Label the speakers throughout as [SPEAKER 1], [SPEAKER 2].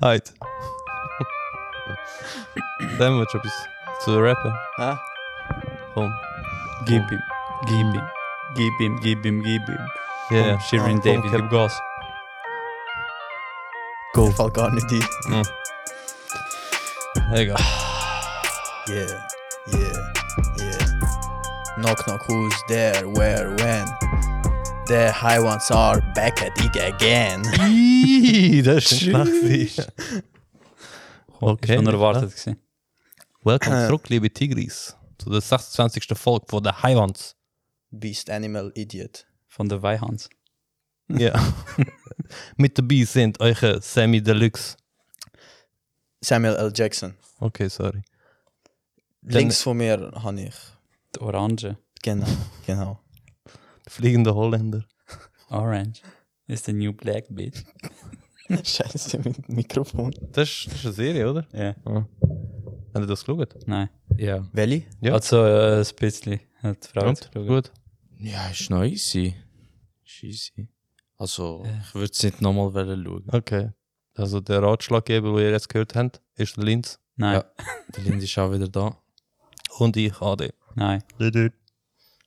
[SPEAKER 1] Heute. Halt. Dann willst du etwas zu rappen?
[SPEAKER 2] Hä?
[SPEAKER 1] Komm.
[SPEAKER 2] Gib ihm. Gib ihm. Gib ihm, gib ihm, gib ihm.
[SPEAKER 1] Ja, ja.
[SPEAKER 2] Komm, Shirin
[SPEAKER 1] Komm,
[SPEAKER 2] David.
[SPEAKER 1] Gib Gas.
[SPEAKER 2] Go. Fall gar nicht ein.
[SPEAKER 1] Egal.
[SPEAKER 2] Yeah, yeah, yeah. Knock knock, who's there, where, when? The high ones are back at it again.
[SPEAKER 1] Ih, das ist schlecht. gewesen. Okay.
[SPEAKER 2] Schon erwartet gewesen.
[SPEAKER 1] Welcome zurück, liebe Tigris, zu der 26. Folge von der Highlands.
[SPEAKER 3] Beast Animal Idiot.
[SPEAKER 2] Von der Weihans.
[SPEAKER 1] Ja. Mit dabei sind eure Sammy Deluxe.
[SPEAKER 3] Samuel L. Jackson.
[SPEAKER 1] Okay, sorry.
[SPEAKER 3] Links von mir habe ich.
[SPEAKER 2] Die Orange.
[SPEAKER 3] Genau, genau.
[SPEAKER 1] Der fliegende Holländer.
[SPEAKER 2] Orange. Ist der New Black Bitch.
[SPEAKER 3] Scheiße, mit Mikrofon.
[SPEAKER 1] Das ist, das ist eine Serie, oder?
[SPEAKER 2] Ja.
[SPEAKER 1] Habt ihr das geschaut?
[SPEAKER 2] Nein.
[SPEAKER 4] Ja.
[SPEAKER 3] Welli?
[SPEAKER 1] Ja.
[SPEAKER 2] Also äh, ein bisschen. Hat die Frau
[SPEAKER 1] Und?
[SPEAKER 2] jetzt geschaut.
[SPEAKER 1] Gut.
[SPEAKER 4] Ja, ist noch easy. Ist easy. Also,
[SPEAKER 2] Ja.
[SPEAKER 4] ich würde es nicht nochmal wollen schauen.
[SPEAKER 1] Okay. Also der Ratschlaggeber, den ihr jetzt gehört habt, ist der Linz.
[SPEAKER 2] Nein.
[SPEAKER 4] Ja. Der Lind ist auch wieder da.
[SPEAKER 1] Und ich, AD.
[SPEAKER 2] Nein.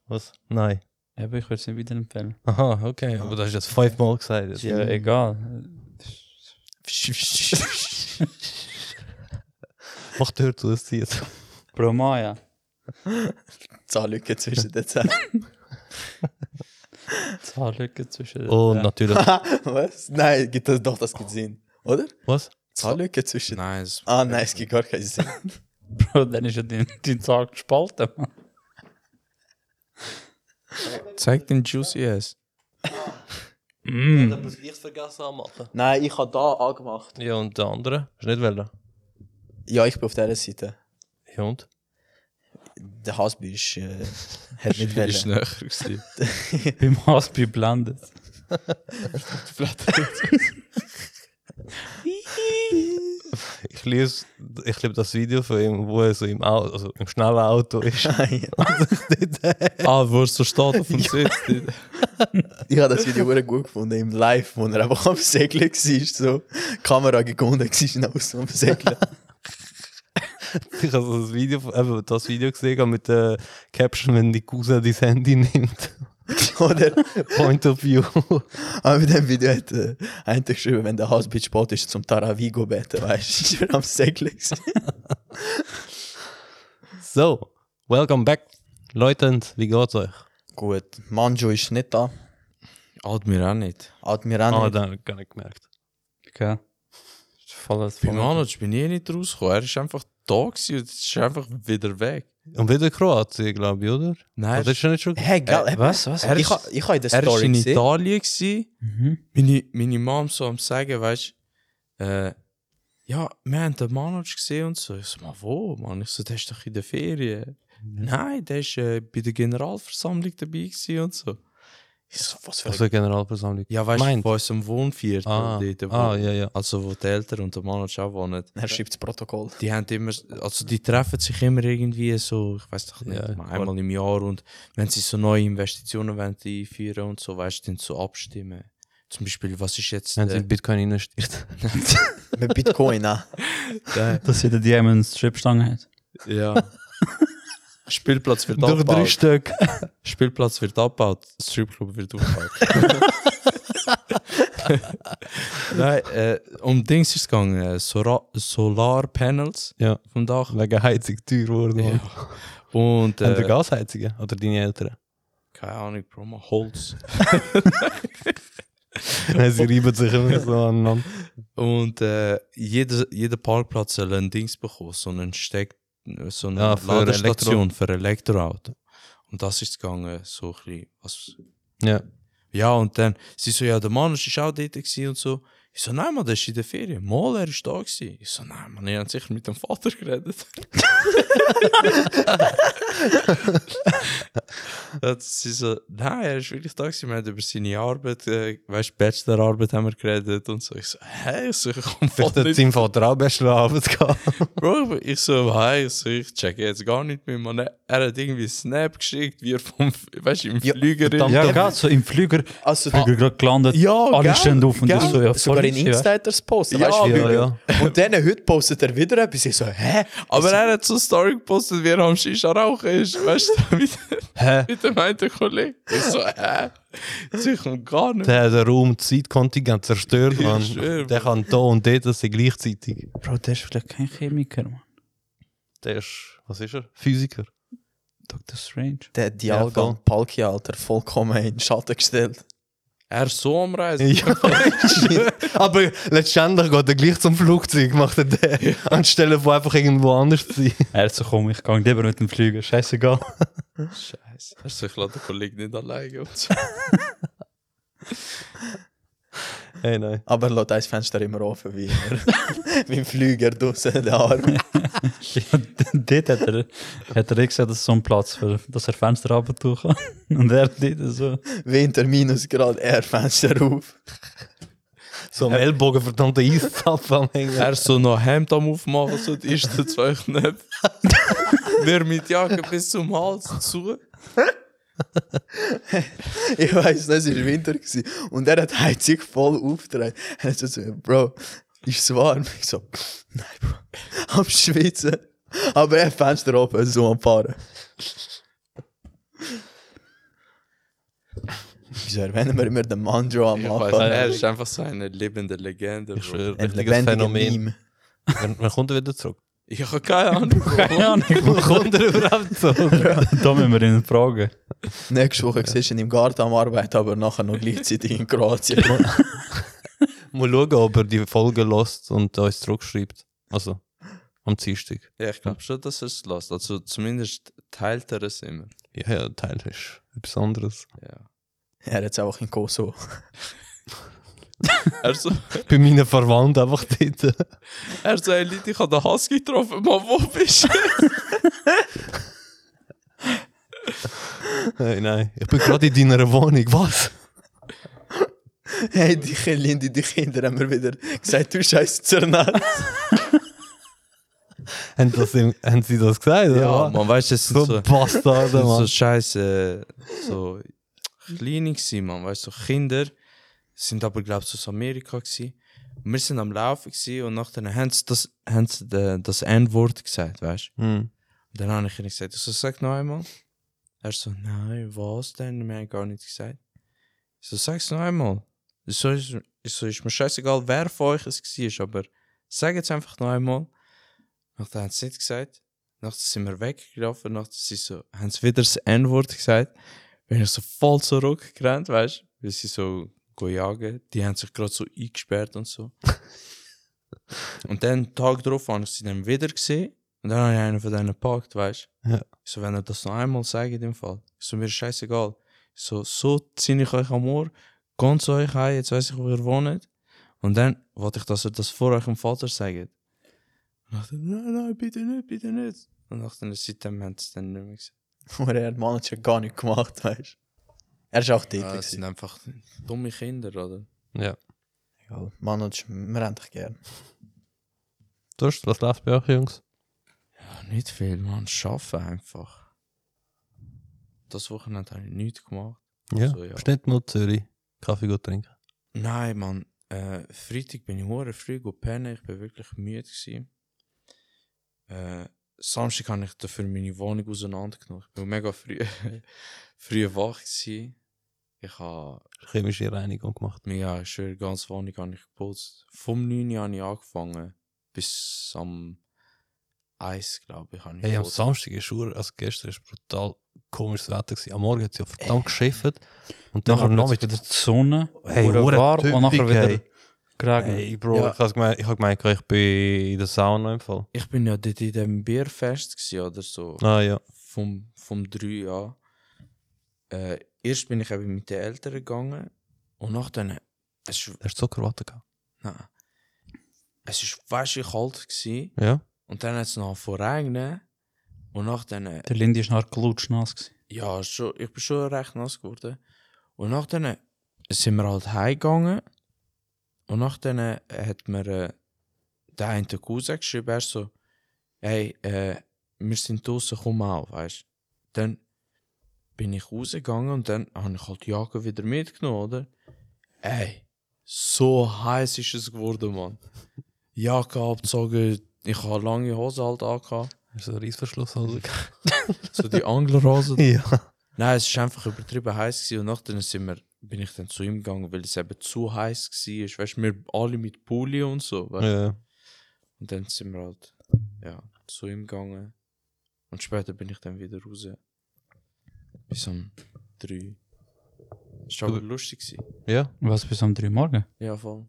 [SPEAKER 1] Was? Nein.
[SPEAKER 2] Eben, ich würde es nicht wiederempfehlen.
[SPEAKER 1] Aha, okay. Aber das hast du jetzt fünfmal gesagt.
[SPEAKER 2] Ist ja egal.
[SPEAKER 1] Mach die Tür zu, es zieht.
[SPEAKER 2] Bro Maya.
[SPEAKER 3] Zahnlücke zwischen den Zähnen.
[SPEAKER 2] Zwei Lücken zwischen.
[SPEAKER 1] Und
[SPEAKER 2] Ja.
[SPEAKER 1] natürlich.
[SPEAKER 3] Was? Nein, gibt das, doch, das gibt Sinn. Oder?
[SPEAKER 1] Was?
[SPEAKER 3] Zahnlücke zwischen.
[SPEAKER 4] Nein, es
[SPEAKER 3] Ah, nein, es gibt gar keinen Sinn.
[SPEAKER 2] Bro, dann ist ja dein, dein Zahn gespalten, Mann.
[SPEAKER 4] zeigt den Juicy Ass.
[SPEAKER 1] Ich habe das Licht vergessen anmachen.
[SPEAKER 3] Nein, ich habe da angemacht.
[SPEAKER 1] Ja, und der andere? Hast du nicht wollen?
[SPEAKER 3] Ja, ich bin auf dieser Seite.
[SPEAKER 1] Ja, und?
[SPEAKER 3] Der Hasbi ist. Äh, hat nicht
[SPEAKER 4] Ist
[SPEAKER 3] wollen.
[SPEAKER 4] näher gewesen.
[SPEAKER 2] Beim Haspi blendet.
[SPEAKER 1] Ich liebe ich lieb das Video von ihm, wo er so im, Au also im schnellen Auto ist.
[SPEAKER 4] ah, wo er so steht auf dem Sitz.
[SPEAKER 3] Ich habe das Video sehr gut gefunden im Live, wo er einfach am Segeln war. So, Kamera gegunden war und aus am Segeln.
[SPEAKER 1] Ich habe so das Video, von- eben das Video gesehen mit der Caption, wenn die Cousin dein Handy nimmt.
[SPEAKER 3] Oder?
[SPEAKER 1] Point of view.
[SPEAKER 3] Aber mit dem Video hat äh, einer geschrieben, wenn der Hasbitch spät ist, zum Taravigo beten, weißt du? Ich war am Segeln.
[SPEAKER 1] So, welcome back. Leute, und wie geht's euch?
[SPEAKER 3] Gut, Manjo ist nicht da.
[SPEAKER 4] Alt Halt mir auch nicht.
[SPEAKER 3] Admiral
[SPEAKER 1] Ah,
[SPEAKER 3] nicht.
[SPEAKER 1] da habe ich gar nicht gemerkt.
[SPEAKER 2] Okay. Ist Voll das
[SPEAKER 4] Bei Manoc bin ich eh nicht rausgekommen. Er ist einfach da gewesen und ist einfach wieder weg.
[SPEAKER 1] Und wieder Kroatien, glaube ich, oder?
[SPEAKER 4] Nein,
[SPEAKER 1] Oder ist er nicht schon?
[SPEAKER 3] Hey, geil. hä?
[SPEAKER 2] Was? Was?
[SPEAKER 4] er
[SPEAKER 3] ich
[SPEAKER 4] ist,
[SPEAKER 3] ha- ich habe in der
[SPEAKER 4] er ist
[SPEAKER 3] Story
[SPEAKER 4] in
[SPEAKER 3] gesehen.
[SPEAKER 4] Italien gewesen.
[SPEAKER 2] Mhm.
[SPEAKER 4] meine, meine Mom so am Sagen, weißt du, äh, ja, wir haben den Manoj gesehen und so. Ich so, mal wo, Mann? Ich so, der ist doch in der Ferien. Nein, der ist äh, bei der Generalversammlung dabei gewesen und so. Ich so, was für ein...
[SPEAKER 1] Aus der Generalversammlung.
[SPEAKER 4] ja, weißt du,
[SPEAKER 1] meint.
[SPEAKER 4] von unserem Wohnviertel
[SPEAKER 1] Ah,
[SPEAKER 4] dort, wo,
[SPEAKER 1] ah, ja, ja.
[SPEAKER 4] also wo die Eltern und der Manoj auch wohnen.
[SPEAKER 3] Er schreibt das Protokoll.
[SPEAKER 4] Die haben immer, also die treffen sich immer irgendwie so, ich weiß doch nicht,
[SPEAKER 1] Ja,
[SPEAKER 4] mal einmal im Jahr und wenn sie so neue Investitionen wollen einführen und so, weißt du, dann so abstimmen. Zum Beispiel, was ist jetzt...
[SPEAKER 1] Wenn
[SPEAKER 4] äh,
[SPEAKER 1] sie in Bitcoin investiert.
[SPEAKER 3] Mit Bitcoin, ne?
[SPEAKER 2] Dass jeder die einen Stripstange hat.
[SPEAKER 4] Ja. äh, Spielplatz wird
[SPEAKER 1] Durch drei
[SPEAKER 4] abgebaut.
[SPEAKER 1] Stück.
[SPEAKER 4] Spielplatz wird abgebaut. Stripclub wird aufgebaut. Nein, äh, um Dings ist es gegangen. Äh, Sora- Solarpanels
[SPEAKER 1] Ja.
[SPEAKER 4] vom Dach.
[SPEAKER 1] Wegen Heizung teuer geworden.
[SPEAKER 4] Ja.
[SPEAKER 1] Ja.
[SPEAKER 4] Und
[SPEAKER 1] Haben die
[SPEAKER 4] äh,
[SPEAKER 1] Gasheizungen? Oder deine Eltern?
[SPEAKER 4] keine Ahnung, Bro, mal Holz.
[SPEAKER 1] Nein, sie reiben sich immer so an. Mann.
[SPEAKER 4] Und äh, jeder, jeder Parkplatz soll ein Dings bekommen, so einen Steck, so eine
[SPEAKER 1] Ja, Ah, für
[SPEAKER 4] Ladestation für Elektroauto. Und das ist gegangen, so ein bisschen, was
[SPEAKER 1] Ja.
[SPEAKER 4] Ja, und dann, sie so, ja, der Mann ist auch dort gewesen und so. Ich so, nein, Mann, der ist in der Ferien. Mal, er ist da gewesen. Ich so, nein, Mann, ich habe sicher mit dem Vater geredet. Dann sie so, nein, er ist wirklich da gewesen. Wir haben über seine Arbeit, äh, weißt du, Bachelorarbeit haben wir geredet und so. Ich so, hey, ich so, ich komm voll
[SPEAKER 1] Vielleicht hat
[SPEAKER 4] nicht-
[SPEAKER 1] sein Vater auch Bachelorarbeit gehabt.
[SPEAKER 4] Bro, ich so, hey, ich so, ich check jetzt gar nicht mehr, Mann. Er hat irgendwie einen Snap geschickt, wie er vom, weißt du, im
[SPEAKER 3] Ja,
[SPEAKER 4] Flüger
[SPEAKER 1] verdammt.
[SPEAKER 2] Ja, gerade so im Flüger.
[SPEAKER 3] Also,
[SPEAKER 2] Flüger gerade gelandet.
[SPEAKER 4] Ja,
[SPEAKER 2] Alle
[SPEAKER 4] gell,
[SPEAKER 2] stehen auf und
[SPEAKER 4] gell.
[SPEAKER 2] ich so, ja,
[SPEAKER 3] sogar aber in
[SPEAKER 1] ist, ja.
[SPEAKER 3] Insta hat er es gepostet.
[SPEAKER 4] Ja, Ah,
[SPEAKER 3] weißt du,
[SPEAKER 1] ja,
[SPEAKER 3] wie-
[SPEAKER 1] ja.
[SPEAKER 3] Und dann heute postet er wieder etwas. Ich so, hä?
[SPEAKER 4] Aber er hat so eine Story gepostet, wie er am Shisha rauchen ist. Weißt du, mit,
[SPEAKER 1] Hä?
[SPEAKER 4] mit dem einen Kollegen. Ich so, hä? Sich kommt gar nicht.
[SPEAKER 1] Der hat den Raum, die Zeitkontingent zerstört.
[SPEAKER 4] Ja,
[SPEAKER 1] Mann.
[SPEAKER 4] schön,
[SPEAKER 1] der kann da und dort, das sind gleichzeitig.
[SPEAKER 2] Bro, der ist vielleicht kein Chemiker, Mann.
[SPEAKER 1] Der ist, was ist er? Physiker.
[SPEAKER 2] Dr. Strange.
[SPEAKER 3] Der hat die Alga
[SPEAKER 1] voll.
[SPEAKER 3] und Palki, Alter, vollkommen in den Schatten gestellt.
[SPEAKER 4] Er ist so am Reisen.
[SPEAKER 1] Ja, aber letztendlich geht er gleich zum Flugzeug, macht er den, anstelle von einfach irgendwo anders zu sein.
[SPEAKER 2] Er ist so komm, ich gehe lieber mit dem Flüger. Scheißegal.
[SPEAKER 4] Scheiße. Er so, ich lasse den Kollegen nicht alleine. Und so.
[SPEAKER 1] Hey, nein.
[SPEAKER 3] Aber er lässt ein Fenster immer offen, wie er wie im Flüger draussen in den Arm.
[SPEAKER 2] Ja, d- dort hat er, hat er gesagt, das ist so ein Platz, für, dass er Fenster runter kann. Und er dort so.
[SPEAKER 3] Winter minus Grad, er Fenster auf.
[SPEAKER 1] So am Ellbogen verdammte Eiszapfen am Hängen.
[SPEAKER 4] Er ist so noch Hemd am Aufmachen, so die ersten zwei Knöpfe. Wir mit Jacke bis zum Hals zu.
[SPEAKER 3] Ich weiß nicht, es war Winter. Gewesen. Und er hat die Heizung voll aufgedreht. Er hat so zu mir, Bro, ist es warm? Ich so, nein, Bro, am Schwitzen. Aber er hat Fenster offen, so am Fahren. Wieso erwähnen wir immer den Mandro am
[SPEAKER 4] Ich weiß nicht,
[SPEAKER 3] Anfang?
[SPEAKER 4] er ist einfach so eine lebende Legende.
[SPEAKER 1] Ich
[SPEAKER 4] Bro.
[SPEAKER 1] schwöre,
[SPEAKER 3] Ein
[SPEAKER 1] richtiges
[SPEAKER 3] lebendiger
[SPEAKER 1] Phänomen.
[SPEAKER 3] Meme.
[SPEAKER 1] Wann wann kommt er wieder zurück?
[SPEAKER 4] Ich habe keine Ahnung.
[SPEAKER 2] Keine
[SPEAKER 4] Bro.
[SPEAKER 2] Ahnung.
[SPEAKER 1] Wann kommt er überhaupt zurück?
[SPEAKER 2] Da müssen wir ihn fragen.
[SPEAKER 3] Nächste Woche siehst du ihn im Garten am Arbeiten, aber nachher noch gleichzeitig in Kroatien.
[SPEAKER 1] Mal schauen, ob er die Folge lost und uns zurückschreibt. Also, am Dienstag.
[SPEAKER 4] Ja, ich glaube schon, dass er es lässt. Also zumindest teilt er es immer.
[SPEAKER 1] Ja, ja, der Teil ist etwas anderes.
[SPEAKER 4] Ja.
[SPEAKER 3] er hat es auch in Kosovo.
[SPEAKER 4] Er so,
[SPEAKER 1] Bei meinen Verwandten einfach dort.
[SPEAKER 4] er so, hey Leute, ich habe den Husky getroffen, Mann, wo bist du?
[SPEAKER 1] Hey, nein, ich bin gerade in deiner Wohnung. Was?
[SPEAKER 3] Hey, die Kinder, die Kinder haben mir wieder gesagt, du scheiß Zernan.
[SPEAKER 1] Haben, das, im- haben sie das gesagt? oder was?
[SPEAKER 4] man weiß, es
[SPEAKER 1] so Bastarde,
[SPEAKER 4] Das sind so
[SPEAKER 1] Mann.
[SPEAKER 4] scheiße, so kleine gsi, man, weißt du, so Kinder sind aber glaub ich aus Amerika gsi. Wir sind am Laufen gsi und nachher haben sie das, haben sie de- das N-Wort gesagt, weißt du.
[SPEAKER 1] Hm.
[SPEAKER 4] Und Dann habe ich ihnen gesagt, ich so, sag noch einmal. Er so, nein, was denn? Wir haben gar nichts gesagt. Ich so, sag's noch einmal. Ich so, ist, ich so, ist mir scheißegal, wer von euch es war, aber sag jetzt einfach nou noch einmal. Nachher haben sie nicht gesagt. Nachher sind wir weggelaufen, nachher sie so, haben sie wieder das N-Wort gesagt. Bin ich so voll zurückgerannt, weißt du, weil sie so go jagen. Die haben sich gerade so eingesperrt und so. und dann, Tag drauf, habe ich sie dann wieder gesehen. Und dann habe ich einen von denen gepackt, weißt du?
[SPEAKER 1] Ja.
[SPEAKER 4] Ich So, wenn er das noch einmal sagt, in dem Fall. Ich So, mir ist scheißegal. Ich So, so ziehe ich euch am Ohr, gehe zu euch heim, jetzt weiß ich, wo ihr wohnt. Und dann wollte ich, dass ihr das vor eurem Vater sagt. Und ich dachte, nein, nein, bitte nicht, bitte nicht. Und nachdem seitdem haben sie es dann nicht mehr gesagt.
[SPEAKER 3] Aber er hat Manager gar nicht gemacht, weißt du. Er ist auch
[SPEAKER 4] Ah,
[SPEAKER 3] tätig.
[SPEAKER 4] das sind einfach dumme Kinder, oder?
[SPEAKER 1] Ja.
[SPEAKER 3] Ja, Manager, wir haben dich gern.
[SPEAKER 1] Sonst, was läuft bei euch, Jungs?
[SPEAKER 4] Ja, Ah, nicht viel, man. Schaffen einfach. Das Wochenende habe ich nichts gemacht.
[SPEAKER 1] Ja.
[SPEAKER 4] Also, ja.
[SPEAKER 1] Bist nicht mal in Zürich. Kaffee gut trinken.
[SPEAKER 4] Nein, Mann. Äh, Freitag bin ich hure früh gepennt. Ich bin wirklich müde gsi. Äh, Samstag habe ich dafür meine Wohnung auseinandergenommen. Ich bin mega früh, früh wach gsi. Ich habe
[SPEAKER 1] Chemische Reinigung gemacht.
[SPEAKER 4] mir ja schön ganz Wohnung habe ich geputzt. Vom 9 Uhr habe ich angefangen bis am 1, glaube ich, habe ich
[SPEAKER 1] Hey, am
[SPEAKER 4] geputzt.
[SPEAKER 1] Samstag ist Uhr, also gestern ist brutal komisches Wetter gewesen. Am Morgen hat es ja verdammt geschifft. Und dann
[SPEAKER 2] Nachher
[SPEAKER 1] am
[SPEAKER 2] plötzlich
[SPEAKER 1] Nachmittag.
[SPEAKER 2] wieder die Sonne.
[SPEAKER 1] Hey,
[SPEAKER 2] hure
[SPEAKER 1] hure
[SPEAKER 2] warm, Und nachher
[SPEAKER 1] typisch,
[SPEAKER 2] wieder
[SPEAKER 1] hey.
[SPEAKER 2] geregnet.
[SPEAKER 1] Hey, Bro,
[SPEAKER 3] Ja.
[SPEAKER 1] ich habe gemeint, ich, hab gemeint, ich bin in der Sauna im Fall.
[SPEAKER 4] Ich bin ja dort in dem Bierfest gsi oder so.
[SPEAKER 1] Ah ja.
[SPEAKER 4] vom, vom 3 an. Äh, erst bin ich eben mit den Eltern gegangen und nachdem. Es ist,
[SPEAKER 1] Hast du so Krawatte gehabt?
[SPEAKER 4] nein, es ist waschig kalt gewesen,
[SPEAKER 1] Ja.
[SPEAKER 4] und dann hat es noch vor regnen und äh, nachdem.
[SPEAKER 2] Der Lindy war nachher klutschnass. gewesen.
[SPEAKER 4] Ja, schon, ich bin schon recht nass geworden. Und nachdem sind wir halt heimgegangen. Und nachdem hat mir äh, der eine Cousin geschrieben, er so, hey, äh, wir sind draußen, komm auf, weißt Dann bin ich rausgegangen und dann habe ich halt die Jacke wieder mitgenommen, oder? Ey, So heiß ist es geworden, Mann. Jacke abgezogen, ich habe lange Hose halt angehabt.
[SPEAKER 1] Hast du einen Reissverschluss? Also?
[SPEAKER 4] So die Anglerhose.
[SPEAKER 1] ja.
[SPEAKER 4] Nein, es war einfach übertrieben heiß gewesen. und nachher sind wir, bin ich dann zu ihm gegangen, weil es eben zu heiß war. Weißt du, wir alle mit Pulli und so. Weißt? du.
[SPEAKER 1] ja.
[SPEAKER 4] Und dann sind wir halt ja, zu ihm gegangen. Und später bin ich dann wieder raus. Bis um 3. Es war aber lustig. Gewesen.
[SPEAKER 1] Ja.
[SPEAKER 5] Was bis am 3 Uhr morgen?
[SPEAKER 4] Ja, voll.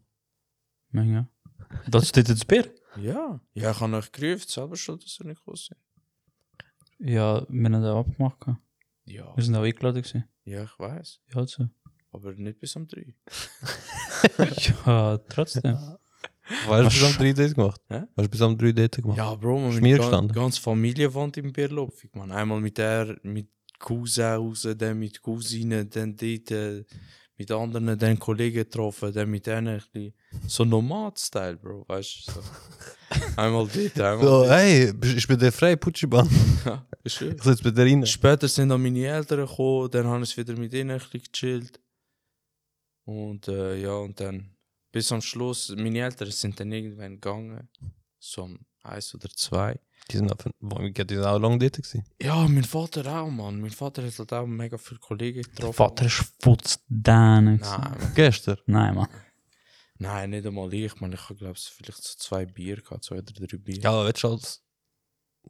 [SPEAKER 5] Mega. Das steht jetzt Bier.
[SPEAKER 4] Ja, ja ich habe euch gerufen, selber schuld, dass ihr nicht raus seid.
[SPEAKER 5] Ja, wir haben den abgemacht. gehabt.
[SPEAKER 4] Ja.
[SPEAKER 5] Wir sind auch eingeladen. Gewesen.
[SPEAKER 4] ja, ich weiß.
[SPEAKER 5] Ja, also.
[SPEAKER 4] Aber nicht bis um 3.
[SPEAKER 5] Ja, trotzdem.
[SPEAKER 1] Weißt du, bis am 3 Date gemacht?
[SPEAKER 4] Hä?
[SPEAKER 1] Weißt du, bis am 3 Date gemacht?
[SPEAKER 4] Ja, Bro, man,
[SPEAKER 1] Ist
[SPEAKER 4] meine
[SPEAKER 1] mir
[SPEAKER 4] gan
[SPEAKER 1] gestanden.
[SPEAKER 4] ganze Familie wohnt im Bierlopfig, man. Einmal mit der, mit Cousin raus, dann mit Cousine, dann dort, äh, mit anderen, dann Kollegen getroffen, dann mit denen ein bisschen. So Nomad-Style, Bro, weißt du? So. Einmal dort, einmal.
[SPEAKER 1] So, hey, bist- ich bin der frei Putschibahn.
[SPEAKER 4] Ja, ist schön.
[SPEAKER 1] Ich sitze bei dir rein.
[SPEAKER 4] Später sind dann meine Eltern gekommen, dann habe ich wieder mit ihnen ein bisschen gechillt. Und äh, ja, und dann bis am Schluss, meine Eltern sind dann irgendwann gegangen, so um eins oder zwei.
[SPEAKER 1] Die sind auf die sind auch lange dort gewesen.
[SPEAKER 4] Ja, mein Vater auch, Mann. Mein Vater hat halt auch mega viele Kollegen
[SPEAKER 5] Der
[SPEAKER 4] getroffen.
[SPEAKER 5] Vater ist futzdänen.
[SPEAKER 4] Nein, Mann.
[SPEAKER 1] Gestern.
[SPEAKER 5] Nein, Mann.
[SPEAKER 4] nein, nicht einmal ich, Mann. Ich habe, glaube ich, vielleicht so zwei Bier gehabt, zwei oder drei Bier.
[SPEAKER 1] Ja, aber willst du als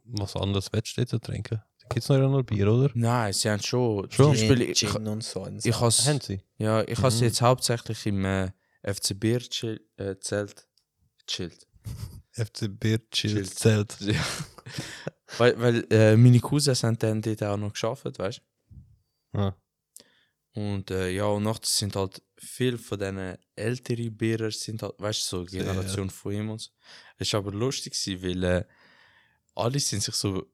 [SPEAKER 1] was anderes willst du dort trinken? Da gibt es noch ja noch Bier, oder?
[SPEAKER 4] Nein, sie haben schon.
[SPEAKER 1] Schon?
[SPEAKER 4] Zum Beispiel, ich, ich,
[SPEAKER 3] Gin und so. ein
[SPEAKER 4] ich
[SPEAKER 1] Haben
[SPEAKER 4] has,
[SPEAKER 1] sie?
[SPEAKER 4] ja, ich has
[SPEAKER 1] Mhm.
[SPEAKER 4] jetzt hauptsächlich im äh, FC Bier chill, äh, Zelt chillt.
[SPEAKER 1] FC Bier, Chill,
[SPEAKER 4] Chill.
[SPEAKER 1] Zelt.
[SPEAKER 4] Ja. weil weil äh, meine Cousins haben dann dort auch noch geschafft, weißt
[SPEAKER 1] Ja.
[SPEAKER 4] du? Und äh, ja, und nachher sind halt viele von diesen älteren Bierer sind halt, weißt du, so Generation von ihm und so. Es war aber lustig, gewesen, weil äh, alle sind sich so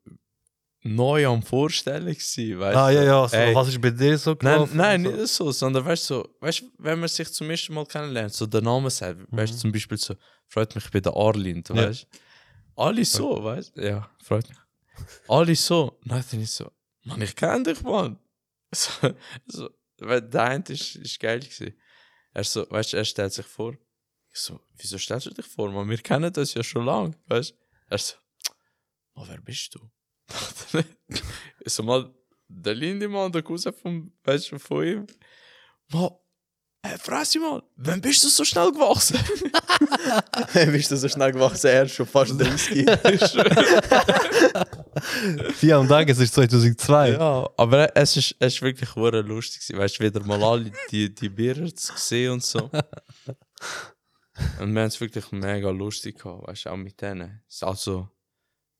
[SPEAKER 4] neu am Vorstellen gewesen, weißt
[SPEAKER 1] Ah,
[SPEAKER 4] du?
[SPEAKER 1] ja, ja. So,
[SPEAKER 4] Ey.
[SPEAKER 1] was ist bei dir so
[SPEAKER 4] Nein,
[SPEAKER 1] gelaufen? Also,
[SPEAKER 4] nein,
[SPEAKER 1] und so.
[SPEAKER 4] nicht so, sondern weißt du, so, weißt, du, wenn man sich zum ersten Mal kennenlernt, so der Name sagt, weißt du, zum Beispiel so, freut mich bei der Arlind,
[SPEAKER 1] Mhm. Ja.
[SPEAKER 4] weißt du? Alle so, weißt du? Ja, freut mich. Alle so, nein, dann ist so, Mann, ich kenne dich, Mann. So, so, weil der eine ist, ist geil gewesen. Er so, weißt du, er stellt sich vor. Ich so, wieso stellst du dich vor, Mann? Wir kennen das ja schon lange, weißt du? Er so, Mann, wer bist du? ich so, Mann, der Lindemann, der Cousin vom, weißt du, von ihm. Mann, hey, Fresse, Mann, wann bist du so schnell gewachsen?
[SPEAKER 3] Bist du so schnell gewachsen? Er ist schon fast 30.
[SPEAKER 1] Ja, und dann, es ist 2002.
[SPEAKER 4] ja, aber es ist, es ist wirklich hure lustig gewesen, weißt du, wieder mal alle die, die Bierer zu sehen und so. Und wir haben es wirklich mega lustig gehabt, weißt du, auch mit denen. Es- Also,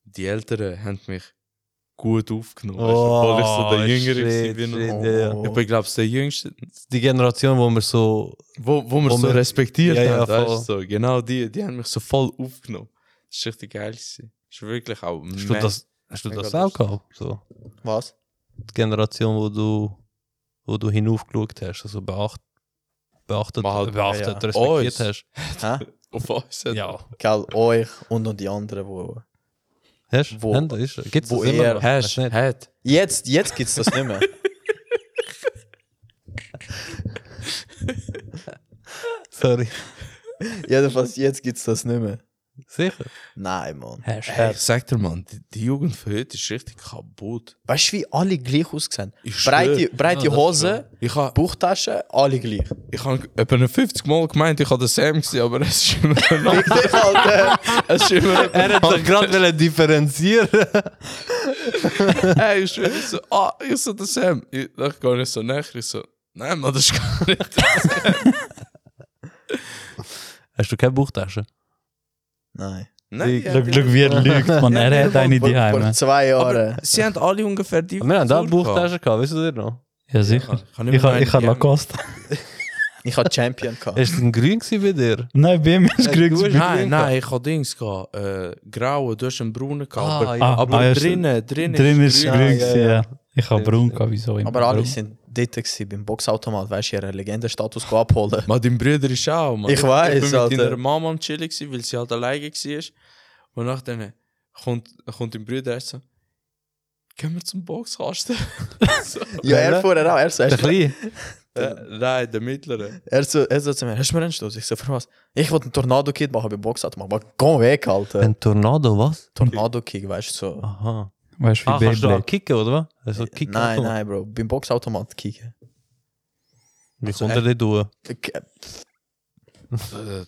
[SPEAKER 4] die Älteren haben mich gut aufgenommen, weißt, du, obwohl ich so der Jüngere gewesen
[SPEAKER 1] shit,
[SPEAKER 4] bin.
[SPEAKER 1] shit,
[SPEAKER 4] und-
[SPEAKER 1] ja, ja.
[SPEAKER 4] Ich bin, glaube ich, der Jüngste,
[SPEAKER 1] Die Generation, wo wir so.
[SPEAKER 4] wo, wo wir
[SPEAKER 1] Wo
[SPEAKER 4] so
[SPEAKER 1] wir-
[SPEAKER 4] respektiert
[SPEAKER 1] Ja, ja,
[SPEAKER 4] haben. weißt du,
[SPEAKER 1] voll.
[SPEAKER 4] so. Genau die, die haben mich so voll aufgenommen. Das war richtig geil. gewesen. Das war wirklich auch
[SPEAKER 1] Hast du
[SPEAKER 4] mega-
[SPEAKER 1] das, hast du
[SPEAKER 4] mega
[SPEAKER 1] das auch
[SPEAKER 4] lustig.
[SPEAKER 1] gehabt? So.
[SPEAKER 3] Was?
[SPEAKER 1] Die Generation, wo du, wo du hinaufgeschaut hast, also beacht, beachtet,
[SPEAKER 4] Mal halt-
[SPEAKER 1] beachtet
[SPEAKER 4] ja, ja.
[SPEAKER 1] respektiert
[SPEAKER 4] Uns.
[SPEAKER 1] hast.
[SPEAKER 3] Hä?
[SPEAKER 4] auf uns.
[SPEAKER 1] Ja.
[SPEAKER 3] Gell, euch und noch die anderen, wo...
[SPEAKER 1] Hast du?
[SPEAKER 3] Wo-
[SPEAKER 1] Haben- ist- Gibt's
[SPEAKER 3] wo
[SPEAKER 1] das immer
[SPEAKER 3] er-
[SPEAKER 1] noch? Weißt
[SPEAKER 4] Hast du
[SPEAKER 1] du nicht?
[SPEAKER 4] nicht?
[SPEAKER 3] Jetzt, jetzt gibt's das nicht mehr.
[SPEAKER 1] Sorry.
[SPEAKER 3] Jedenfalls, jetzt gibt's das nicht mehr.
[SPEAKER 1] Sicher.
[SPEAKER 3] Nein, Mann.
[SPEAKER 4] Hey, ich sag dir, Mann, die, die Jugend von heute ist richtig kaputt.
[SPEAKER 3] Weißt du, wie alle gleich aussehen?
[SPEAKER 4] Ich
[SPEAKER 3] Breite,
[SPEAKER 4] schwör.
[SPEAKER 3] breite Hose,
[SPEAKER 4] Ich habe
[SPEAKER 3] Bauchtasche, alle gleich.
[SPEAKER 4] ich hab etwa 50 Mal gemeint, ich habe den Sam gesehen, aber es ist immer ein
[SPEAKER 3] Fick dich, Alter.
[SPEAKER 4] Es ist immer ein
[SPEAKER 1] Er hat sich gerade differenzieren.
[SPEAKER 4] Hey, ich schwör, ich so, ah, ich so der Sam. Ich, dann gehe ich so näher, ich so, nein, Mann, das ist gar nicht.
[SPEAKER 1] Hast du keine Buchtasche?
[SPEAKER 3] Nein.
[SPEAKER 4] Nein, ja.
[SPEAKER 5] Schau, schau, wie er lügt, Mann. Er hat eine die
[SPEAKER 3] vor, vor
[SPEAKER 5] Heime.
[SPEAKER 3] zwei
[SPEAKER 4] aber
[SPEAKER 3] Jahren.
[SPEAKER 4] sie haben alle ungefähr die
[SPEAKER 1] Wir haben auch
[SPEAKER 4] Frisur
[SPEAKER 1] Buchtaschen gehabt, weißt du das noch?
[SPEAKER 5] Ja,
[SPEAKER 4] gehabt.
[SPEAKER 5] sicher.
[SPEAKER 4] Ich habe
[SPEAKER 5] Ich habe ich hab Lacoste.
[SPEAKER 3] Ich hatte Champion.
[SPEAKER 5] Äh,
[SPEAKER 3] Gehabt.
[SPEAKER 1] Ist es ein Grün gewesen bei dir?
[SPEAKER 5] Nein, bei ihm ist
[SPEAKER 1] Hey,
[SPEAKER 5] Glück.
[SPEAKER 1] du hast-
[SPEAKER 4] Nein,
[SPEAKER 1] Grün
[SPEAKER 4] nein, ich habe Dings gehabt. Äh, graue, du hast einen braunen gehabt. aber
[SPEAKER 5] ja.
[SPEAKER 4] aber
[SPEAKER 5] Ah, ja,
[SPEAKER 4] drinnen, drinnen.
[SPEAKER 5] Drin ist
[SPEAKER 4] grün.
[SPEAKER 1] grün.
[SPEAKER 5] Glück,
[SPEAKER 1] Ja, ja, ja.
[SPEAKER 5] ja. Ich habe Braun gehabt, wieso immer.
[SPEAKER 3] Aber alle
[SPEAKER 5] Braun.
[SPEAKER 3] sind dort gewesen, beim Boxautomat, weißt du, ihren Legendenstatus go abholen.
[SPEAKER 4] Maar dein Bruder ist auch, Mann.
[SPEAKER 3] Ich weiss,
[SPEAKER 4] Ich bin mit
[SPEAKER 3] Alter.
[SPEAKER 4] deiner Mama am Chillen, gewesen, weil sie halt alleine war. Und nachher kommt, kommt dein Bruder erst so, gehen wir zum Boxkasten. so.
[SPEAKER 3] Ja, er vorher auch. Er so,
[SPEAKER 1] Der
[SPEAKER 3] er
[SPEAKER 1] Kleine?
[SPEAKER 4] Der, nein, der mittlere.
[SPEAKER 3] Er so, er so zu mir, hast du mir einen Stoß? Ich so, für was? Ich wollte einen Tornado-Kick machen bei Boxautomat. Aber komm weg, Alter.
[SPEAKER 1] Ein Tornado, was?
[SPEAKER 3] Tornado-Kick, weißt du, so.
[SPEAKER 1] Aha.
[SPEAKER 5] Weißt du,
[SPEAKER 1] Ah,
[SPEAKER 5] wie
[SPEAKER 1] kannst du da
[SPEAKER 5] Beyblade?
[SPEAKER 1] kicken, oder was? Also kicken.
[SPEAKER 3] Nein, nein, Bro. Beim Boxautomat kicken.
[SPEAKER 1] Wie kommt er denn durch?
[SPEAKER 3] Okay.
[SPEAKER 4] Das ist Eh,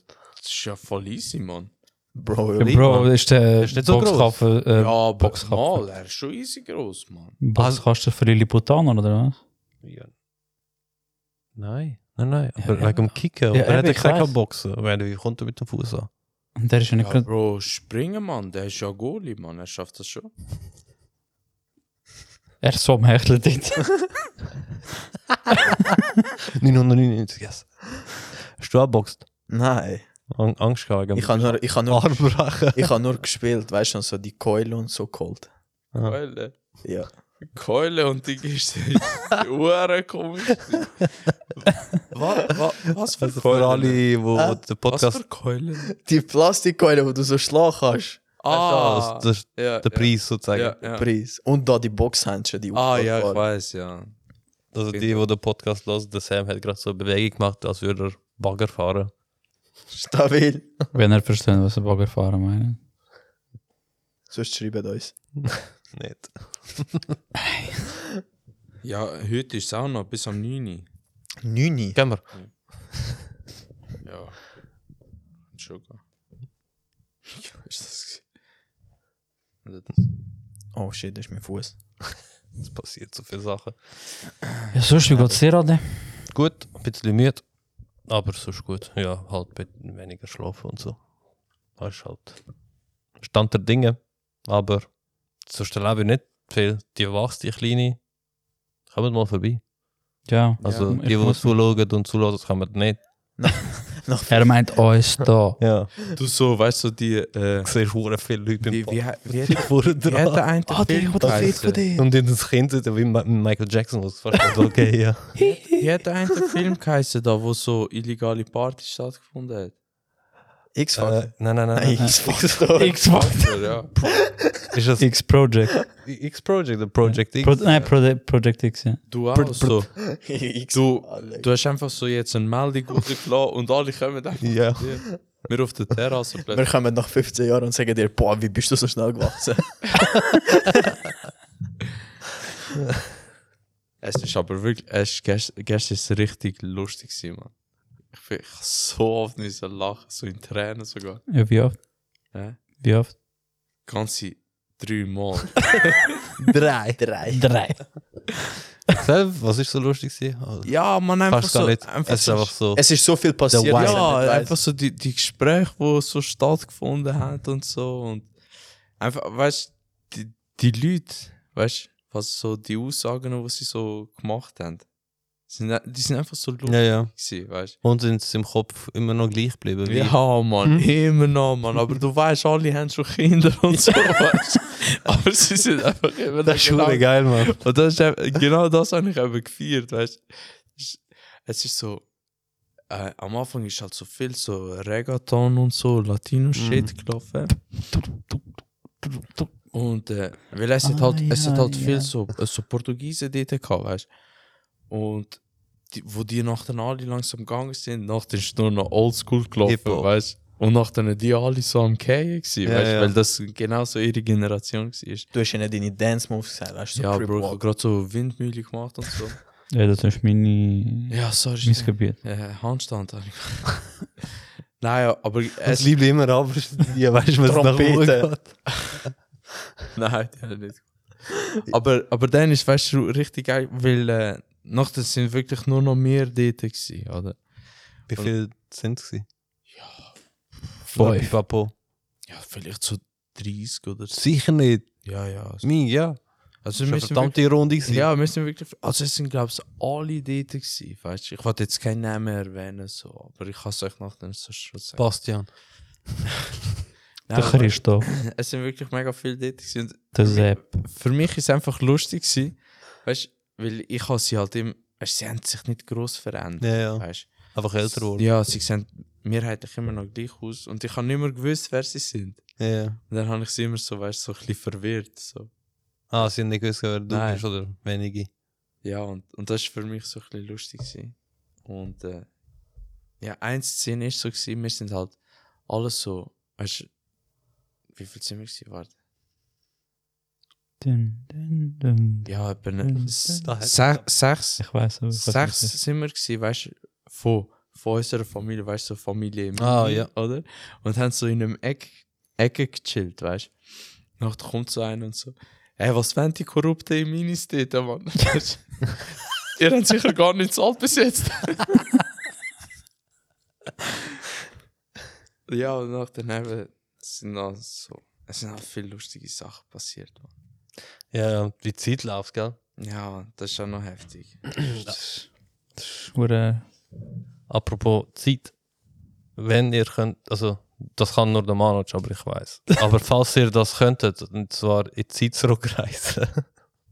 [SPEAKER 4] ja voll easy, Mann.
[SPEAKER 3] Bro,
[SPEAKER 5] Ja, Bro, eh, ist der
[SPEAKER 1] Ist nicht so
[SPEAKER 5] Boxkasten
[SPEAKER 4] Ja,
[SPEAKER 5] äh,
[SPEAKER 4] aber
[SPEAKER 5] Boxkasten.
[SPEAKER 4] mal, er ist schon easy groß, Mann.
[SPEAKER 5] Boxkasten für Lilliputaner, oder was?
[SPEAKER 1] Ja. Nein, nein, nein. Aber wegen dem Kicken.
[SPEAKER 5] Ja,
[SPEAKER 1] Aber er hat
[SPEAKER 5] eben,
[SPEAKER 1] ja
[SPEAKER 5] ich
[SPEAKER 1] gesagt, er
[SPEAKER 5] weiß.
[SPEAKER 1] kann boxen. Aber Wie kommt er mit dem Fuß an?
[SPEAKER 5] Und der ist ja nicht
[SPEAKER 4] Ja,
[SPEAKER 5] gerade...
[SPEAKER 4] Bro, springen, Mann. Der ist ja Goalie, Mann. Er schafft das schon.
[SPEAKER 5] Er ist so am Hecheln dort.
[SPEAKER 1] 999, yes. Hast du auch geboxt?
[SPEAKER 3] nein.
[SPEAKER 1] Ang Angst gehabt wegen
[SPEAKER 3] Ich habe nur, ich habe nur,
[SPEAKER 5] Ah.
[SPEAKER 1] Armbrechen.
[SPEAKER 3] ich habe nur gespielt, weißt du, und so die Keule und so geholt.
[SPEAKER 1] Ja.
[SPEAKER 4] Keule.
[SPEAKER 3] Ja.
[SPEAKER 4] Keule und die Geste. Uhren komisch. was, was für
[SPEAKER 1] Also für alle,
[SPEAKER 4] Keule?
[SPEAKER 1] die
[SPEAKER 3] Äh?
[SPEAKER 1] den
[SPEAKER 4] Was
[SPEAKER 1] Podcast...
[SPEAKER 4] für Keule?
[SPEAKER 3] Die Plastikkeule, die du so schlagen kannst,
[SPEAKER 4] Ah,
[SPEAKER 1] Das ist
[SPEAKER 4] ja,
[SPEAKER 1] der Preis sozusagen.
[SPEAKER 4] Ja, ja.
[SPEAKER 3] Preis. Und da die Boxhandschuhe, die
[SPEAKER 4] Ah, ja, ich
[SPEAKER 3] aufblasbaren.
[SPEAKER 4] weiß, ja.
[SPEAKER 1] Also die, die den Podcast hören, der Sam hat gerade so eine Bewegung gemacht, als würde er Bagger fahren.
[SPEAKER 3] Stabil.
[SPEAKER 5] Wenn er versteht, was ein Baggerfahrer meint.
[SPEAKER 3] Sonst schreibt uns.
[SPEAKER 1] Nicht.
[SPEAKER 4] Ja, heute ist es auch noch bis am 9. Uhr.
[SPEAKER 3] Neuni.
[SPEAKER 1] Gehen wir.
[SPEAKER 4] Ja. Entschuldigung. Ja, ist das gewesen? Das-
[SPEAKER 3] Oh shit, das ist mein Fuß.
[SPEAKER 1] Es passiert so viele Sachen.
[SPEAKER 5] Ja, sonst, wie geht's dir, Ade?
[SPEAKER 1] Gut, ein bisschen müde. Aber sonst gut. Ja, halt ein bisschen weniger schlafen und so. Das ist halt Stand der Dinge. Aber sonst erlebe ich nicht viel. Die wachst, die Kleine. Kommt mal vorbei.
[SPEAKER 5] Ja.
[SPEAKER 1] Also
[SPEAKER 5] ich
[SPEAKER 1] die, die
[SPEAKER 5] muss-
[SPEAKER 1] zuschauen und zulassen, kommen nicht.
[SPEAKER 3] Nach
[SPEAKER 5] Er meint uns da.
[SPEAKER 1] Ja.
[SPEAKER 4] Du so, weißt du, die. Äh,
[SPEAKER 1] Ich sehe schon viele Leute
[SPEAKER 4] wie,
[SPEAKER 1] im
[SPEAKER 4] wie,
[SPEAKER 1] Podcast.
[SPEAKER 4] he- wie,
[SPEAKER 1] Die
[SPEAKER 4] hat-
[SPEAKER 1] vorne
[SPEAKER 4] wie hat
[SPEAKER 1] dran.
[SPEAKER 4] der eine
[SPEAKER 5] Ah, die
[SPEAKER 4] Film
[SPEAKER 5] hat das Lied
[SPEAKER 4] geheißen?
[SPEAKER 5] von dir.
[SPEAKER 1] Und in das Kind sitzt wie Ma- Michael Jackson, was fast also okay, ja.
[SPEAKER 4] Wie hat der eine Film geheißen, da wo so illegale Partys stattgefunden hat?
[SPEAKER 3] X-Factor.
[SPEAKER 1] Äh, nein, nein, nein. nein.
[SPEAKER 3] X-Factor.
[SPEAKER 5] X-Factor.
[SPEAKER 4] ja.
[SPEAKER 1] Ist das
[SPEAKER 5] X-Project.
[SPEAKER 1] X-Project, der Project X?
[SPEAKER 5] Pro
[SPEAKER 4] äh,
[SPEAKER 5] nein, Project, Project X, ja.
[SPEAKER 4] Du auch so.
[SPEAKER 3] X.
[SPEAKER 4] Du,
[SPEAKER 3] Alex.
[SPEAKER 4] du hast einfach so jetzt eine Meldung rausgelassen und alle kommen einfach
[SPEAKER 1] Ja.
[SPEAKER 4] zu dir. Wir auf der Terrasse
[SPEAKER 3] Wir
[SPEAKER 4] plötzlich.
[SPEAKER 3] kommen nach 15 Jahren und sagen dir, boah, wie bist du so schnell gewachsen?
[SPEAKER 4] Es ist aber wirklich, es ist, gestern, gestern ist es richtig lustig gewesen, Mann. Ich, bin- ich hab so oft müssen lachen, so in Tränen sogar.
[SPEAKER 5] Ja, wie oft?
[SPEAKER 4] Ja.
[SPEAKER 5] Wie oft?
[SPEAKER 4] Ganze drei Mal.
[SPEAKER 3] Drei. Drei.
[SPEAKER 5] Drei.
[SPEAKER 1] Selbst, was ist so lustig? gewesen? Also,
[SPEAKER 4] Ja, man, einfach
[SPEAKER 1] Fast gar
[SPEAKER 4] so.
[SPEAKER 1] nicht.
[SPEAKER 4] Einfach
[SPEAKER 1] Es ist
[SPEAKER 4] so
[SPEAKER 1] einfach so.
[SPEAKER 3] Es ist so viel passiert.
[SPEAKER 1] The
[SPEAKER 3] dass
[SPEAKER 1] Wire.
[SPEAKER 3] ich
[SPEAKER 4] ja,
[SPEAKER 3] nicht weiss.
[SPEAKER 4] einfach so die, die Gespräche, die so stattgefunden haben und so. Und einfach, weißt du, die, die Leute, weißt du, was so die Aussagen, die sie so gemacht haben, sind, die sind einfach so lustig
[SPEAKER 1] Ja, ja.
[SPEAKER 4] gewesen, weißt
[SPEAKER 1] Und sind sie im Kopf immer noch gleich geblieben?
[SPEAKER 4] du.
[SPEAKER 1] wie-
[SPEAKER 4] Ja, Mann, immer noch, Mann. Aber du weißt, alle haben schon Kinder und so, weißt du. Aber sie sind einfach immer
[SPEAKER 1] Das ist
[SPEAKER 4] noch.
[SPEAKER 1] schon
[SPEAKER 4] genau-
[SPEAKER 1] geil, Mann.
[SPEAKER 4] Und das ist, eben- genau das habe ich eben gefeiert, weißt du. Es ist- Es ist so, äh, am Anfang ist halt so viel so Reggaeton und so, Latino-Shit
[SPEAKER 1] Mhm.
[SPEAKER 4] gelaufen. Und äh, weil es hat
[SPEAKER 5] Ah,
[SPEAKER 4] halt, es hat
[SPEAKER 5] ja,
[SPEAKER 4] halt
[SPEAKER 5] ja.
[SPEAKER 4] viel so, äh, so Portugiesen dort gehabt, weißt du. Und die, wo die nach den Ali langsam gegangen sind, nachher ist nur noch Oldschool gelaufen,
[SPEAKER 1] Hip-Hop.
[SPEAKER 4] weißt du. Und nachdem die alle so am Kähen waren,
[SPEAKER 1] Ja,
[SPEAKER 4] weißt du,
[SPEAKER 1] ja.
[SPEAKER 4] weil das genau so ihre Generation war.
[SPEAKER 3] Du hast ihnen deine Dance-Moves gesagt, weißt du? So
[SPEAKER 4] Ja,
[SPEAKER 3] Crip
[SPEAKER 4] Bro, ich
[SPEAKER 3] Walk.
[SPEAKER 4] habe gerade so Windmühle gemacht und so.
[SPEAKER 5] Ja, das ist meine...
[SPEAKER 4] ja, sorry.
[SPEAKER 5] mein
[SPEAKER 4] stimmt.
[SPEAKER 5] Gebiet.
[SPEAKER 4] Äh, Handstand Nou habe ich Nein, aber
[SPEAKER 1] Es
[SPEAKER 4] es
[SPEAKER 1] liebt immer ab, ja, weißt du, was nach oben
[SPEAKER 3] Trompete.
[SPEAKER 1] geht.
[SPEAKER 4] Nein, die haben nicht. Aber, aber dann ist weißt du, richtig geil, weil äh, nachher sind wirklich nur noch mehr dort gewesen, oder?
[SPEAKER 1] Wie viel sind es? gewesen?
[SPEAKER 5] Fünf.
[SPEAKER 1] Papo.
[SPEAKER 4] Ja, vielleicht so 30 oder so.
[SPEAKER 1] Sicher nicht.
[SPEAKER 4] Ja, ja. Also,
[SPEAKER 1] Mein, ja. Das
[SPEAKER 4] also wir
[SPEAKER 1] war eine
[SPEAKER 4] müssen wirklich,
[SPEAKER 1] verdammte Runde. gewesen.
[SPEAKER 4] ja, wir sind wirklich. Also es sind, glaube ich, alle dort gewesen, weißt du. Ich wollte jetzt keinen Namen erwähnen, so, aber ich kann es euch nachher so schon sagen.
[SPEAKER 1] Bastian.
[SPEAKER 4] Nein,
[SPEAKER 5] Der
[SPEAKER 4] aber
[SPEAKER 5] Christoph.
[SPEAKER 4] es sind wirklich mega viele dort gewesen. und
[SPEAKER 5] Der Sepp.
[SPEAKER 4] für mich ist es einfach lustig gewesen, weißt, weil ich habe sie halt im, weißt, sie haben sich nicht groß verändert,
[SPEAKER 1] Ja, ja.
[SPEAKER 4] weißt.
[SPEAKER 1] Einfach älter geworden.
[SPEAKER 4] Ja, sie sehen mehrheitlich immer noch gleich aus und ich habe nicht mehr gewusst, wer sie sind.
[SPEAKER 1] Ja. ja.
[SPEAKER 4] Und dann habe ich sie immer so, weißt, so ein bisschen verwirrt, so.
[SPEAKER 1] Ah, sie haben nicht gewusst, wer du
[SPEAKER 4] Nein.
[SPEAKER 1] bist, oder wenige.
[SPEAKER 4] Ja, und, und das war für mich so ein bisschen lustig. Gewesen. Und äh, ja, eine Szene ist so, gewesen, wir sind halt alles so, weißt du, wie viel sind wir gewesen? Warte.
[SPEAKER 5] Dun, dun, dun.
[SPEAKER 4] Ja, etwa
[SPEAKER 5] Mhm.
[SPEAKER 4] ne- s-
[SPEAKER 1] Da hat-
[SPEAKER 4] se- sechs,
[SPEAKER 5] Ich weiß aber. ich weiß
[SPEAKER 4] sechs
[SPEAKER 5] nicht.
[SPEAKER 4] sind wir gewesen, weißt du, von, von unserer Familie, weißt du, so Familie im
[SPEAKER 1] Ah,
[SPEAKER 4] Mini,
[SPEAKER 1] ja.
[SPEAKER 4] oder? Und haben so in einem Eck, Ecke gechillt, weißt du. Nachher kommt so einer und so, ey, was wollen die Korrupten im Minis dort, Mann? Weisst du? Ihr habt sicher gar nichts alt bis jetzt. ja, und nach daneben sind noch so, es sind halt viele lustige Sachen passiert, Mann.
[SPEAKER 1] Ja, ja, und die Zeit läuft, gell?
[SPEAKER 4] Ja, das ist schon noch heftig.
[SPEAKER 5] Hure-
[SPEAKER 1] Apropos Zeit. Wenn ihr könnt, also das kann nur der Manoj, aber ich weiß. Aber falls ihr das könntet, und zwar in die Zeit zurückreisen,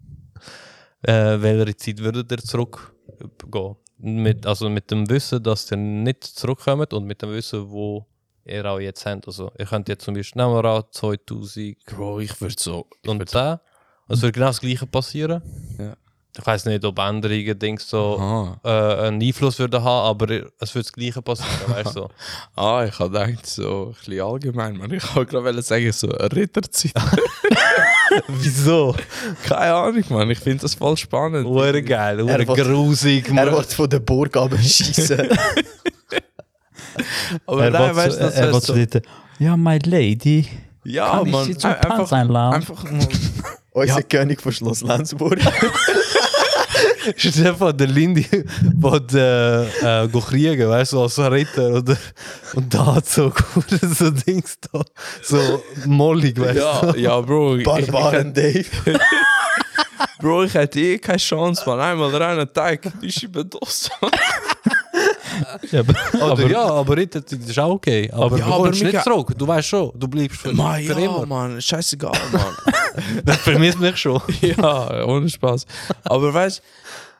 [SPEAKER 1] äh, welche Zeit würdet ihr zurückgehen? Mit, also mit dem Wissen, dass ihr nicht zurückkommt und mit dem Wissen, wo ihr auch jetzt habt. Also ihr könnt jetzt zum Beispiel nehmen wir an 2000
[SPEAKER 4] Bro, ich würde so.
[SPEAKER 1] und da. Es wird genau das Gleiche passieren.
[SPEAKER 4] Ja.
[SPEAKER 1] Ich weiß nicht, ob Änderungen, Dings so.
[SPEAKER 4] Ah,
[SPEAKER 1] äh, einen Einfluss würde haben, aber es würde das Gleiche passieren, weißt du?
[SPEAKER 4] ah ich habe gedacht, so ein bisschen allgemein, man. Ich wollte gerade sagen, so eine Ritterzeit.
[SPEAKER 1] Wieso?
[SPEAKER 4] Keine Ahnung, Mann. Ich finde das voll spannend.
[SPEAKER 1] Hure geil, hure
[SPEAKER 3] Er will-
[SPEAKER 1] grusig,
[SPEAKER 3] Er
[SPEAKER 1] Mann.
[SPEAKER 3] wird von der Burg abschießen.
[SPEAKER 4] Aber
[SPEAKER 5] Er
[SPEAKER 4] nein,
[SPEAKER 5] will
[SPEAKER 4] weißt
[SPEAKER 5] zu-
[SPEAKER 4] du, das
[SPEAKER 5] er will
[SPEAKER 4] wär
[SPEAKER 5] zu
[SPEAKER 4] so.
[SPEAKER 5] dort, Ja, my lady.
[SPEAKER 4] Ja,
[SPEAKER 5] Kann ich
[SPEAKER 4] Mann.
[SPEAKER 5] sie zum
[SPEAKER 4] ein-
[SPEAKER 5] Tanz
[SPEAKER 4] Einfach,
[SPEAKER 5] einladen?
[SPEAKER 4] einfach mal.
[SPEAKER 3] Unser König von Schloss Lenzburg.
[SPEAKER 1] Ist der von der Lindy, der äh, go kriegen, weißt du, als Ritter oder und da hat so hure so Dings da, so mollig, weißt du?
[SPEAKER 4] Ja, ja, Bro. Ich,
[SPEAKER 3] Barbaren Dave.
[SPEAKER 4] Bro, ich hätte eh keine Chance, Mann. Einmal reinen Teig, die ist überdosen.
[SPEAKER 5] Ja, aber,
[SPEAKER 1] Oder
[SPEAKER 5] aber
[SPEAKER 1] ja, aber Ritter das ist auch okay. Aber
[SPEAKER 4] Ja,
[SPEAKER 1] du
[SPEAKER 4] aber
[SPEAKER 1] kommst
[SPEAKER 4] Mika-
[SPEAKER 1] nicht zurück, du weißt schon, du bleibst für,
[SPEAKER 4] Mann,
[SPEAKER 1] für
[SPEAKER 4] ja,
[SPEAKER 1] immer.
[SPEAKER 4] Mann. Scheißegal, Mann.
[SPEAKER 1] Das vermisst mich schon.
[SPEAKER 4] ja, ohne Spaß. Aber weißt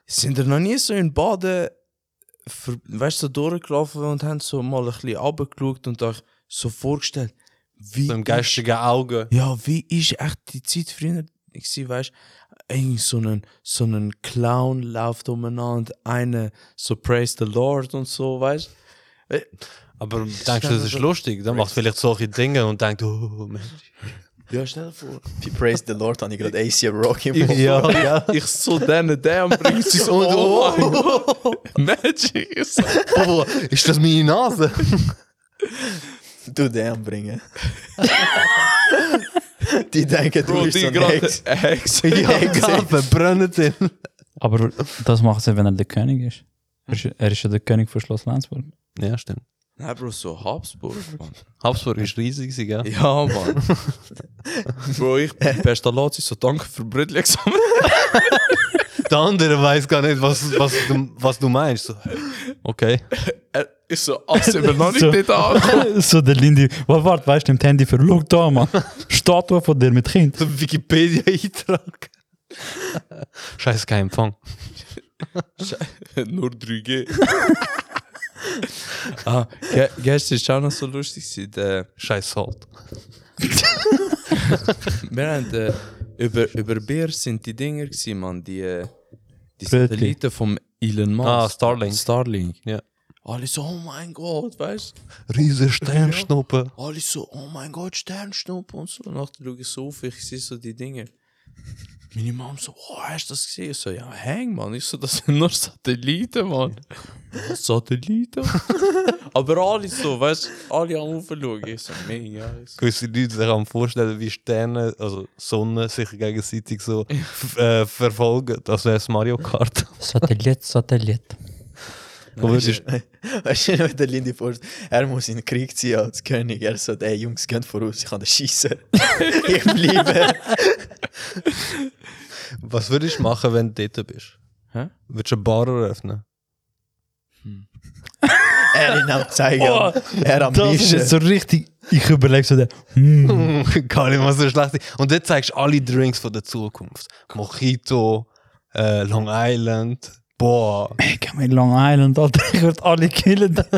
[SPEAKER 4] sind er noch nie so in Baden ver- weißt, so durchgelaufen und haben so mal ein bisschen runtergeschaut und euch so vorgestellt, wie.
[SPEAKER 1] Mit dem
[SPEAKER 4] ist-
[SPEAKER 1] geistigen Auge.
[SPEAKER 4] ja, wie ist echt die Zeit früher gewesen, weißt irgendwie so ein, so ein Clown läuft umeinander, einer so praise the Lord und so, weißt
[SPEAKER 1] Aber du denkst, das ist lustig, dann machst du vielleicht solche Dinge und denkst, oh Mensch.
[SPEAKER 4] Ja, stell dir vor.
[SPEAKER 3] If you praise the Lord, habe ich gerade ACM Rock im Kopf.
[SPEAKER 1] Ja, ja.
[SPEAKER 4] Ich so denen, der bringt sie so.
[SPEAKER 1] Oh,
[SPEAKER 4] Magic! Ich so,
[SPEAKER 1] Boah, Oh, ist das meine Nase?
[SPEAKER 3] Du den bringen. die denken, du
[SPEAKER 4] Bro,
[SPEAKER 3] bist so
[SPEAKER 4] die
[SPEAKER 3] ein Hex.
[SPEAKER 4] gerade Hex.
[SPEAKER 1] Ja, verbrennt ihn.
[SPEAKER 5] aber das macht er, wenn er der König ist. Er ist, er ist ja der König von Schloss Lenzburg.
[SPEAKER 1] Ja, stimmt.
[SPEAKER 4] Nein, Bro, so Habsburg, Mann.
[SPEAKER 1] Habsburg ist riesig, gell?
[SPEAKER 4] Ja, Mann. Bro, ich bin bester Lazi, so danke für Brötli-Examen.
[SPEAKER 1] Der andere weiß gar nicht, was, was, du, was du meinst. So, Okay.
[SPEAKER 4] Er ist so, als über noch nicht
[SPEAKER 5] So.
[SPEAKER 4] dort angekommen.
[SPEAKER 5] so der Lindy. Was wart, weißt du, nimmt Handy für Look da, Mann. Statue von dir mit Kind.
[SPEAKER 1] Wikipedia-Eintrag. Scheiße, kein Empfang.
[SPEAKER 4] Nur 3G. ah, ge gestern war auch noch so lustig. gewesen, Der,
[SPEAKER 1] Scheiß Halt. Salt.
[SPEAKER 4] wir haben äh, über, über Bier sind die Dinger gewesen, Mann, die, äh, die
[SPEAKER 5] Brötli.
[SPEAKER 4] Satelliten vom Elon Musk.
[SPEAKER 1] Ah, Starlink.
[SPEAKER 4] Starlink.
[SPEAKER 1] Ja.
[SPEAKER 4] Alle so, oh mein Gott, weißt du?
[SPEAKER 1] Riese Sternschnuppe.
[SPEAKER 4] Alle so, oh mein Gott, Sternschnuppe und so. Und nachher schaue ich so auf, ich sehe so die Dinge. Meine Mom so, oh, hast du das gesehen? Ich so, ja, häng, Mann. Ich so, das sind nur Satelliten, Mann. Was, Satelliten? Aber alle so, weißt du, alle am Ufer schauen. Ich so, mega. Ich so,
[SPEAKER 1] Gewisse Leute sich am vorstellen, wie Sterne, also Sonne, sich gegenseitig so f- äh, verfolgen. Das wäre Mario Kart.
[SPEAKER 5] Satellit, Satellit.
[SPEAKER 1] Aber es ist
[SPEAKER 3] Weißt du, wenn der Lindy vorstellt, er muss in den Krieg ziehen als König. Er sagt, ey Jungs, geht voraus, ich kann den schießen. ich bleibe.
[SPEAKER 1] Was würdest du machen, wenn du dort bist?
[SPEAKER 4] Hä?
[SPEAKER 1] Würdest du eine Bar eröffnen?
[SPEAKER 3] Er in am Zeigen.
[SPEAKER 4] Oh,
[SPEAKER 3] er am
[SPEAKER 5] Das ist
[SPEAKER 3] Mischen.
[SPEAKER 5] jetzt so richtig. Ich überlege so, der, hm,
[SPEAKER 1] Gar nicht mal so schlecht. sein. Und dort zeigst du alle Drinks von der Zukunft. Mojito, äh, Long Island, Boah.
[SPEAKER 5] Ik heb in Long Island altijd gehoord, alle killen dat.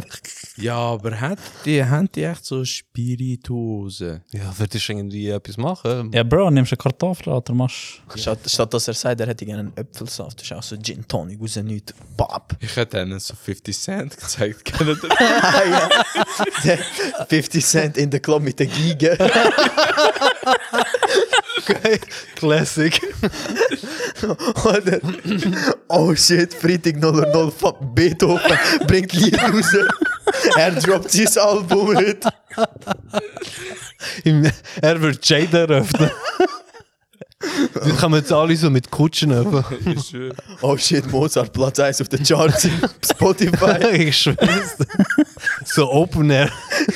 [SPEAKER 4] Ja, aber haben die, haben die echt so Spirituosen?
[SPEAKER 1] Ja, wird ich irgendwie etwas machen?
[SPEAKER 5] Ja, bro, nimmst een kartoffel uit de mas.
[SPEAKER 3] Statt, statt dass er sagt, er hätte gerne einen Äpfelsaft, ist auch so Gin Tonic raus, nicht Bap.
[SPEAKER 4] Ich hätte ihnen so 50 Cent gezeigt. Kennt ihr?
[SPEAKER 3] Ah, ja. 50 Cent in der Club mit der Giga.
[SPEAKER 1] Classic.
[SPEAKER 3] Oder, oh shit, Freitag 0 fuck Beethoven bringt Lied raus. Er droppt sein Album heute.
[SPEAKER 1] er wird Jade eröffnen. Wir kommen jetzt alle so mit Kutschen öffnen.
[SPEAKER 4] Ich schwöre.
[SPEAKER 3] Oh shit, Mozart, Platz 1 auf den Charts. Spotify.
[SPEAKER 1] ich schwör's. so Open Air.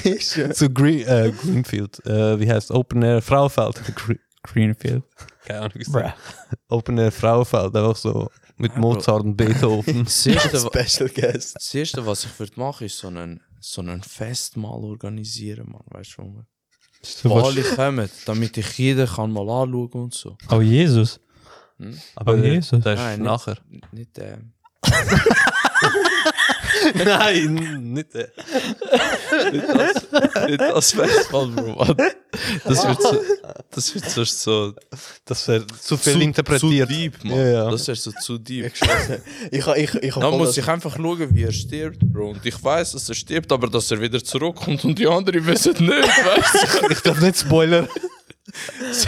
[SPEAKER 3] Ist, äh,
[SPEAKER 1] So Green, äh, Greenfield. Äh, wie heißt Open Air Frauenfeld? Gre-
[SPEAKER 5] Greenfield.
[SPEAKER 1] Keine Ahnung. wie es
[SPEAKER 5] Bruh.
[SPEAKER 1] Open Air Frauenfeld. Einfach so mit Mozart und
[SPEAKER 5] Oh
[SPEAKER 1] Beethoven.
[SPEAKER 4] Das erste, wa-
[SPEAKER 3] Special Guest.
[SPEAKER 4] das erste, was ich würde machen, ist so einen, so einen Festmahl organisieren, Mann. Weißt du, wo wir- wo alle kommen, damit ich jeden kann mal anschauen und so.
[SPEAKER 5] Oh, Jezus.
[SPEAKER 4] Hm?
[SPEAKER 1] Aber
[SPEAKER 5] Oh, Jesus.
[SPEAKER 1] das ist
[SPEAKER 4] Nein, nicht-
[SPEAKER 1] nachher.
[SPEAKER 4] Nicht äh, der.
[SPEAKER 1] Nein, nicht äh. der.
[SPEAKER 4] Nicht als Festmahl, Bro, Mann. Das wird so, das wird so, so
[SPEAKER 1] Das wäre zu
[SPEAKER 4] zu,
[SPEAKER 1] viel interpretiert.
[SPEAKER 4] zu deep, Mann.
[SPEAKER 1] Ja, ja.
[SPEAKER 4] Das ist so zu deep.
[SPEAKER 3] Ich, ha- ich, ich, ha
[SPEAKER 4] Dann
[SPEAKER 3] voll
[SPEAKER 4] muss
[SPEAKER 3] das-
[SPEAKER 4] ich einfach schauen, wie er stirbt, Bro. Und ich weiß, dass er stirbt, aber dass er wieder zurückkommt und die anderen wissen nicht, weißt
[SPEAKER 1] ich darf nicht spoilern.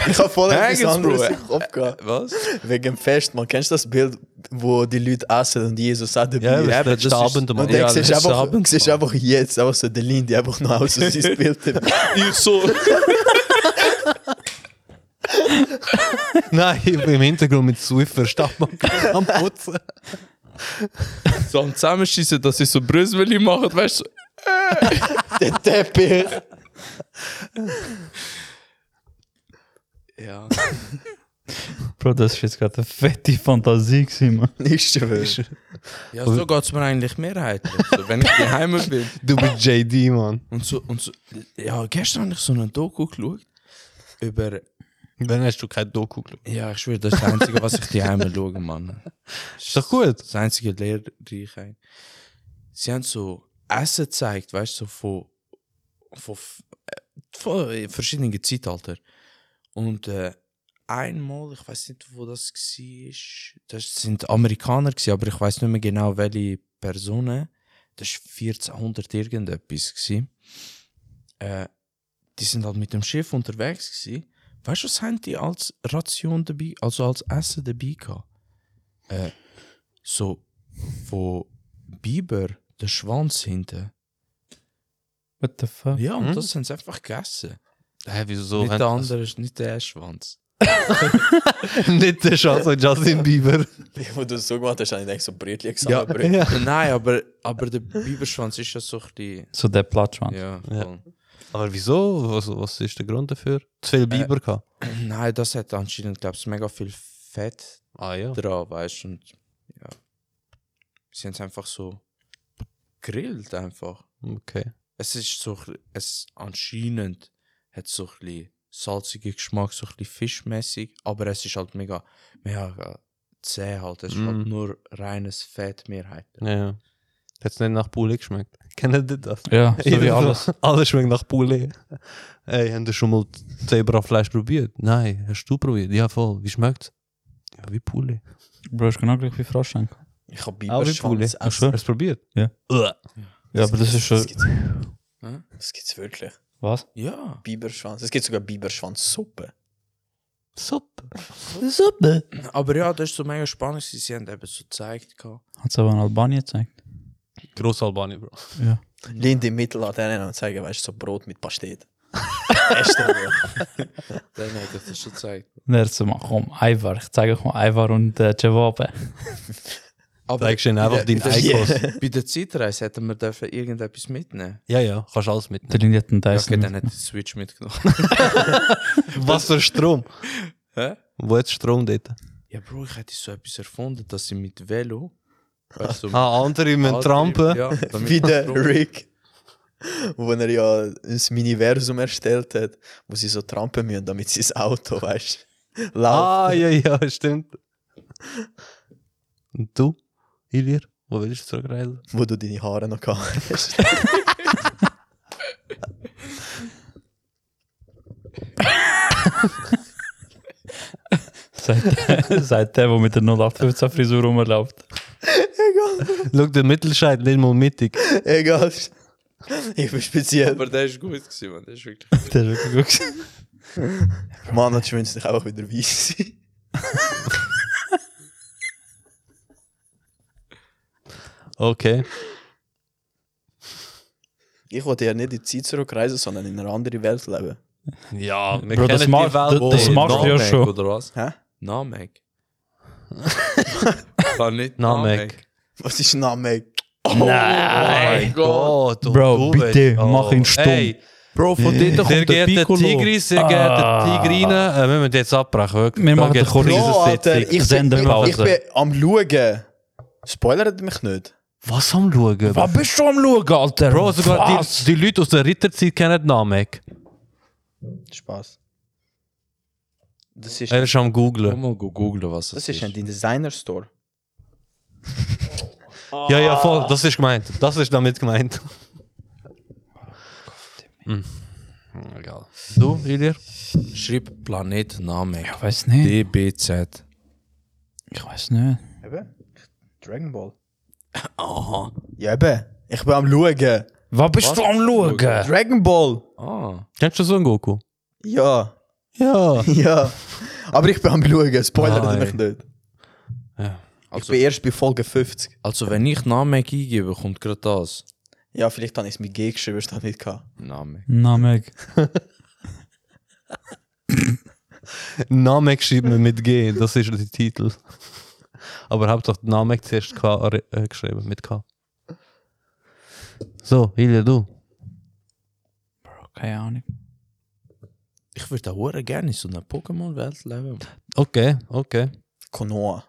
[SPEAKER 3] ich habe voll
[SPEAKER 4] Hang
[SPEAKER 3] etwas
[SPEAKER 4] it's,
[SPEAKER 3] anderes
[SPEAKER 4] Bro.
[SPEAKER 3] im Kopf gehabt.
[SPEAKER 4] du? Was?
[SPEAKER 3] Wegen dem Fest, man. Kennst du das Bild, wo die Leute essen und Jesus hat dabei?
[SPEAKER 1] Ja,
[SPEAKER 3] ist?
[SPEAKER 1] ja, das,
[SPEAKER 4] das
[SPEAKER 1] ist
[SPEAKER 4] ist-
[SPEAKER 1] der Abend, Mann.
[SPEAKER 3] Und dann
[SPEAKER 1] Ja,
[SPEAKER 3] siehst du
[SPEAKER 1] das ist
[SPEAKER 3] einfach,
[SPEAKER 1] Abend,
[SPEAKER 3] siehst
[SPEAKER 1] Mann.
[SPEAKER 3] einfach jetzt, einfach so der Lindy, einfach noch aus sein Bild.
[SPEAKER 4] Ich so.
[SPEAKER 1] Nein, ich bin im Hintergrund mit Swiffer Stadtmann am Putzen.
[SPEAKER 4] So am Zusammenschießen, dass sie so Brüsseli machen, weißt du?
[SPEAKER 3] der Teppich.
[SPEAKER 4] Ja.
[SPEAKER 5] Bro, dat is jetzt gerade eine fette Fantasie gewesen, man.
[SPEAKER 3] Nicht schwör.
[SPEAKER 4] Ja, so geht es mir eigentlich mehrheitlich. So, wenn ich daheim bin.
[SPEAKER 1] Du bist JD, Mann.
[SPEAKER 4] Und so, und so. Ja, gestern habe ich so einen Doku geschaut. Über.
[SPEAKER 1] Dann hast du kein Doku geschaut.
[SPEAKER 4] Ja, ich schwöre, das ist das Einzige, was ich daheim schaue, Mann.
[SPEAKER 1] Ist doch gut.
[SPEAKER 4] Das einzige Lehrreiche. Sie haben so Essen gezeigt, weißt du, so von, von, f- äh, von verschiedenen Zeitalter. Und äh, einmal, ich weiß nicht, wo das war, das sind Amerikaner, gewesen, aber ich weiß nicht mehr genau, welche Personen. Das war 1400 irgendetwas. Gewesen. Äh, die sind halt mit dem Schiff unterwegs. Gewesen. Weißt du, was haben die als Ration dabei, also als Essen dabei gehabt? Äh, so von Biber, der Schwanz hinten.
[SPEAKER 5] What the fuck?
[SPEAKER 4] Ja, und
[SPEAKER 1] Hm?
[SPEAKER 4] das haben sie einfach gegessen.
[SPEAKER 1] Hä, wieso so?
[SPEAKER 4] nicht der andere, nicht der Schwanz.
[SPEAKER 1] nicht der Chance an Justin Bieber.
[SPEAKER 3] Wo du es so gemacht hast, habe ich gedacht, so Brötchen
[SPEAKER 1] Ja.
[SPEAKER 3] gesammelt. Brötchen.
[SPEAKER 1] ja.
[SPEAKER 4] Nein, aber, aber der Biberschwanz ist ja so ein bisschen.
[SPEAKER 5] Zo der Platschwand.
[SPEAKER 4] Ja,
[SPEAKER 1] Ja.
[SPEAKER 4] voll.
[SPEAKER 1] Aber wieso? Was, was ist der Grund dafür? Äh, Zu viel Bieber gehabt.
[SPEAKER 4] Nein, das hat anscheinend, glaube ich, mega viel Fett
[SPEAKER 1] Ah ja.
[SPEAKER 4] dran, weißt du? Und ja. Sie haben es einfach so gegrillt, einfach.
[SPEAKER 1] Okay.
[SPEAKER 4] Es ist so, ein bisschen- es anscheinend hat so ein bisschen salzigen Geschmack, so ein bisschen fischmäßig, aber es ist halt mega, mega zäh halt. Es ist
[SPEAKER 1] Mm.
[SPEAKER 4] halt nur reines Fett mehrheitlich.
[SPEAKER 1] Ja, ja. Hat es nicht nach Poulet geschmeckt? Kennt ihr das?
[SPEAKER 5] Ja, so wie
[SPEAKER 1] Ebenso.
[SPEAKER 5] alles.
[SPEAKER 1] Alles schmeckt nach Poulet. Ey, habt ihr schon mal Zebrafleisch probiert? Nein, hast du probiert? Ja, voll. Wie schmeckt's? Ja, wie Poulet.
[SPEAKER 5] Bro, ich kann auch gleich wie Froschschenk.
[SPEAKER 3] Ich habe
[SPEAKER 1] Ah, wie Poulet.
[SPEAKER 3] Biberschwanz.
[SPEAKER 1] Hast du es probiert?
[SPEAKER 5] Ja.
[SPEAKER 1] Uah.
[SPEAKER 5] Ja, aber das ist schon.
[SPEAKER 3] Das gibt's,
[SPEAKER 4] Hm?
[SPEAKER 3] das gibt's wirklich.
[SPEAKER 5] Was?
[SPEAKER 4] Ja.
[SPEAKER 3] Biberschwanz. Es gibt sogar Biberschwanzsuppe.
[SPEAKER 1] Suppe.
[SPEAKER 5] Suppe.
[SPEAKER 4] Aber ja, das ist so mega spannend. gewesen. Sie haben eben so gezeigt. gehabt.
[SPEAKER 5] Hat ze aber in Albanië gezeigt.
[SPEAKER 1] Grossalbanien, Bro.
[SPEAKER 5] Ja.
[SPEAKER 3] Lind im Mittel hat einen und zeigen, weißt du, so Brot mit Pastete. Echt, Alter.
[SPEAKER 4] Dann hat er das schon gezeigt.
[SPEAKER 5] Nee, dat is maar gewoon Ivar. Ik zeige gewoon Ivar en uh, Cewape.
[SPEAKER 4] Aber
[SPEAKER 1] Zeigst du ihnen einfach deinen Eikos.
[SPEAKER 4] bei der Zeitreise hätten wir dürfen irgendetwas mitnehmen.
[SPEAKER 1] Ja, ja, kannst alles mitnehmen.
[SPEAKER 5] De Linie heeft een
[SPEAKER 4] Ja,
[SPEAKER 5] Dyson.
[SPEAKER 4] okay, dann hätte ich die Switch mitgenommen.
[SPEAKER 1] Was für Strom?
[SPEAKER 4] Hä?
[SPEAKER 1] Wo hat Strom dort?
[SPEAKER 4] Ja, Bro, ich hätte so etwas erfunden, dass sie mit Velo. Weißt, du, so
[SPEAKER 1] Ah, andere müssen trampen.
[SPEAKER 4] Ja, damit
[SPEAKER 3] Wie der
[SPEAKER 4] Strom-
[SPEAKER 3] Rick. Wo er ja ein Miniversum erstellt hat, wo sie so trampen müssen, damit sein Auto, weißt du, läuft.
[SPEAKER 1] Ah, ja, ja, stimmt. Und du? Ilir, wo willst du zurückreisen?
[SPEAKER 3] wo du deine Haare noch gehabt hast.
[SPEAKER 5] Seit, seit der, der mit der 0815 Frisur rumläuft.
[SPEAKER 1] Schau, der Mittelscheid nicht mal mittig.
[SPEAKER 3] Egal. Ich bin speziell.
[SPEAKER 4] Aber der ist gut gewesen, man. Der ist wirklich.
[SPEAKER 5] Der ist wirklich gut. gewesen.
[SPEAKER 3] Mann, dann schwindest dich einfach wieder weiss sein.
[SPEAKER 1] Okay.
[SPEAKER 3] Ich wollte ja nicht in die Zeit zurückreisen, sondern in eine andere Welt leben.
[SPEAKER 1] Ja, wir
[SPEAKER 5] Bro, das
[SPEAKER 1] kennen
[SPEAKER 5] macht-
[SPEAKER 1] die Welt,
[SPEAKER 5] das-
[SPEAKER 1] wo-
[SPEAKER 5] das macht- Machst du ja
[SPEAKER 4] Namek,
[SPEAKER 5] schon.
[SPEAKER 4] Oder was?
[SPEAKER 3] Hä?
[SPEAKER 4] Namek. Kann nicht
[SPEAKER 1] Namek.
[SPEAKER 4] Namek.
[SPEAKER 3] Was ist Name?
[SPEAKER 5] Oh,
[SPEAKER 1] Nein, Gott, oh
[SPEAKER 5] Bro,
[SPEAKER 1] du
[SPEAKER 5] bitte,
[SPEAKER 1] willst-
[SPEAKER 5] mach ihn stumm.
[SPEAKER 1] Ey,
[SPEAKER 4] Bro, von dort kommt
[SPEAKER 1] sehr
[SPEAKER 4] der
[SPEAKER 1] geehrte
[SPEAKER 4] Piccolo.
[SPEAKER 1] Tigris, sehr geehrte
[SPEAKER 5] Ah.
[SPEAKER 1] Tigrinen, äh, wir müssen jetzt abbrechen, wirklich.
[SPEAKER 5] Wir
[SPEAKER 1] Da
[SPEAKER 5] machen
[SPEAKER 1] geht's
[SPEAKER 5] eine kurze-
[SPEAKER 1] Preisensetzung.
[SPEAKER 3] Bro, Alter, ich bin,
[SPEAKER 5] Senderpause.
[SPEAKER 3] ich bin am Schauen. Spoilert mich nicht.
[SPEAKER 1] Was am Schauen?
[SPEAKER 5] Was bist du am Schauen, Alter?
[SPEAKER 1] Bro, sogar
[SPEAKER 5] Was?
[SPEAKER 1] die, die Leute aus der Ritterzeit kennen Namek.
[SPEAKER 3] Spaß. Das ist,
[SPEAKER 1] Er ist am
[SPEAKER 4] Komm
[SPEAKER 1] googlen.
[SPEAKER 4] mal go googlen, was das,
[SPEAKER 3] das ist ein Designer-Store.
[SPEAKER 1] Ja, ja, voll, das ist gemeint. Das ist damit gemeint. Hm. Egal. Du, Ilir?
[SPEAKER 4] Schreib Planet Namek.
[SPEAKER 5] Ich weiß nicht.
[SPEAKER 4] DBZ.
[SPEAKER 5] Ich weiß nicht.
[SPEAKER 3] Eben? Dragon Ball. Aha. Ja, eben. Ich bin am Schauen.
[SPEAKER 5] Was bist du am Schauen?
[SPEAKER 3] Dragon Ball.
[SPEAKER 4] Ah.
[SPEAKER 1] Kennst du so einen Goku?
[SPEAKER 3] Ja.
[SPEAKER 1] Ja.
[SPEAKER 3] Ja. Aber ich bin am Schauen. Spoilert
[SPEAKER 1] Nein.
[SPEAKER 3] mich nicht. Ich
[SPEAKER 4] Also,
[SPEAKER 3] bin erst bei Folge 50.
[SPEAKER 4] also wenn ich Namek eingebe, kommt gerade das.
[SPEAKER 3] Ja, vielleicht habe ich es mit G geschrieben, statt mit K.
[SPEAKER 4] Namek.
[SPEAKER 5] Namek.
[SPEAKER 1] Namek schreibt man mit G, das ist der Titel. Aber hauptsächlich Namek zuerst K re- äh, geschrieben, mit K. So, Ilir, du.
[SPEAKER 5] Keine Ahnung.
[SPEAKER 4] Ich würde auch gerne in so einer Pokémon-Welt leben.
[SPEAKER 1] Okay, okay.
[SPEAKER 3] Konoa.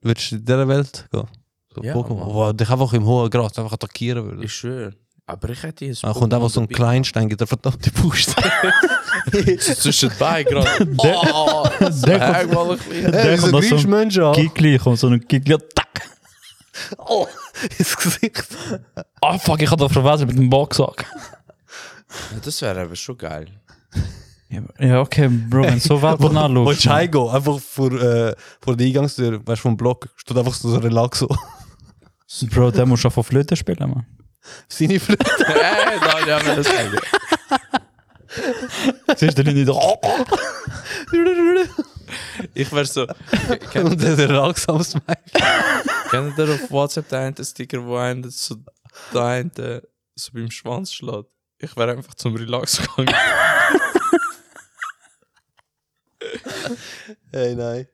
[SPEAKER 1] Würdest du in dieser Welt gehen? So,
[SPEAKER 4] Ja,
[SPEAKER 1] Pokémon.
[SPEAKER 4] Mann.
[SPEAKER 1] Wo dich einfach im hohen Gras einfach attackieren würde.
[SPEAKER 4] Ich schwöre. Aber ich hätte jetzt.
[SPEAKER 1] Ah, kommt einfach so ein Kleinstein, geht der verdammte Puste.
[SPEAKER 4] Zwischen zwei gerade. Oh,
[SPEAKER 5] Der
[SPEAKER 4] sag mal ein
[SPEAKER 1] Äh,
[SPEAKER 4] bisschen.
[SPEAKER 5] Der kommt aus so einem
[SPEAKER 1] Mensch an.
[SPEAKER 5] Kickli, kommt so ein Kickli, tack.
[SPEAKER 1] Oh, ins Gesicht.
[SPEAKER 5] Ah, fuck, ich hab da verwechselt mit dem Boxsack.
[SPEAKER 4] Das wäre aber schon geil.
[SPEAKER 5] Ja, okay, Bro, wenn du so weit danach
[SPEAKER 1] Und
[SPEAKER 5] schaust.
[SPEAKER 1] Chaigo, einfach vor, äh, vor der Eingangstür, weißt du, vom Block, steht einfach so ein Relaxo.
[SPEAKER 5] Bro, der muss schon von Flöte spielen, man.
[SPEAKER 1] Seine Freunde.
[SPEAKER 4] Hey, nein, ja, aber das ist
[SPEAKER 5] Siehst du die Leute da?
[SPEAKER 4] Ich wäre so. Kennt
[SPEAKER 1] Und der Relaxo am Smile.
[SPEAKER 4] kennt ihr auf WhatsApp den einen Sticker, wo einen so, den einen so beim Schwanz schlägt? Ich wäre einfach zum Relax gegangen.
[SPEAKER 1] Hey, nein.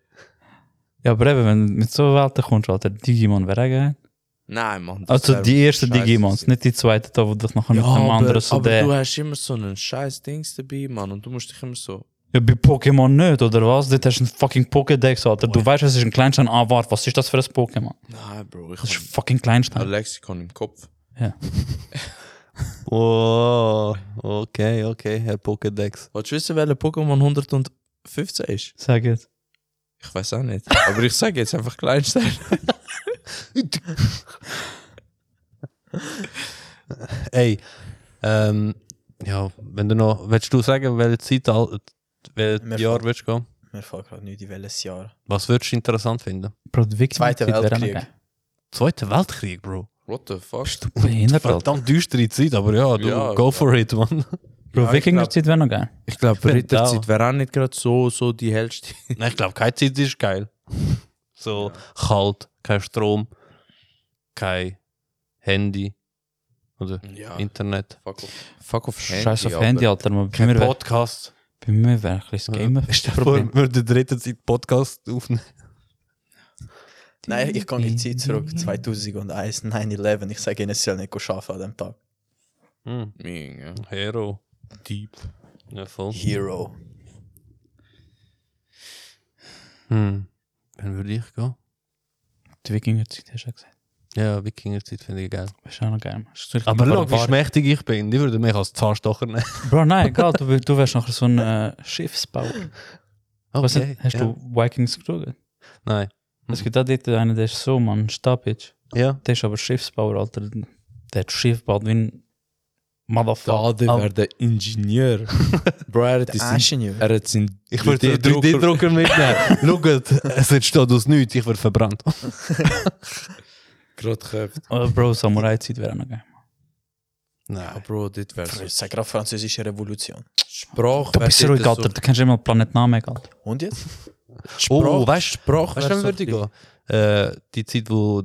[SPEAKER 5] Ja, aber eben, wenn du mit so Welten kommst, Alter, Digimon wäre auch geil.
[SPEAKER 4] Nein, Mann. das
[SPEAKER 5] Also
[SPEAKER 4] wär
[SPEAKER 5] die ersten
[SPEAKER 4] scheiße
[SPEAKER 5] Digimons,
[SPEAKER 4] gewesen.
[SPEAKER 5] nicht die zweite, da wo dich nachher mit dem anderen so
[SPEAKER 4] aber du
[SPEAKER 5] der.
[SPEAKER 4] hast immer so einen scheiß Dings dabei, Mann, und du musst dich immer so.
[SPEAKER 5] Ja, bei Pokémon nicht, oder was? Dort hast du einen fucking Pokédex, Alter. Du weißt, es ist ein Kleinstein. Ah, warte, was ist das für ein Pokémon?
[SPEAKER 4] Nein, Bro, ich
[SPEAKER 5] Das ist
[SPEAKER 4] habe
[SPEAKER 5] ein fucking Kleinstein.
[SPEAKER 4] ein Lexikon im Kopf.
[SPEAKER 1] Oh, okay, okay, Herr Pokédex.
[SPEAKER 4] Willst du wissen, welcher Pokémon 115 ist?
[SPEAKER 5] Sag jetzt.
[SPEAKER 4] Ich weiß auch nicht. Aber ich sage jetzt einfach Kleinstein.
[SPEAKER 1] Ey, ähm, ja, wenn du noch, willst du sagen, welche Zeit, welches
[SPEAKER 3] Mir
[SPEAKER 1] Jahr
[SPEAKER 3] fällt-
[SPEAKER 1] willst du gehen?
[SPEAKER 3] Mir fällt gerade nicht in welches Jahr.
[SPEAKER 1] Was würdest du interessant finden?
[SPEAKER 5] Bro, die Wikinger-
[SPEAKER 3] Zweiter
[SPEAKER 5] die wären
[SPEAKER 3] Weltkrieg.
[SPEAKER 5] geil.
[SPEAKER 1] Zweiter Weltkrieg, Bro.
[SPEAKER 4] What the fuck?
[SPEAKER 5] Bist du behindert, Alter?
[SPEAKER 1] Verdammt düstere Zeit, aber ja, du,
[SPEAKER 4] Ja,
[SPEAKER 1] go for it, man.
[SPEAKER 5] Bro,
[SPEAKER 4] Ja, ich
[SPEAKER 5] Wikingerzeit wäre noch geil.
[SPEAKER 4] Ich glaube,
[SPEAKER 1] bin
[SPEAKER 4] Ritterzeit wäre auch nicht gerade so, so die hellste.
[SPEAKER 1] Nein, ich glaube, keine Zeit ist geil. So kalt, kein Strom, kein Handy oder
[SPEAKER 4] Ja.
[SPEAKER 1] Internet,
[SPEAKER 4] Fuck off. Fuck off Handy.
[SPEAKER 5] Scheiß auf Handy, Alter. man. Bei mir wäre
[SPEAKER 1] Podcast.
[SPEAKER 5] bei mir wär ein kleines Gamer.
[SPEAKER 1] Ist der vor, wir würden dritte Zeit Podcast aufnehmen?
[SPEAKER 3] Nein, ich gehe in die Zeit zurück. 2001, 9-11. Ich sage ihnen, sie sollen nicht arbeiten an dem Tag.
[SPEAKER 1] Hm,
[SPEAKER 4] Ming, ja.
[SPEAKER 1] Hero. Deep. Ja, voll.
[SPEAKER 3] Hero.
[SPEAKER 1] Hm. Wann würde ich gehen?
[SPEAKER 5] Die Wikingerzeit hast du ja gesagt.
[SPEAKER 1] Ja, Wikingerzeit finde ich geil.
[SPEAKER 5] Das ist auch noch geil. Hast du richtig
[SPEAKER 1] Aber schau, wie
[SPEAKER 5] Barbar-
[SPEAKER 1] schmächtig ich bin. Die würde mich als Zahnstocher nehmen.
[SPEAKER 5] Bro, nein, egal. Du, du wärst nachher so ein äh, Schiffsbauer. Was hast
[SPEAKER 1] ja.
[SPEAKER 5] du Vikings geschaut?
[SPEAKER 1] Nein.
[SPEAKER 5] Es gibt auch dort einen, der ist so, Mann, Stapic.
[SPEAKER 1] Ja.
[SPEAKER 5] Der ist aber Schiffsbauer, Alter. Der hat Schiff gebaut wie ein Motherfucker.
[SPEAKER 4] Vater wäre der Ingenieur. Bro, er hat sein-
[SPEAKER 6] Ingenieur.
[SPEAKER 4] er hat seinen
[SPEAKER 1] Ich würde den 3D-Drucker mitnehmen. Schaut, es entsteht aus nichts, ich werde verbrannt.
[SPEAKER 4] gerade gehabt.
[SPEAKER 5] Oh, Bro, Samurai-Zeit wäre auch noch geil.
[SPEAKER 4] Ah, Bro, das wäre so.
[SPEAKER 3] Sag gerade französische Revolution.
[SPEAKER 4] Sprache
[SPEAKER 5] Du bist ruhig, Alter. Du kennst immer Planetnamen, Alter.
[SPEAKER 3] Und jetzt?
[SPEAKER 1] Oh, weißt
[SPEAKER 4] Sprache
[SPEAKER 1] du, weißt, wann würde ich gehen? Äh, die Zeit, wo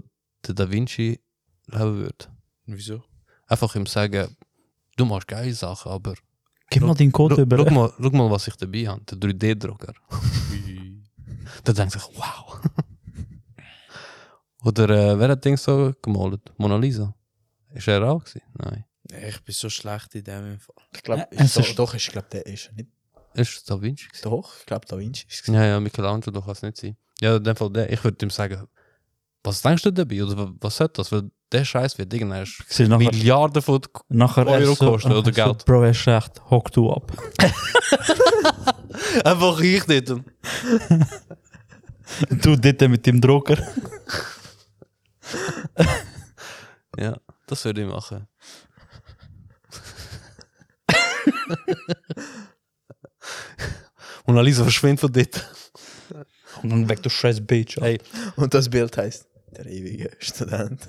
[SPEAKER 1] der Da Vinci leben würde.
[SPEAKER 4] Wieso?
[SPEAKER 1] Einfach ihm sagen, du machst geile Sachen, aber
[SPEAKER 5] Gib mal deinen Code
[SPEAKER 1] schau
[SPEAKER 5] über.
[SPEAKER 1] schau mal, schau mal, was ich dabei habe. Der 3D-Drucker. Da denkt sich, wow. Oder äh, wer hat Ding so gemalt? Mona Lisa. Ist er auch gewesen? Nein.
[SPEAKER 4] Nee, ich bin so schlecht in dem Fall.
[SPEAKER 3] Ich glaube,
[SPEAKER 5] Es
[SPEAKER 3] doch,
[SPEAKER 5] ist-
[SPEAKER 3] doch, ich glaube, der ist nicht
[SPEAKER 1] Ist es Da Vinci gewesen?
[SPEAKER 3] doch. Ich glaube, Da Vinci ist
[SPEAKER 1] Ja, ja, Michelangelo kann es nicht sein. Ja, in dem Fall der. Ich würde ihm sagen, was denkst du dabei? Oder wa- was hat das? Weil der Scheiß wird irgendwann erst
[SPEAKER 5] Siehst du nachher-
[SPEAKER 1] Milliarden von
[SPEAKER 5] Nachher
[SPEAKER 1] Euro
[SPEAKER 5] er so,
[SPEAKER 1] kosten oder
[SPEAKER 5] er so,
[SPEAKER 1] Geld.
[SPEAKER 5] Bro, er ist schlecht. Hock du ab.
[SPEAKER 1] Einfach ich nicht.
[SPEAKER 5] du dort mit dem Drucker.
[SPEAKER 1] Ja, das würde ich machen. Und Alisa verschwindet von dort.
[SPEAKER 5] Und dann weg, du scheiß Bitch. Alter.
[SPEAKER 3] Und das Bild heißt Der ewige Student.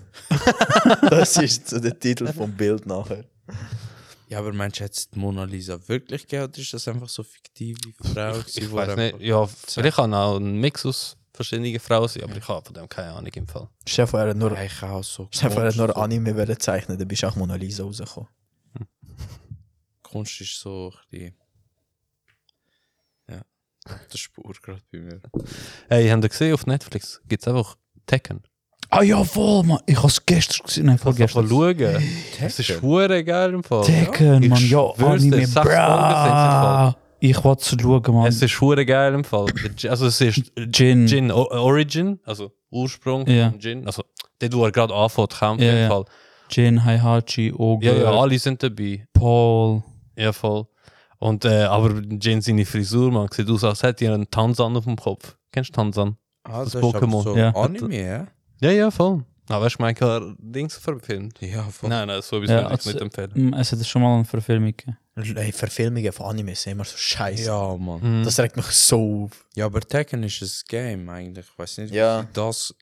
[SPEAKER 3] das ist so der Titel vom Bild nachher.
[SPEAKER 4] Ja, aber meinst du, hat es die Mona Lisa wirklich gegeben oder ist das einfach so fiktive Frau? gewesen,
[SPEAKER 1] Ich
[SPEAKER 4] wo
[SPEAKER 1] weiß
[SPEAKER 4] er
[SPEAKER 1] nicht.
[SPEAKER 4] einfach-
[SPEAKER 1] Ja, vielleicht kann auch ein Mix aus verschiedenen Frauen sein, aber ich habe von dem keine Ahnung im Fall.
[SPEAKER 3] Chef, er hat nur,
[SPEAKER 4] Ja, Ich auch so.
[SPEAKER 3] Chef, er hat nur
[SPEAKER 4] Kunst-
[SPEAKER 3] Anime wollen zeichnen, dann bist du auch Mona Lisa rausgekommen.
[SPEAKER 4] Kunst ist so ein bisschen. Ja. Auf der Spur gerade bei mir.
[SPEAKER 1] Hey, habt ihr gesehen, auf Netflix gibt es einfach Tekken.
[SPEAKER 5] Ah, jawohl, Mann. Ich hab's gestern gesehen. Nein,
[SPEAKER 1] Einfach
[SPEAKER 5] vorgestern.
[SPEAKER 1] schauen. Es ist hure geil im Fall.
[SPEAKER 5] Tekken,
[SPEAKER 1] Ich
[SPEAKER 5] Mann. Ja,
[SPEAKER 1] schwör's dir,
[SPEAKER 5] Anime,
[SPEAKER 1] sechs Folgen sind's im Fall.
[SPEAKER 5] bra. Ich wollte zu schauen, Mann.
[SPEAKER 1] Es ist hure geil im Fall. Der Jin- Also es ist
[SPEAKER 5] Jin.
[SPEAKER 1] Jin O- Origin, also Ursprung
[SPEAKER 5] Ja.
[SPEAKER 1] von Jin. Also dort, wo er gerade anfängt zu kämpfen
[SPEAKER 5] Ja,
[SPEAKER 1] im
[SPEAKER 5] ja.
[SPEAKER 1] Fall.
[SPEAKER 5] Jin, Heihachi,
[SPEAKER 1] Ja,
[SPEAKER 5] Ogre,
[SPEAKER 1] ja, alle sind dabei.
[SPEAKER 5] Paul.
[SPEAKER 1] Ja, voll. Und, äh, aber Jin seine Frisur, man sieht aus, als hätte er einen Tanzan auf dem Kopf. Kennst du Tanzan?
[SPEAKER 4] Ah,
[SPEAKER 1] Das
[SPEAKER 4] das, ist aber
[SPEAKER 1] Pokémon.
[SPEAKER 4] so
[SPEAKER 5] Ja.
[SPEAKER 4] Anime, ja?
[SPEAKER 1] Ja, ja, voll. Aber hast Ah, du Michael Dings verfilmt?
[SPEAKER 4] Ja, voll.
[SPEAKER 1] Nein, nein, sowieso
[SPEAKER 5] Ja,
[SPEAKER 1] würde ich es
[SPEAKER 5] also-
[SPEAKER 1] nicht empfehlen.
[SPEAKER 5] Hm, Es hat schon mal eine Verfilmung gegeben.
[SPEAKER 3] Ey, Verfilmungen von Anime sind immer so scheiße.
[SPEAKER 4] Ja, Mann.
[SPEAKER 1] Mhm.
[SPEAKER 3] Das regt mich so auf.
[SPEAKER 4] Ja, aber Tekken ist ein Game eigentlich. Ich weiß nicht,
[SPEAKER 3] Ja.
[SPEAKER 4] wie das.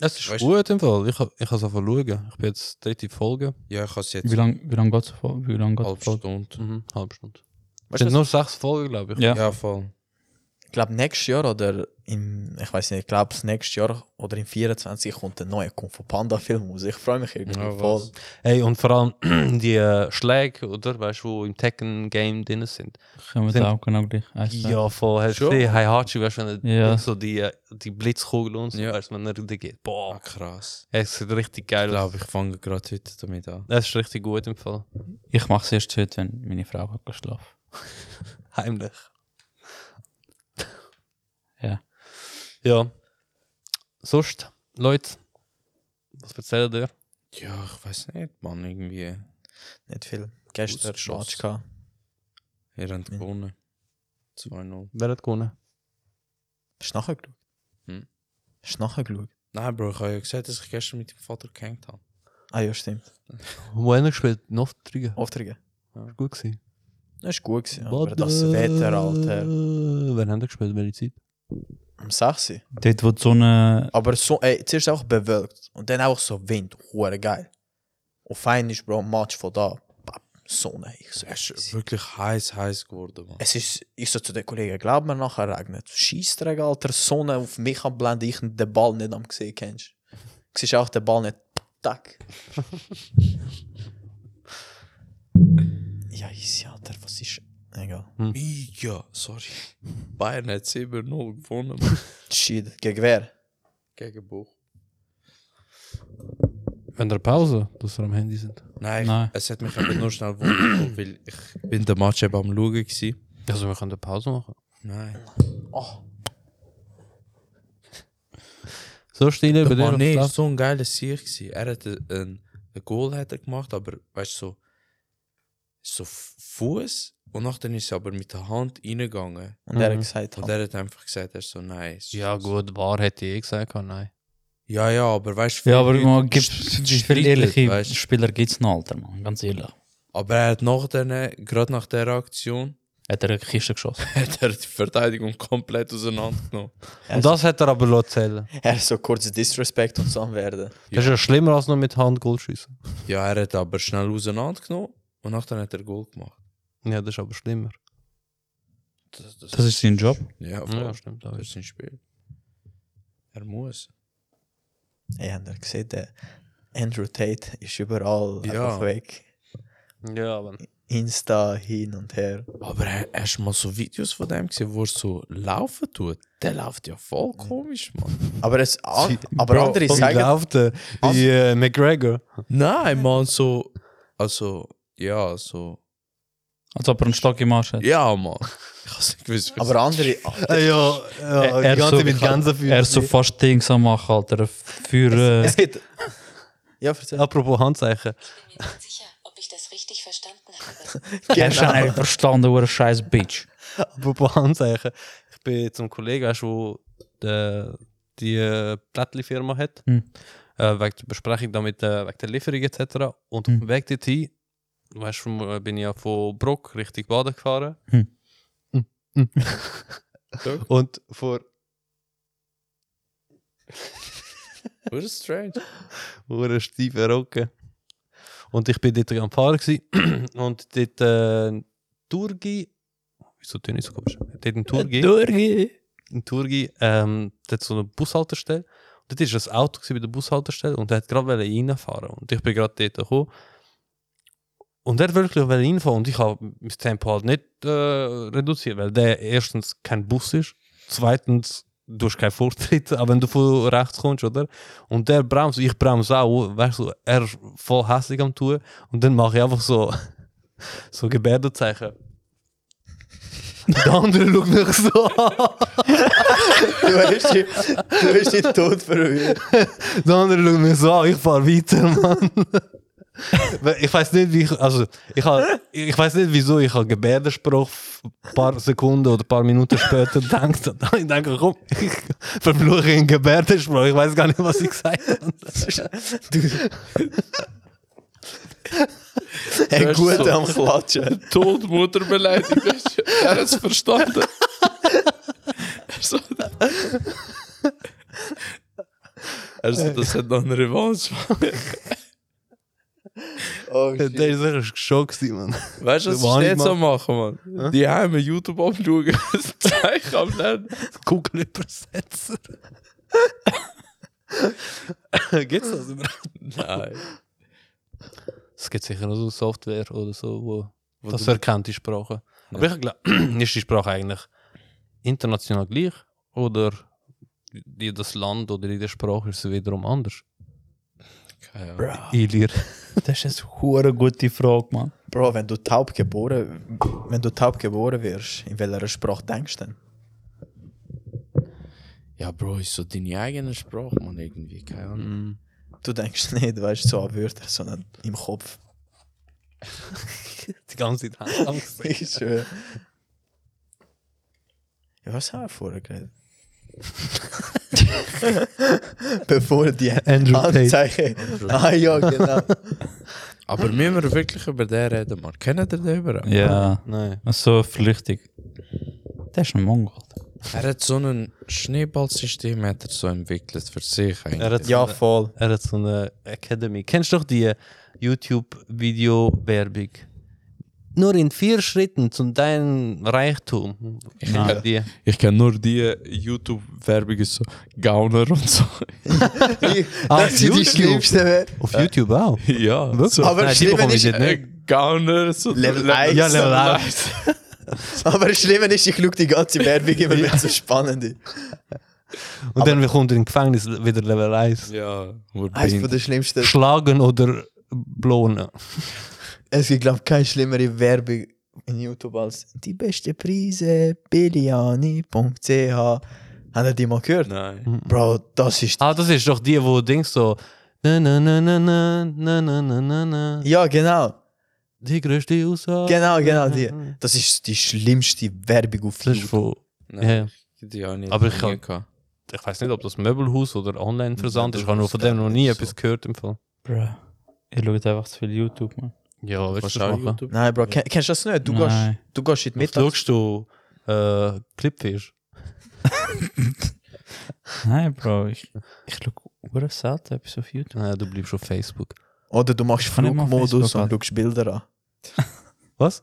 [SPEAKER 1] Es ist
[SPEAKER 4] Weißt-
[SPEAKER 1] gut im Fall. Ich, hab- ich kann es einfach schauen. Ich bin jetzt dritte Folge.
[SPEAKER 4] Ja, ich habe es jetzt
[SPEAKER 5] Wie lange wie lang geht es? Wie lang
[SPEAKER 4] eine halbe
[SPEAKER 5] geht's?
[SPEAKER 4] Stunde.
[SPEAKER 1] Mhm, halbe Stunde. Es
[SPEAKER 3] Weißt du
[SPEAKER 1] sind nur sechs Folgen, glaube ich.
[SPEAKER 5] Mm, Ja.
[SPEAKER 4] Ja, voll.
[SPEAKER 3] Ich glaube, nächstes Jahr oder im, ich weiß nicht, ich glaube, nächstes Jahr oder im 24 kommt ein neuer Kung Fu Panda Film raus. Ich freue mich irgendwie
[SPEAKER 4] Ja,
[SPEAKER 3] voll.
[SPEAKER 4] was?
[SPEAKER 1] Hey, und vor allem die äh, Schläge, oder? Weißt du, die im Tekken-Game drin sind.
[SPEAKER 5] Können wir
[SPEAKER 1] Sind-
[SPEAKER 5] da auch genau gleich eins sagen.
[SPEAKER 1] Ja, voll. Hast du
[SPEAKER 4] Schon?
[SPEAKER 1] gesehen, Heihachi, weißt du, wenn
[SPEAKER 5] Ja.
[SPEAKER 1] er so die, äh, die Blitzkugel und so,
[SPEAKER 4] Ja.
[SPEAKER 1] weißt du, wenn er runtergeht.
[SPEAKER 4] Ah,
[SPEAKER 1] Boah,
[SPEAKER 4] krass.
[SPEAKER 1] es sieht richtig
[SPEAKER 4] Ich
[SPEAKER 1] geil aus.
[SPEAKER 4] glaube, ich fange gerade heute damit an.
[SPEAKER 1] Das ist richtig gut im Fall.
[SPEAKER 5] Ich mache es erst heute, wenn meine Frau hat geschlafen.
[SPEAKER 1] Heimlich.
[SPEAKER 5] Ja.
[SPEAKER 1] Ja. Sonst, Leute, was erzählt ihr?
[SPEAKER 4] Ja, ich weiß nicht, Mann. Irgendwie.
[SPEAKER 3] Nicht viel. Gestern
[SPEAKER 4] Ausgeschossen.
[SPEAKER 3] Match gehabt.
[SPEAKER 4] Ihr habt gewonnen. 2-0.
[SPEAKER 1] Wer hat gewonnen?
[SPEAKER 3] Hast du nachher geschaut?
[SPEAKER 4] Hm.
[SPEAKER 3] Hast du nachher geschaut?
[SPEAKER 4] Nein, Bro, ich habe ja gesagt, dass ich gestern mit dem Vater gehängt habe.
[SPEAKER 3] Ah ja, stimmt.
[SPEAKER 1] Wo einer gespielt? Noch drei.
[SPEAKER 3] Auftrag.
[SPEAKER 1] War gut gewesen.
[SPEAKER 3] Das war gut, gewesen, aber das Wetter, Alter.
[SPEAKER 1] Wer hat er gespielt? Welche Zeit?
[SPEAKER 3] Um 6 Uhr.
[SPEAKER 5] Dort, wo die Sonne.
[SPEAKER 3] Aber so, ey, zuerst auch bewölkt und dann auch so Wind, hure geil. Und fein ist, Bro, Match von da. Bap, Sonne. Ich so,
[SPEAKER 4] Es ist wirklich heiß, heiß geworden, Mann.
[SPEAKER 3] es ist, ich so zu den Kollegen, glaub mir, nachher regnet es. Scheissdreck, Alter, Sonne auf mich anblenden, ich den Ball nicht am gesehen kennst. Du siehst auch den Ball nicht, tack. ja, easy, Alter, was ist... Egal.
[SPEAKER 5] Mm.
[SPEAKER 4] Mega, sorry. Bayern hat 7-0 gewonnen, Mann.
[SPEAKER 3] Shit, gegen wer?
[SPEAKER 4] Gegen Buch.
[SPEAKER 1] Wenn der Pause, dass wir am Handy sind.
[SPEAKER 4] Nein,
[SPEAKER 5] Nein.
[SPEAKER 4] es hat mich eben nur schnell gewundert, weil ich bin den Match eben am Schauen war.
[SPEAKER 1] Also, wir können eine Pause machen.
[SPEAKER 4] Nein. Ah.
[SPEAKER 3] Oh,
[SPEAKER 1] So stille bei
[SPEAKER 4] Der
[SPEAKER 1] dir.
[SPEAKER 4] Mann
[SPEAKER 1] Nee,
[SPEAKER 4] war so ein geiler Sieg. gewesen. Er hat ein, ein Goal hat er gemacht, aber weißt du, so, so Fuß und nachdem ist er aber mit der Hand reingegangen.
[SPEAKER 3] Und er hat gesagt,
[SPEAKER 4] Mhm. Und er hat einfach gesagt, er ist so, nein. es ist
[SPEAKER 1] Ja,
[SPEAKER 4] so-
[SPEAKER 1] gut, wahr hätte ich eh gesagt, ah, nein.
[SPEAKER 4] Ja, ja, aber weißt du,
[SPEAKER 5] Ja, aber
[SPEAKER 4] viele
[SPEAKER 5] man
[SPEAKER 4] Leute
[SPEAKER 5] gibt,
[SPEAKER 4] st-
[SPEAKER 5] wie viele
[SPEAKER 4] streiten,
[SPEAKER 5] ehrliche
[SPEAKER 4] weißt du.
[SPEAKER 5] Spieler gibt es noch, Alter, man. Ganz ehrlich.
[SPEAKER 4] Aber er hat nachdem, gerade nach der Aktion,
[SPEAKER 5] Hat er eine Kiste geschossen.
[SPEAKER 4] hat er die Verteidigung komplett auseinandergenommen.
[SPEAKER 1] Und das hätte er aber lassen zählen.
[SPEAKER 3] er ist so kurz Disrespect und so am werden.
[SPEAKER 1] Das ist ja schlimmer als noch mit Hand Goal schießen.
[SPEAKER 4] ja, er hat aber schnell auseinandergenommen und nachdem hat er Goal gemacht.
[SPEAKER 1] Ja, das ist aber schlimmer.
[SPEAKER 4] Das, das,
[SPEAKER 5] Das ist sein Job.
[SPEAKER 4] ja, voll.
[SPEAKER 1] Ja, stimmt. Auch
[SPEAKER 4] das ist ein Spiel. Er muss.
[SPEAKER 3] Ey, habt ihr gesehen, der Andrew Tate ist überall
[SPEAKER 4] Ja.
[SPEAKER 3] einfach weg.
[SPEAKER 1] ja, aber.
[SPEAKER 3] Insta hin und her.
[SPEAKER 4] Aber er- hast du mal so Videos von dem gesehen, wo er so laufen tut? Der läuft ja voll komisch, Mann.
[SPEAKER 3] Aber, es, an, aber andere sagen,
[SPEAKER 1] läuft der? Wie äh, McGregor.
[SPEAKER 4] Nein, Mann, so. Also, ja, so.
[SPEAKER 5] Als ob er einen Stock im Arsch hat.
[SPEAKER 4] Ja, Mann. Ich hab's nicht gewusst.
[SPEAKER 3] aber andere,
[SPEAKER 1] ja,
[SPEAKER 5] Er- er ist so- Er ist so fast Dings am machen, Alter. Für.
[SPEAKER 3] es gibt, ja, erzähl.
[SPEAKER 1] Apropos Handzeichen.
[SPEAKER 7] Bin mir nicht sicher, ob ich das richtig verstanden habe.
[SPEAKER 5] Er ist ein verstanden, oder scheiß Bitch.
[SPEAKER 1] Apropos Handzeichen. Ich bin zum Kollegen, weißt du, wo der die äh, Plättli-Firma hat.
[SPEAKER 5] Hm.
[SPEAKER 1] Äh, wegen der Besprechung damit, äh, wegen der Lieferung etc. Und auf dem Weg dorthin, weißt du, äh, bin ich ja von Bruck Richtung Baden gefahren.
[SPEAKER 5] Hm.
[SPEAKER 1] Hm. Hm. Und vor
[SPEAKER 4] Das ist strange.
[SPEAKER 1] Hure steife Rocke. Und ich bin dort am Fahren gsi und dort äh, Turgi. Wieso töne ich so komisch? Dort in Turgi,
[SPEAKER 5] Durgi.
[SPEAKER 1] in Turgi ähm, dort so eine Bushaltestelle. Und dort war das Auto gsi bei der Bushaltestelle und er hat gerade reinfahren. Und ich bin gerade dort gekommen. Und er wirklich wollte reinfahren und ich habe mein Tempo halt nicht äh, reduziert, weil der erstens kein Bus ist, zweitens du hast keinen Vortritt, aber wenn du von rechts kommst, oder? Und der bremst, ich bremse auch, weißt du, er ist voll hässlich am tun und dann mache ich einfach so, so Gebärdenzeichen. Der andere schaut mich so an.
[SPEAKER 3] Du hast dich, du hast dich tot verwirrt.
[SPEAKER 1] Der andere schaut mich so an, ich fahre weiter, Mann. Weil ich weiß nicht, wie ich, also, ich, hab- ich weiß nicht, wieso ich an Gebärdenspruch ein paar Sekunden oder ein paar Minuten später denkt. Ich denke, komm, ich verfluche in Gebärdenspruch, ich weiß gar nicht, was ich gesagt habe.
[SPEAKER 3] Hey,
[SPEAKER 4] hast
[SPEAKER 3] gut
[SPEAKER 4] so-
[SPEAKER 3] am Klatschen.
[SPEAKER 4] Todmutter beleidigt. hast du- Er hat's verstanden. Er so, also, das hat noch eine Revanche.
[SPEAKER 3] Oh,
[SPEAKER 1] Der
[SPEAKER 3] shit.
[SPEAKER 1] ist sicher geschockt, Mann.
[SPEAKER 4] Weißt du, was
[SPEAKER 1] Wann
[SPEAKER 4] ich jetzt
[SPEAKER 1] mach-
[SPEAKER 4] am machen, Mann? Die haben YouTube abschauen, das Zeichen am Lernen.
[SPEAKER 1] Google Übersetzer. Gibt's das überhaupt?
[SPEAKER 4] Nein.
[SPEAKER 1] Es gibt sicher noch so Software oder so, wo,
[SPEAKER 4] Wo
[SPEAKER 1] das
[SPEAKER 4] du-
[SPEAKER 1] erkennt die Sprache. Aber ich glaube, ist die Sprache eigentlich international gleich oder in das Land oder in der Sprache ist es wiederum anders?
[SPEAKER 4] Keine Ahnung.
[SPEAKER 3] Bro.
[SPEAKER 1] Ilir.
[SPEAKER 5] Das ist eine hure gute Frage, Mann.
[SPEAKER 3] Bro, wenn du taub geboren, wenn du taub geboren wirst, in welcher Sprache denkst du denn?
[SPEAKER 4] Ja, Bro, ist so deine eigene Sprache, Mann, irgendwie. Keine Ahnung.
[SPEAKER 3] Du denkst nicht, weißt du, so an Wörter, sondern im Kopf.
[SPEAKER 1] Die ganze Zeit Angst.
[SPEAKER 3] Ich schwöre. Ja, was haben wir vorher geredet? Bevor die
[SPEAKER 1] Andrew Tate.
[SPEAKER 3] Anzeige. Ah ja, genau.
[SPEAKER 4] Aber müssen wir wirklich über den reden, Mann? Kennt ihr den überhaupt?
[SPEAKER 5] Ja,
[SPEAKER 1] Nein.
[SPEAKER 5] so flüchtig. Das ist ein Mongol. Alter.
[SPEAKER 4] Er hat so ein Schneeballsystem hat er so entwickelt für sich eigentlich.
[SPEAKER 1] Er hat,
[SPEAKER 3] ja,
[SPEAKER 1] so
[SPEAKER 3] voll.
[SPEAKER 1] eine, er hat so eine Academy. Kennst du doch die YouTube-Video-Werbung? Nur in vier Schritten zu deinem Reichtum. Ich
[SPEAKER 5] Nein.
[SPEAKER 1] die.
[SPEAKER 4] Ich kenne nur die YouTube-Werbung so Gauner und so.
[SPEAKER 1] Ah,
[SPEAKER 3] Das sind die
[SPEAKER 1] YouTube.
[SPEAKER 3] schlimmsten Wörter.
[SPEAKER 1] Auf YouTube auch.
[SPEAKER 4] ja.
[SPEAKER 1] Wirklich?
[SPEAKER 3] Aber
[SPEAKER 1] Nein, die
[SPEAKER 3] schlimm
[SPEAKER 1] bekomme ich
[SPEAKER 3] ist-
[SPEAKER 1] jetzt
[SPEAKER 4] Äh,
[SPEAKER 1] nicht. ne?
[SPEAKER 4] Gauner, so
[SPEAKER 3] Level 1.
[SPEAKER 1] Ja, Level 1.
[SPEAKER 3] Aber das Schlimme ist, ich schaue die ganze Werbung immer, wenn es so spannend ist.
[SPEAKER 1] Und dann kommt er im Gefängnis wieder Level 1.
[SPEAKER 4] Ja, wo
[SPEAKER 3] Eines von
[SPEAKER 4] bin
[SPEAKER 3] der schlimmsten.
[SPEAKER 1] Schlagen oder blonen.
[SPEAKER 3] Es gibt, glaube ich, keine schlimmere Werbung in YouTube als die beste Preise, biliani.ch. Habt ihr die mal gehört?
[SPEAKER 1] Mhm.
[SPEAKER 4] Nein.
[SPEAKER 3] Bro, das ist.
[SPEAKER 1] Ah, das ist doch die, wo denkst so. Na, na, na, na, na, na, na, na, na, na.
[SPEAKER 3] Ja, genau.
[SPEAKER 1] die größte Aussage.
[SPEAKER 3] Genau, genau, die. Das ist die schlimmste Werbung auf
[SPEAKER 1] Mhm. Das ist
[SPEAKER 3] YouTube.
[SPEAKER 1] von,
[SPEAKER 4] Nein,
[SPEAKER 1] ja, ja.
[SPEAKER 4] ich hätte die auch nicht.
[SPEAKER 1] Aber ich
[SPEAKER 4] nie
[SPEAKER 1] kann-
[SPEAKER 4] gehabt.
[SPEAKER 1] Ich weiß nicht, ob das Möbelhaus oder Online-Versand ist. Ich habe nur von
[SPEAKER 3] Möbelhaus,
[SPEAKER 1] dem noch nie
[SPEAKER 3] ja,
[SPEAKER 1] etwas
[SPEAKER 3] so.
[SPEAKER 1] gehört. Im Fall.
[SPEAKER 5] Bro. Ihr schaut einfach zu viel YouTube, man.
[SPEAKER 1] Ja, willst
[SPEAKER 4] Kannst
[SPEAKER 1] du
[SPEAKER 4] du
[SPEAKER 1] das
[SPEAKER 4] auch
[SPEAKER 1] machen?
[SPEAKER 4] YouTube?
[SPEAKER 3] Nein, Bro, ken- kennst du das nicht? Du,
[SPEAKER 5] Nein.
[SPEAKER 3] Gehst, du gehst in die
[SPEAKER 1] Mit
[SPEAKER 3] Mittags...
[SPEAKER 1] schaust du äh, Clipfish?
[SPEAKER 5] Nein, Bro. Ich, ich schaue selten etwas auf YouTube.
[SPEAKER 1] Nein, Ah, du bleibst auf Facebook.
[SPEAKER 3] Oder du machst
[SPEAKER 5] Ich kann nicht mal
[SPEAKER 3] Flugmodus
[SPEAKER 5] Facebook
[SPEAKER 3] und schaust Bilder an.
[SPEAKER 1] Was?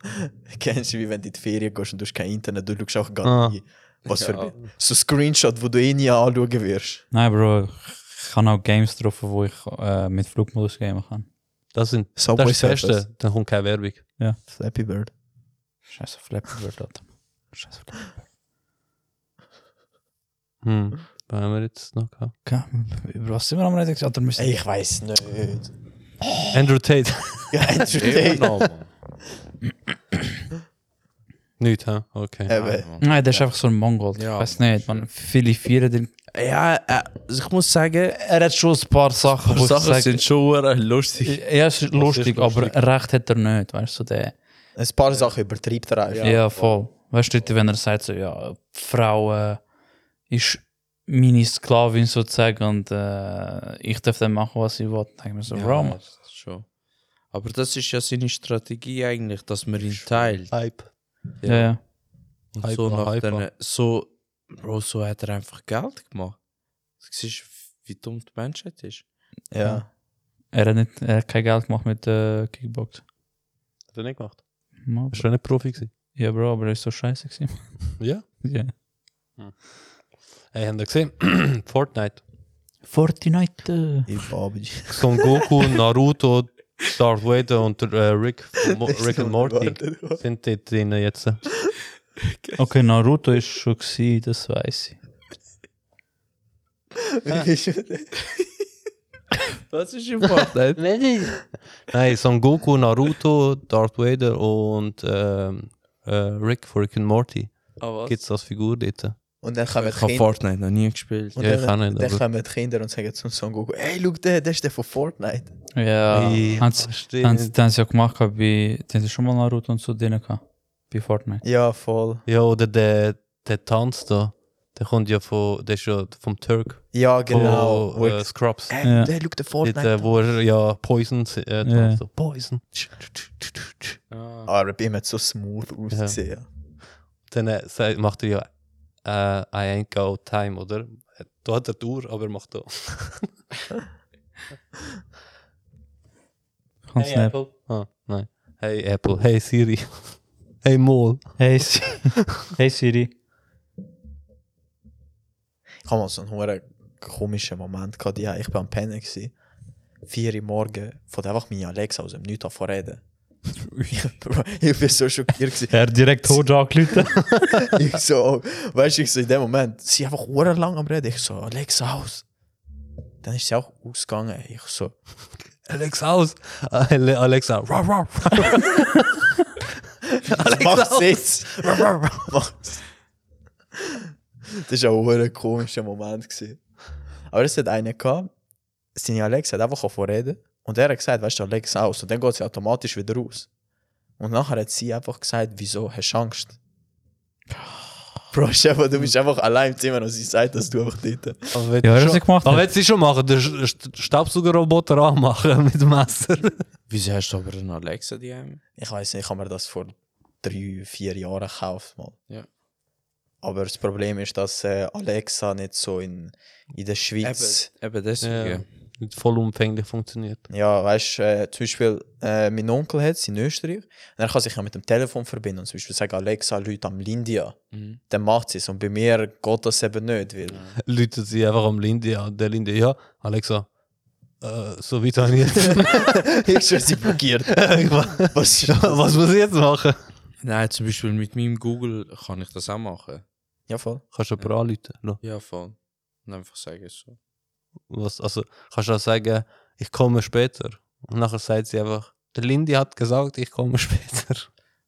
[SPEAKER 3] Kennst du, wie wenn du in die dus Ferien gehst und du hast kein Internet, du schaust auch gar
[SPEAKER 1] Ah.
[SPEAKER 3] nie. Was für
[SPEAKER 4] Ja.
[SPEAKER 3] so Screenshot, wo du eh nie anschauen wirst.
[SPEAKER 5] Nein, Bro. Ich kann auch Games drauf, wo ich äh, mit Flugmodus gamen kann.
[SPEAKER 1] Das, sind, das
[SPEAKER 3] Subway
[SPEAKER 1] ist das
[SPEAKER 3] Surfers.
[SPEAKER 1] Beste. Dann kommt keine Werbung.
[SPEAKER 3] Flappy Bird.
[SPEAKER 5] Scheiße, Flappy Bird, Alter. Scheiße, Flappy
[SPEAKER 1] Hm. Was haben wir jetzt noch gehabt?
[SPEAKER 5] Bird. Über was sind wir am Reden? gewesen, Alter, wir müssen-
[SPEAKER 3] Ey, ich weiß nicht.
[SPEAKER 1] Andrew Tate.
[SPEAKER 3] Ja, entschuldigung.
[SPEAKER 1] Nicht, hä? Okay.
[SPEAKER 3] Eben.
[SPEAKER 5] Nein, der ist einfach so ein Mongol.
[SPEAKER 4] Ja.
[SPEAKER 5] Ich weiß nicht, man. Viele feiern den.
[SPEAKER 4] Ja, äh, ich muss sagen,
[SPEAKER 5] Eh, Er hat schon ein paar Sachen,
[SPEAKER 4] die
[SPEAKER 5] wo ich
[SPEAKER 4] Sachen
[SPEAKER 5] sage,
[SPEAKER 4] sind schon verdammt lustig.
[SPEAKER 5] er ist lustig, aber
[SPEAKER 1] lustig.
[SPEAKER 5] recht hat er nicht, weißt du, der.
[SPEAKER 3] Ein paar Sachen übertreibt er einfach.
[SPEAKER 5] Ja, voll. Weißt du, wenn er sagt, so, ja, Frau äh, ist meine Sklavin sozusagen und äh, ich darf dann machen, was ich will, dann denke ich mir so, Bro, man.
[SPEAKER 4] das ist schon. Aber das ist ja seine Strategie eigentlich, dass man ihn teilt.
[SPEAKER 1] Hype.
[SPEAKER 5] Ja, ja.
[SPEAKER 4] Und
[SPEAKER 1] Hyper,
[SPEAKER 4] so nach
[SPEAKER 1] hyper.
[SPEAKER 4] den, so, Bro, so hat er einfach Geld gemacht. Du siehst, wie dumm die Menschheit ist.
[SPEAKER 3] Ja.
[SPEAKER 5] Er, hat nicht, er hat kein Geld gemacht mit äh, Kickbox.
[SPEAKER 1] Hat er nicht gemacht.
[SPEAKER 5] Mal,
[SPEAKER 1] Bist du nicht Profi gewesen?
[SPEAKER 5] Ja, Bro, aber er ist so scheiße gewesen.
[SPEAKER 1] Ja.
[SPEAKER 5] Ja.
[SPEAKER 1] Hey, habt ihr gesehen? Fortnite.
[SPEAKER 5] Fortnite.
[SPEAKER 3] Ich Bobby.
[SPEAKER 1] Son Goku, Naruto, Darth Vader und äh, Rick, Mo Rick und Morty sind die drin jetzt.
[SPEAKER 5] Okay, Naruto ist schon gewesen, das weiß ich.
[SPEAKER 4] Was ist im Fortnite?
[SPEAKER 1] Nein, Son Goku, Naruto, Darth Vader und ähm, äh, Rick von Rick und Morty.
[SPEAKER 4] Ah, was?
[SPEAKER 1] Gibt's als Figur dort?
[SPEAKER 3] Und dann kommen die
[SPEAKER 4] Ich habe
[SPEAKER 3] Kinder.
[SPEAKER 4] Fortnite noch nie gespielt.
[SPEAKER 3] Und
[SPEAKER 1] Ja, ich auch
[SPEAKER 3] dann,
[SPEAKER 1] nicht,
[SPEAKER 3] dann
[SPEAKER 1] aber-
[SPEAKER 3] kommen die Kinder und sagen zum Son Goku, ey, schau der, der ist der von Fortnite.
[SPEAKER 5] Ja.
[SPEAKER 1] Ey,
[SPEAKER 5] Hans-
[SPEAKER 1] verstehe
[SPEAKER 5] Dann
[SPEAKER 1] nicht.
[SPEAKER 5] haben sie ja gemacht, gehabt bei, den sie schon mal Naruto und so drin gehabt. Bei Fortnite.
[SPEAKER 3] Ja, voll.
[SPEAKER 1] Ja, oder der, der Tanz da, der kommt ja von, der ist ja vom Turk.
[SPEAKER 3] Ja, genau.
[SPEAKER 1] Von,
[SPEAKER 3] Wo
[SPEAKER 1] äh,
[SPEAKER 3] ich-
[SPEAKER 1] Scrubs.
[SPEAKER 3] Ey,
[SPEAKER 5] Ja.
[SPEAKER 3] der, schau der
[SPEAKER 1] Dort,
[SPEAKER 3] Fortnite.
[SPEAKER 1] äh, wo er ja Poison äh, tanzt.
[SPEAKER 5] Ja.
[SPEAKER 1] So, Poison.
[SPEAKER 4] Ah.
[SPEAKER 3] Ah, RB hat so smooth ausgesehen.
[SPEAKER 1] Dann äh, sagt- macht er ja äh, I ain't got time, oder? Äh, Da hat er die Uhr, aber er macht da.
[SPEAKER 5] Kannst nicht.
[SPEAKER 1] Ah, nein. Hey Apple, hey Siri. Hey Mol.
[SPEAKER 5] Hey, Si- hey Siri.
[SPEAKER 3] Ich habe mal so einen hohen komischen Moment gehabt. Ja, ich war am Pennen. gsi. Vier Uhr morgen, von der einfach meine Alexa aus dem Nichts davon reden. ich ich war so schockiert. gsi.
[SPEAKER 5] Er hat direkt Hoja angelüht.
[SPEAKER 3] ich so, weißt du, ich so in dem Moment, sie einfach lang am Reden. Ich so, Alexa aus. Dann ist sie auch ausgegangen. Ich so,
[SPEAKER 1] Alex aus. Ale- Alexa. Raw, raw.
[SPEAKER 3] mach Sitz. mach Sitz. Das war auch ein komischer Moment. Gewesen. Aber es hat einen gehabt, seine Alexa hat einfach davon reden und er hat gesagt, weißt du, Alexa aus. Und dann geht sie automatisch wieder raus. Und nachher hat sie einfach gesagt, wieso hast du Angst? Bro, Stefan, du bist einfach allein im Zimmer und sie sagt, dass du einfach dort.
[SPEAKER 1] Aber wenn
[SPEAKER 5] Ja,
[SPEAKER 1] sie
[SPEAKER 5] das
[SPEAKER 1] schon-
[SPEAKER 5] hat gemacht.
[SPEAKER 1] Aber wenn sie schon machen, den Sch- Sch- Staubsaugerroboter anmachen mit dem Messer.
[SPEAKER 4] Wieso hast du aber einen Alexa daheim?
[SPEAKER 3] Ich weiß nicht, ich habe mir das vor drei, vier Jahren gekauft. Mal.
[SPEAKER 4] Ja.
[SPEAKER 3] Aber das Problem ist, dass äh, Alexa nicht so in, in der Schweiz.
[SPEAKER 4] Eben, eben deswegen.
[SPEAKER 1] Nicht vollumfänglich funktioniert.
[SPEAKER 3] Ja, weißt du, äh, zum Beispiel, äh, mein Onkel hat es in Österreich. Und er kann sich ja mit dem Telefon verbinden. Und zum Beispiel sagen, Alexa, Leute am Lindia.
[SPEAKER 4] Mhm.
[SPEAKER 3] Dann macht sie es. Und bei mir geht das eben nicht. Weil
[SPEAKER 1] Leute sie einfach am Lindy an. Der Lindy, ja, Alexa. Äh, so wie dann jetzt.
[SPEAKER 3] ich schwör, sie blockiert. Was?
[SPEAKER 1] Was muss ich jetzt machen?
[SPEAKER 4] Nein, zum Beispiel mit meinem Google kann ich das auch machen.
[SPEAKER 3] Ja, voll.
[SPEAKER 1] Kannst du aber anrufen. ne? no.
[SPEAKER 4] Ja, voll. Und einfach sagen so.
[SPEAKER 1] Was, also, kannst du auch sagen, ich komme später. Und nachher sagt sie einfach, der Lindy hat gesagt, ich komme später.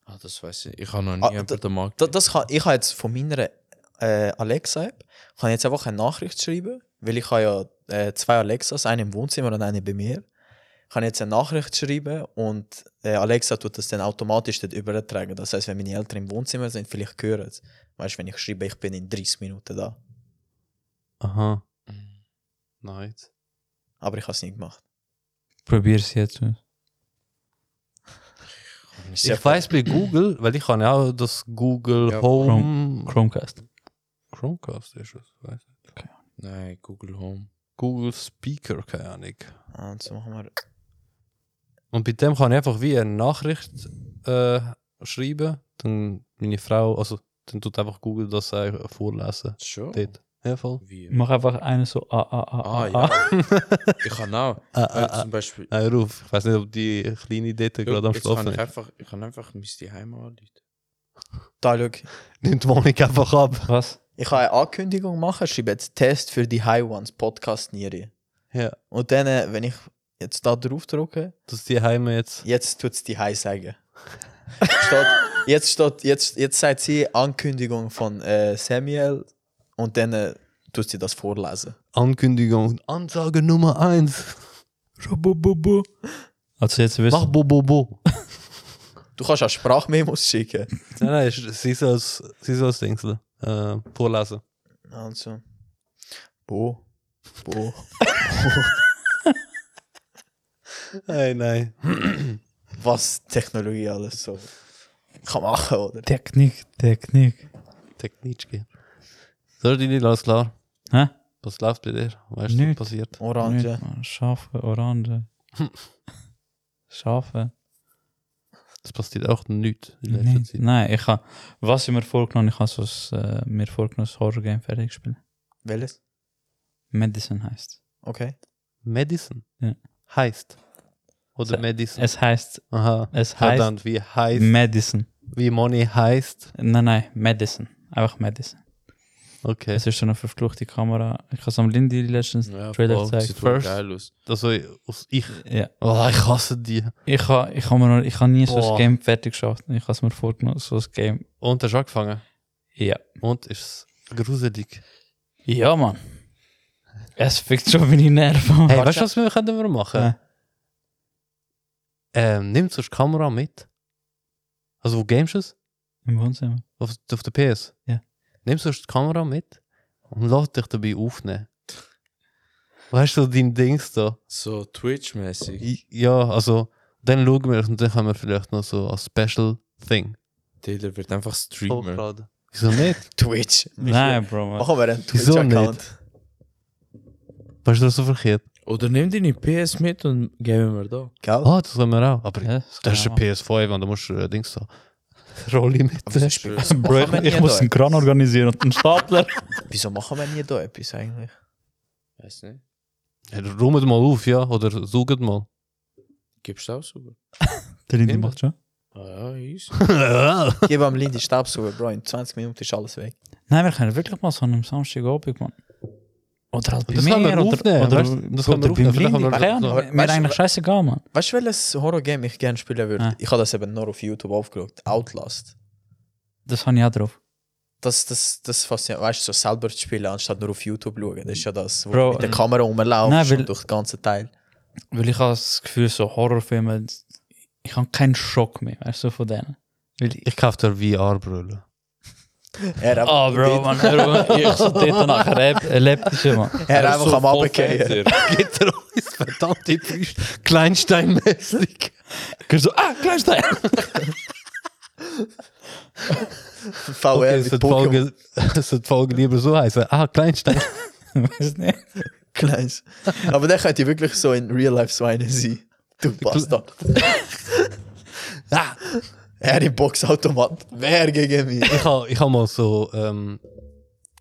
[SPEAKER 4] Ah, das weiß ich. Ich habe noch nie
[SPEAKER 3] Ah,
[SPEAKER 4] ah,
[SPEAKER 3] da-
[SPEAKER 4] den Markt.
[SPEAKER 3] Das, das kann, ich habe jetzt von meiner äh, Alexa-App kann ich jetzt einfach eine Nachricht schreiben, weil ich habe ja äh, zwei Alexas, eine im Wohnzimmer und eine bei mir. kann jetzt eine Nachricht schreiben und äh, Alexa tut das dann automatisch dort übertragen. Das heißt, wenn meine Eltern im Wohnzimmer sind, vielleicht hören sie. Weißt du, wenn ich schreibe, ich bin in 30 Minuten da.
[SPEAKER 5] Aha.
[SPEAKER 1] Mm,
[SPEAKER 8] Nice.
[SPEAKER 3] Aber ich habe es nie gemacht.
[SPEAKER 5] Probier's jetzt.
[SPEAKER 1] Ich weiß bei Google, weil ich habe ja auch das Google Home.
[SPEAKER 5] Chromecast.
[SPEAKER 1] Chromecast ist es. Weiß nicht.
[SPEAKER 4] Nein, Google Home.
[SPEAKER 1] Google Speaker, keine Ahnung.
[SPEAKER 3] Ah, Und so machen wir.
[SPEAKER 1] Und bei dem kann ich einfach wie eine Nachricht äh, schreiben. Dann meine Frau, also dann tut einfach Google das äh, vorlesen.
[SPEAKER 4] Schon?
[SPEAKER 1] Dort. Ja, voll.
[SPEAKER 4] Wie?
[SPEAKER 5] Mach einfach eine so ah, ah, ah,
[SPEAKER 4] Ah,
[SPEAKER 5] ah, ah.
[SPEAKER 4] ja. ich kann auch.
[SPEAKER 1] Ah,
[SPEAKER 4] Äh,
[SPEAKER 1] ah, ah.
[SPEAKER 4] zum Beispiel.
[SPEAKER 1] Ein Ruf. Ich weiß nicht, ob die kleine dort gerade am
[SPEAKER 4] jetzt kann
[SPEAKER 1] Schlafen
[SPEAKER 4] ich
[SPEAKER 1] ist.
[SPEAKER 4] einfach, ich kann einfach mein Zuhause anrufen.
[SPEAKER 3] Da, schau,
[SPEAKER 1] Nimmt die Wohnung einfach ab.
[SPEAKER 5] Was?
[SPEAKER 3] ich kann eine Ankündigung machen, schreibe jetzt Test für die High Ones Podcast Niere.
[SPEAKER 1] Ja.
[SPEAKER 3] Und dann, äh, wenn ich jetzt da drauf drücke,
[SPEAKER 1] Dass die Heime jetzt.
[SPEAKER 3] jetzt tut es die High sagen. steht, jetzt steht, jetzt, jetzt sagt sie Ankündigung von äh, Samuel und dann äh, tut sie das vorlesen.
[SPEAKER 1] Ankündigung und Ansage Nummer 1.
[SPEAKER 5] Also jetzt wirst
[SPEAKER 1] Mach bo bo bo.
[SPEAKER 3] Du kannst auch Sprachmemos schicken.
[SPEAKER 1] nein, nein, ist- sie soll es sie soll's Dingsel äh, vorlesen.
[SPEAKER 3] Also. Bo. Bo.
[SPEAKER 1] Nein, nein.
[SPEAKER 3] Was Technologie alles so kann machen, oder?
[SPEAKER 5] Technik, Technik.
[SPEAKER 1] Technitschke. So, Dini, alles klar.
[SPEAKER 5] Hä?
[SPEAKER 1] Was läuft bei dir? Weißt du, was
[SPEAKER 5] Nicht.
[SPEAKER 1] passiert?
[SPEAKER 3] Orange.
[SPEAKER 5] Nicht, Mann. Schafe, Orange. Schafe.
[SPEAKER 1] Es passiert auch nichts in letzter
[SPEAKER 5] Nein,
[SPEAKER 1] Zeit.
[SPEAKER 5] nein, ich habe, was ich mir vorgenommen ich habe so ein, äh, mir vorgenommen, das Horror-Game fertig spielen.
[SPEAKER 3] Welches?
[SPEAKER 5] Medicine heißt.
[SPEAKER 3] Okay.
[SPEAKER 1] Medicine
[SPEAKER 5] Ja.
[SPEAKER 1] heißt. Oder
[SPEAKER 5] So,
[SPEAKER 1] Medicine.
[SPEAKER 5] Es heißt,
[SPEAKER 1] Aha.
[SPEAKER 5] es heißt
[SPEAKER 1] Verdammt, wie heißt.
[SPEAKER 5] Medicine.
[SPEAKER 1] wie Money heißt.
[SPEAKER 5] Nein, nein, Medicine. Einfach Medicine.
[SPEAKER 1] Okay.
[SPEAKER 5] Es ist so eine verfluchte Kamera. Ich habe es am Lindy letztens
[SPEAKER 4] Ja,
[SPEAKER 5] Trailer
[SPEAKER 4] voll.
[SPEAKER 5] gezeigt.
[SPEAKER 4] Sieht voll
[SPEAKER 1] First.
[SPEAKER 4] geil dus. aus.
[SPEAKER 1] Also, aus ich.
[SPEAKER 5] Ja.
[SPEAKER 1] Oh, ich hasse die.
[SPEAKER 5] Ich habe ich hab mir noch, ich hab nie so
[SPEAKER 1] Boah.
[SPEAKER 5] ein Game fertig geschafft. Ich habe es mir vorgenommen, so ein Game.
[SPEAKER 1] Und hast du angefangen.
[SPEAKER 5] Ja.
[SPEAKER 1] Und ist gruselig.
[SPEAKER 5] Ja, Mann. Es fickt schon meine Nerven. Äh,
[SPEAKER 1] Hey, weißt du, was wir können wir machen?
[SPEAKER 5] Ja.
[SPEAKER 1] Ähm, nimmst du die Kamera mit? Also, wo games du es?
[SPEAKER 5] Im Wohnzimmer.
[SPEAKER 1] Auf, auf der PS?
[SPEAKER 5] Ja.
[SPEAKER 1] Nimmst du die Kamera mit und lass dich dabei aufnehmen. Weißt du, dein Dings da.
[SPEAKER 4] So Twitch-mäßig.
[SPEAKER 1] Ja, also, dann schauen wir es und dann haben wir vielleicht noch so ein Special Thing.
[SPEAKER 4] Taylor wird einfach Streamer.
[SPEAKER 1] Hochladen. Wieso nicht?
[SPEAKER 3] Twitch.
[SPEAKER 5] Nein, Bro. Mann.
[SPEAKER 3] Machen wir einen
[SPEAKER 1] Wieso
[SPEAKER 3] Twitch-Account.
[SPEAKER 1] Weißt du, das ist so verkehrt?
[SPEAKER 4] Oder nimm deine PS mit und geben wir da.
[SPEAKER 3] Gell?
[SPEAKER 1] Ah, das haben wir auch. Aber
[SPEAKER 5] Ja, das
[SPEAKER 1] das ist
[SPEAKER 5] kann
[SPEAKER 1] ein
[SPEAKER 5] ich
[SPEAKER 1] PS5 und da musst du äh, Dings da. Rolli mit.
[SPEAKER 3] Aber wieso spielen- wieso
[SPEAKER 5] machen. Bro,
[SPEAKER 3] machen wir
[SPEAKER 5] ich, ich
[SPEAKER 3] nie
[SPEAKER 5] muss
[SPEAKER 3] da-
[SPEAKER 5] einen Kran organisieren und einen Stapler.
[SPEAKER 3] Wieso machen wir nie da etwas eigentlich?
[SPEAKER 4] Weiß nicht.
[SPEAKER 1] Ja, Räumt mal auf, ja. Oder sucht mal.
[SPEAKER 4] Gibst du auch sogar?
[SPEAKER 5] Der Lindy macht schon.
[SPEAKER 4] Ah ja, easy.
[SPEAKER 3] Gib am Lindy Staubsauger, Bro. In 20 Minuten ist alles weg.
[SPEAKER 5] Nein, wir können wirklich mal so an einem Samstagabend, Mann. Oder halt bei
[SPEAKER 1] Das
[SPEAKER 5] mir.
[SPEAKER 1] können wir
[SPEAKER 5] oder,
[SPEAKER 1] aufnehmen,
[SPEAKER 5] oder,
[SPEAKER 1] weißt du? Das können wir
[SPEAKER 5] oder beim
[SPEAKER 1] aufnehmen, vielleicht
[SPEAKER 5] Lindy.
[SPEAKER 1] haben wir-
[SPEAKER 5] Keine Ahnung,
[SPEAKER 3] Aber
[SPEAKER 5] Mir
[SPEAKER 3] weißt du,
[SPEAKER 5] eigentlich
[SPEAKER 3] wa-
[SPEAKER 5] scheißegal, Mann.
[SPEAKER 3] Weißt du, welches Horror-Game ich gerne spielen würde?
[SPEAKER 5] Ah.
[SPEAKER 3] Ich habe das eben nur auf YouTube aufgeschaut. Outlast.
[SPEAKER 5] Das habe ich auch drauf.
[SPEAKER 3] Das, das, das fasziniert, weißt du, so selber zu spielen, anstatt nur auf YouTube zu schauen. Das ist ja das, wo
[SPEAKER 5] Bro,
[SPEAKER 3] du
[SPEAKER 5] ähm,
[SPEAKER 3] mit der Kamera rumlaufst
[SPEAKER 5] nein, weil-
[SPEAKER 3] und durch den ganzen Teil.
[SPEAKER 5] Weil ich habe das Gefühl, so Horrorfilme, ich habe keinen Schock mehr, weißt du, von denen. Weil ich,
[SPEAKER 1] Ich kaufe dir VR-Brille.
[SPEAKER 3] Er,
[SPEAKER 5] oh, Bro, Mann, Bro, ich so dort nach Rap, Erlebnische, Mann.
[SPEAKER 3] er, einfach am Abgehen.
[SPEAKER 1] Geht er uns verdammt in die Brust. Kleinsteinmäßig.
[SPEAKER 5] Ich so, ah, Kleinstein!
[SPEAKER 3] VR
[SPEAKER 1] Okay, es
[SPEAKER 3] Oh mit
[SPEAKER 1] wird
[SPEAKER 3] Pokémon.
[SPEAKER 1] Folge, es wird Folge lieber so heißen. Ah, Kleinstein.
[SPEAKER 5] Weiß nicht.
[SPEAKER 3] Kleins. Aber dann könnte ich wirklich so in Real Life so einer sein. Du Bastard.
[SPEAKER 1] Ah,
[SPEAKER 3] er im Boxautomat. Wer gegen mich?
[SPEAKER 1] ich habe ich hab mal so. Ähm,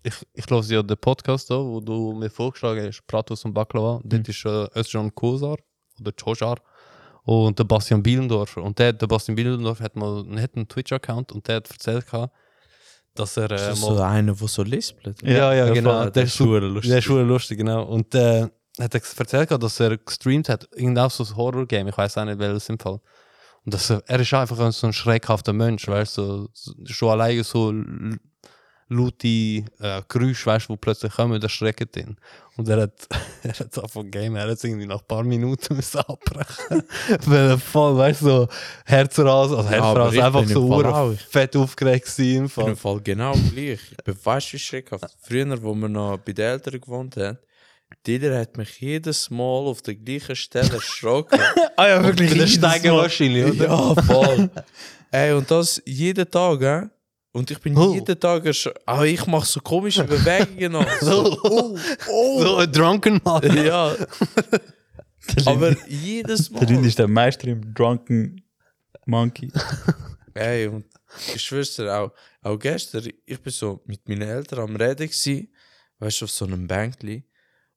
[SPEAKER 1] ich, ich höre ja den Podcast da, wo du mir vorgeschlagen hast, Pratus und Baklava.
[SPEAKER 4] Mhm.
[SPEAKER 1] Dort ist äh, Özcan Kosar oder Chojar und der Bastian Bielendorfer. Und der, der Bastian Bielendorfer hat mal hat einen Twitch-Account und der hat erzählt, gehabt, dass er. Äh,
[SPEAKER 4] Ist das
[SPEAKER 1] mal-
[SPEAKER 4] so einer, der so lispelt?
[SPEAKER 1] Ja, ja, genau.
[SPEAKER 4] voll,
[SPEAKER 1] Der
[SPEAKER 4] Der
[SPEAKER 1] ist
[SPEAKER 4] ist
[SPEAKER 1] super-
[SPEAKER 4] super lustig.
[SPEAKER 1] Der ist schon lustig, genau. Und äh, hat er erzählt, gehabt, dass er gestreamt hat, irgendein so ein Horror-Game, ich weiß auch nicht, welches im Fall. Und dass er, er ist einfach so ein schreckhafter Mensch, weißt du, so, schon alleine so l- laute äh, Geräusche, weißt, die plötzlich kommen, das schreckt ihn. Und er hat, er hat so von Game, er hat irgendwie nach ein paar Minuten müssen abbrechen. Weil er voll, weißt du, so Herzrasen, also
[SPEAKER 4] Ja, aber
[SPEAKER 1] Herzrasen,
[SPEAKER 4] ich
[SPEAKER 1] einfach
[SPEAKER 4] bin
[SPEAKER 1] so
[SPEAKER 4] im Fall
[SPEAKER 1] ur-
[SPEAKER 4] auch.
[SPEAKER 1] fett aufgeregt gewesen. im
[SPEAKER 4] bin im
[SPEAKER 1] Fall.
[SPEAKER 4] Fall genau gleich. Ich bin weißt du, wie schreckhaft. Früher, wo wir noch bei den Eltern gewohnt haben, jeder hat mich jedes Mal auf der gleichen Stelle erschrocken.
[SPEAKER 5] Ah ja,
[SPEAKER 1] Bei den
[SPEAKER 5] jedes
[SPEAKER 1] Steigen
[SPEAKER 5] Mal.
[SPEAKER 1] wahrscheinlich, oder?
[SPEAKER 4] ja, voll. Ey, und das jeden Tag, hä? Und ich bin
[SPEAKER 1] Oh.
[SPEAKER 4] jeden Tag erschrocken. Aber ich mache so komische Bewegungen. noch. So, oh, oh.
[SPEAKER 1] So ein Drunken Mann.
[SPEAKER 4] Ja. Aber jedes
[SPEAKER 5] Der Rind
[SPEAKER 4] Mal.
[SPEAKER 5] ist der Meister im Drunken Monkey.
[SPEAKER 4] Ey, und ich schwör's dir auch, auch gestern, ich bin so mit meinen Eltern am Reden gsi, weißt du, auf so einem Bänkli.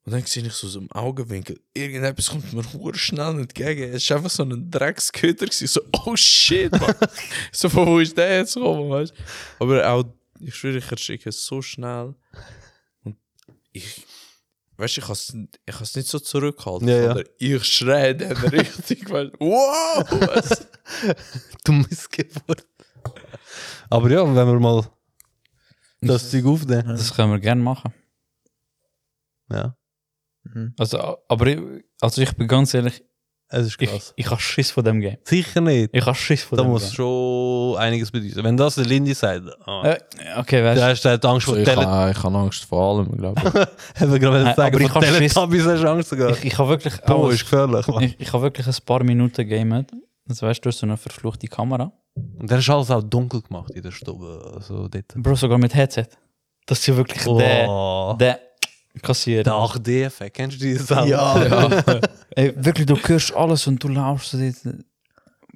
[SPEAKER 4] Und dann sehe ich so aus dem Augenwinkel, irgendetwas kommt mir hure schnell entgegen. Es war einfach so ein Drecksköter. gsi, So, oh shit, Mann. so, von wo ist der jetzt gekommen, weißt du? Aber auch, ich schwöre, ich erschrecke so schnell. Und ich, weißt du, ich has ich has nicht so zurückhalten.
[SPEAKER 1] Ja, ja.
[SPEAKER 4] sondern Ich schreie dann richtig, weißt du, wow! Weißt du?
[SPEAKER 1] Du Missgeburt. Aber ja, wenn wir mal das Zeug aufnehmen.
[SPEAKER 5] Das können wir gerne machen.
[SPEAKER 1] Ja,
[SPEAKER 5] Also, aber ich, also ich bin ganz ehrlich,
[SPEAKER 1] es ist
[SPEAKER 5] ich,
[SPEAKER 1] krass.
[SPEAKER 5] ich habe Schiss von dem Game.
[SPEAKER 1] Sicher nicht.
[SPEAKER 5] Ich habe Schiss von
[SPEAKER 1] Da
[SPEAKER 5] dem
[SPEAKER 1] muss
[SPEAKER 5] Game.
[SPEAKER 1] schon einiges bedeuten. Wenn das der Lindy sagt, ah,
[SPEAKER 5] Äh, okay, weißt du.
[SPEAKER 1] da hast du halt Angst vor
[SPEAKER 4] ich
[SPEAKER 1] Teletubbies.
[SPEAKER 4] habe Angst vor allem, glaube ich.
[SPEAKER 1] Haben wir gerade
[SPEAKER 5] Äh,
[SPEAKER 1] gesagt,
[SPEAKER 5] aber ich
[SPEAKER 1] vor
[SPEAKER 5] hab Schiss.
[SPEAKER 1] Teletubbies hast du Angst sogar.
[SPEAKER 5] Ich, ich habe wirklich
[SPEAKER 1] Boah,
[SPEAKER 5] auch-
[SPEAKER 1] ist gefährlich. Mann.
[SPEAKER 5] ich, ich habe wirklich ein paar Minuten gamet. Das weißt du, durch so eine verfluchte Kamera.
[SPEAKER 1] Und dann ist alles auch dunkel gemacht in der Stube. Also dort.
[SPEAKER 5] Bro, sogar mit Headset. Das ist ja wirklich der,
[SPEAKER 1] Oh,
[SPEAKER 5] der Kassier.
[SPEAKER 1] der 8D-Effekt. E, Kennst du die Sache?
[SPEAKER 3] Ja.
[SPEAKER 5] Ey, wirklich, du hörst alles und du laufst so dort.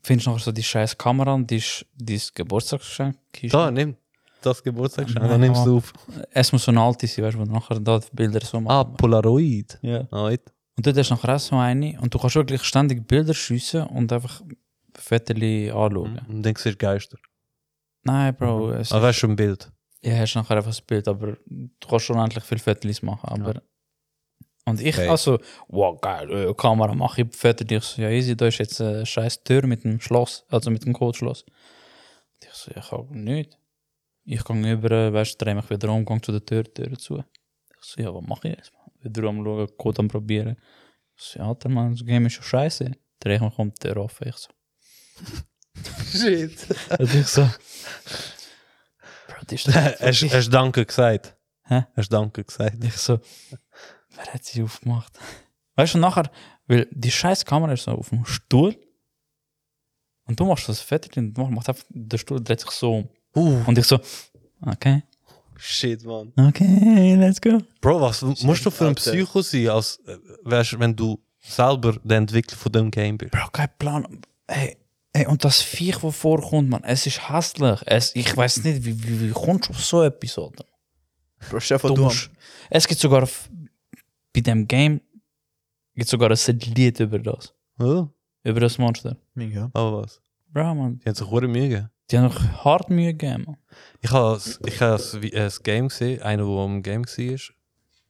[SPEAKER 5] Findest nachher so die scheiß Kamera und die ist dein Geburtstagsgeschenk.
[SPEAKER 1] Da, nimm das Geburtstagsgeschenk.
[SPEAKER 5] Nein,
[SPEAKER 1] Dann nimmst du auf.
[SPEAKER 5] Es muss so eine alte sein, weißt du, wo du nachher da die Bilder so
[SPEAKER 1] Ah,
[SPEAKER 5] machen.
[SPEAKER 1] Polaroid.
[SPEAKER 5] Ja.
[SPEAKER 1] Ah, it.
[SPEAKER 5] Und dort hast du nachher auch so eine und du kannst wirklich ständig Bilder schiessen und einfach Vetterli anschauen.
[SPEAKER 1] Und dann siehst du Geister.
[SPEAKER 5] Nein, Bro, es
[SPEAKER 1] Mhm. Aber hast schon ein Bild.
[SPEAKER 5] ja, hast nachher einfach das Bild, aber du kannst schon endlich viel Fotos machen. Aber Und ich,
[SPEAKER 4] Okay.
[SPEAKER 5] also, wow, geil, äh, Kamera mache ich Fotos. Ich so, ja, easy, da ist jetzt eine scheiß Tür mit dem Schloss, also mit dem Codeschloss. Und Ich so, ich habe nichts. Ich gehe über, äh, weißt du, drehe mich wieder um, gehe zu der Tür, Tür zu. Ich so, ja, was mache ich jetzt? Mann? Wieder am Schauen, Code am Probieren. Ich so, ja, Alter, Mann, das Game ist schon scheiße. Drehe ich mich um, die Tür offen. Ich so,
[SPEAKER 1] Shit.
[SPEAKER 5] Und ich so. Bro, die ist doch
[SPEAKER 1] Hast
[SPEAKER 5] wirklich-
[SPEAKER 1] hast Danke gesagt?
[SPEAKER 5] Hä?
[SPEAKER 1] Hast Danke gesagt?
[SPEAKER 5] Ich so, wer hat sie aufgemacht? Weißt du, nachher, weil die scheiß Kamera ist so auf dem Stuhl und du machst das Fett und du machst einfach, der Stuhl dreht sich so um.
[SPEAKER 1] Uh,
[SPEAKER 5] Und ich so, okay,
[SPEAKER 1] shit, man.
[SPEAKER 5] okay, let's go.
[SPEAKER 1] Bro, was musst du für ein
[SPEAKER 3] Alter.
[SPEAKER 1] Psycho sein, als, äh, weißt, wenn du selber der Entwickler von dem Game bist?
[SPEAKER 5] Bro, kein Plan. Hey, hey, und das Viech, das vorkommt, man, es ist hässlich. Es, ich weiß nicht, wie, wie, wie kommst du auf so etwas, Alter?
[SPEAKER 3] Bro, stell dir vor,
[SPEAKER 5] Du
[SPEAKER 3] du
[SPEAKER 5] musst, es gibt sogar f- bei dem Game gibt sogar ein Lied über das.
[SPEAKER 1] Ja,
[SPEAKER 5] Über das Monster.
[SPEAKER 3] am- Ja.
[SPEAKER 1] aber was?
[SPEAKER 5] Bro, man,
[SPEAKER 1] Die haben sich hure Mühe gegeben.
[SPEAKER 5] die haben noch hart Mühe gegeben. man.
[SPEAKER 1] Ich habe ich has wie- ein Game gesehen, einer, der am Game war.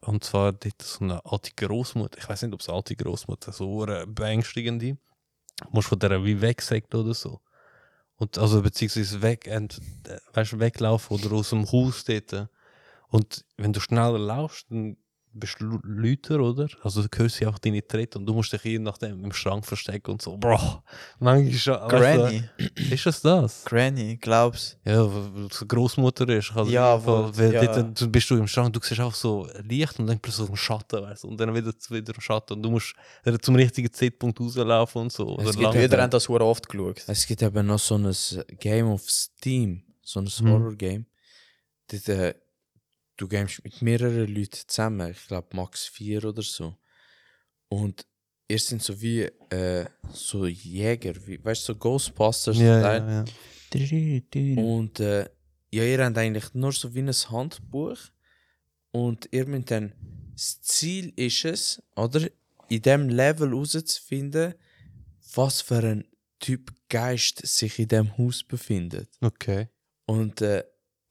[SPEAKER 1] Und zwar dort so eine alte Großmutter. Ich weiß nicht, ob es eine alte Großmutter so eine beängstigende. Du musst von der wie wegsägt oder so. Und also beziehungsweise weg, ent, äh, weißt, du, weglaufen oder aus dem Haus dort. Und wenn du schneller laufst, dann bist du lauter, oder? Also du hörst sie auch deine Tritte und du musst dich hier nach dem im Schrank verstecken und so. Bro, manchmal ist ja-
[SPEAKER 3] Granny.
[SPEAKER 1] Weißt du, ist es das?
[SPEAKER 3] Granny, glaubst
[SPEAKER 1] Ja, weil es eine Großmutter ist. Also
[SPEAKER 3] Ja,
[SPEAKER 1] weil,
[SPEAKER 3] wohl,
[SPEAKER 1] weil
[SPEAKER 3] ja.
[SPEAKER 1] dort, dann bist du im Schrank, du siehst auch so Licht und dann plötzlich im Schatten, weißt du, und dann wieder, wieder im Schatten und du musst dann zum richtigen Zeitpunkt rauslaufen und so. Oder
[SPEAKER 4] gibt
[SPEAKER 3] du?
[SPEAKER 1] lang-
[SPEAKER 3] Jeder hat das hure oft geschaut.
[SPEAKER 4] Es gibt eben noch so ein Game auf Steam, so ein
[SPEAKER 1] Mhm.
[SPEAKER 4] Horror-Game. Dort, äh, du gamest mit mehreren Leuten zusammen, ich glaube max vier oder so. Und ihr sind so wie äh, so Jäger, wie, weißt du, so Ghostbusters.
[SPEAKER 1] ja,
[SPEAKER 4] Teil.
[SPEAKER 1] ja, ja.
[SPEAKER 5] Mhm.
[SPEAKER 4] Und äh, ja, ihr habt eigentlich nur so wie ein Handbuch. Und ihr müsst dann, das Ziel ist es, oder? In diesem Level herauszufinden, was für ein Typ Geist sich in diesem Haus befindet.
[SPEAKER 1] Okay.
[SPEAKER 4] Und, äh,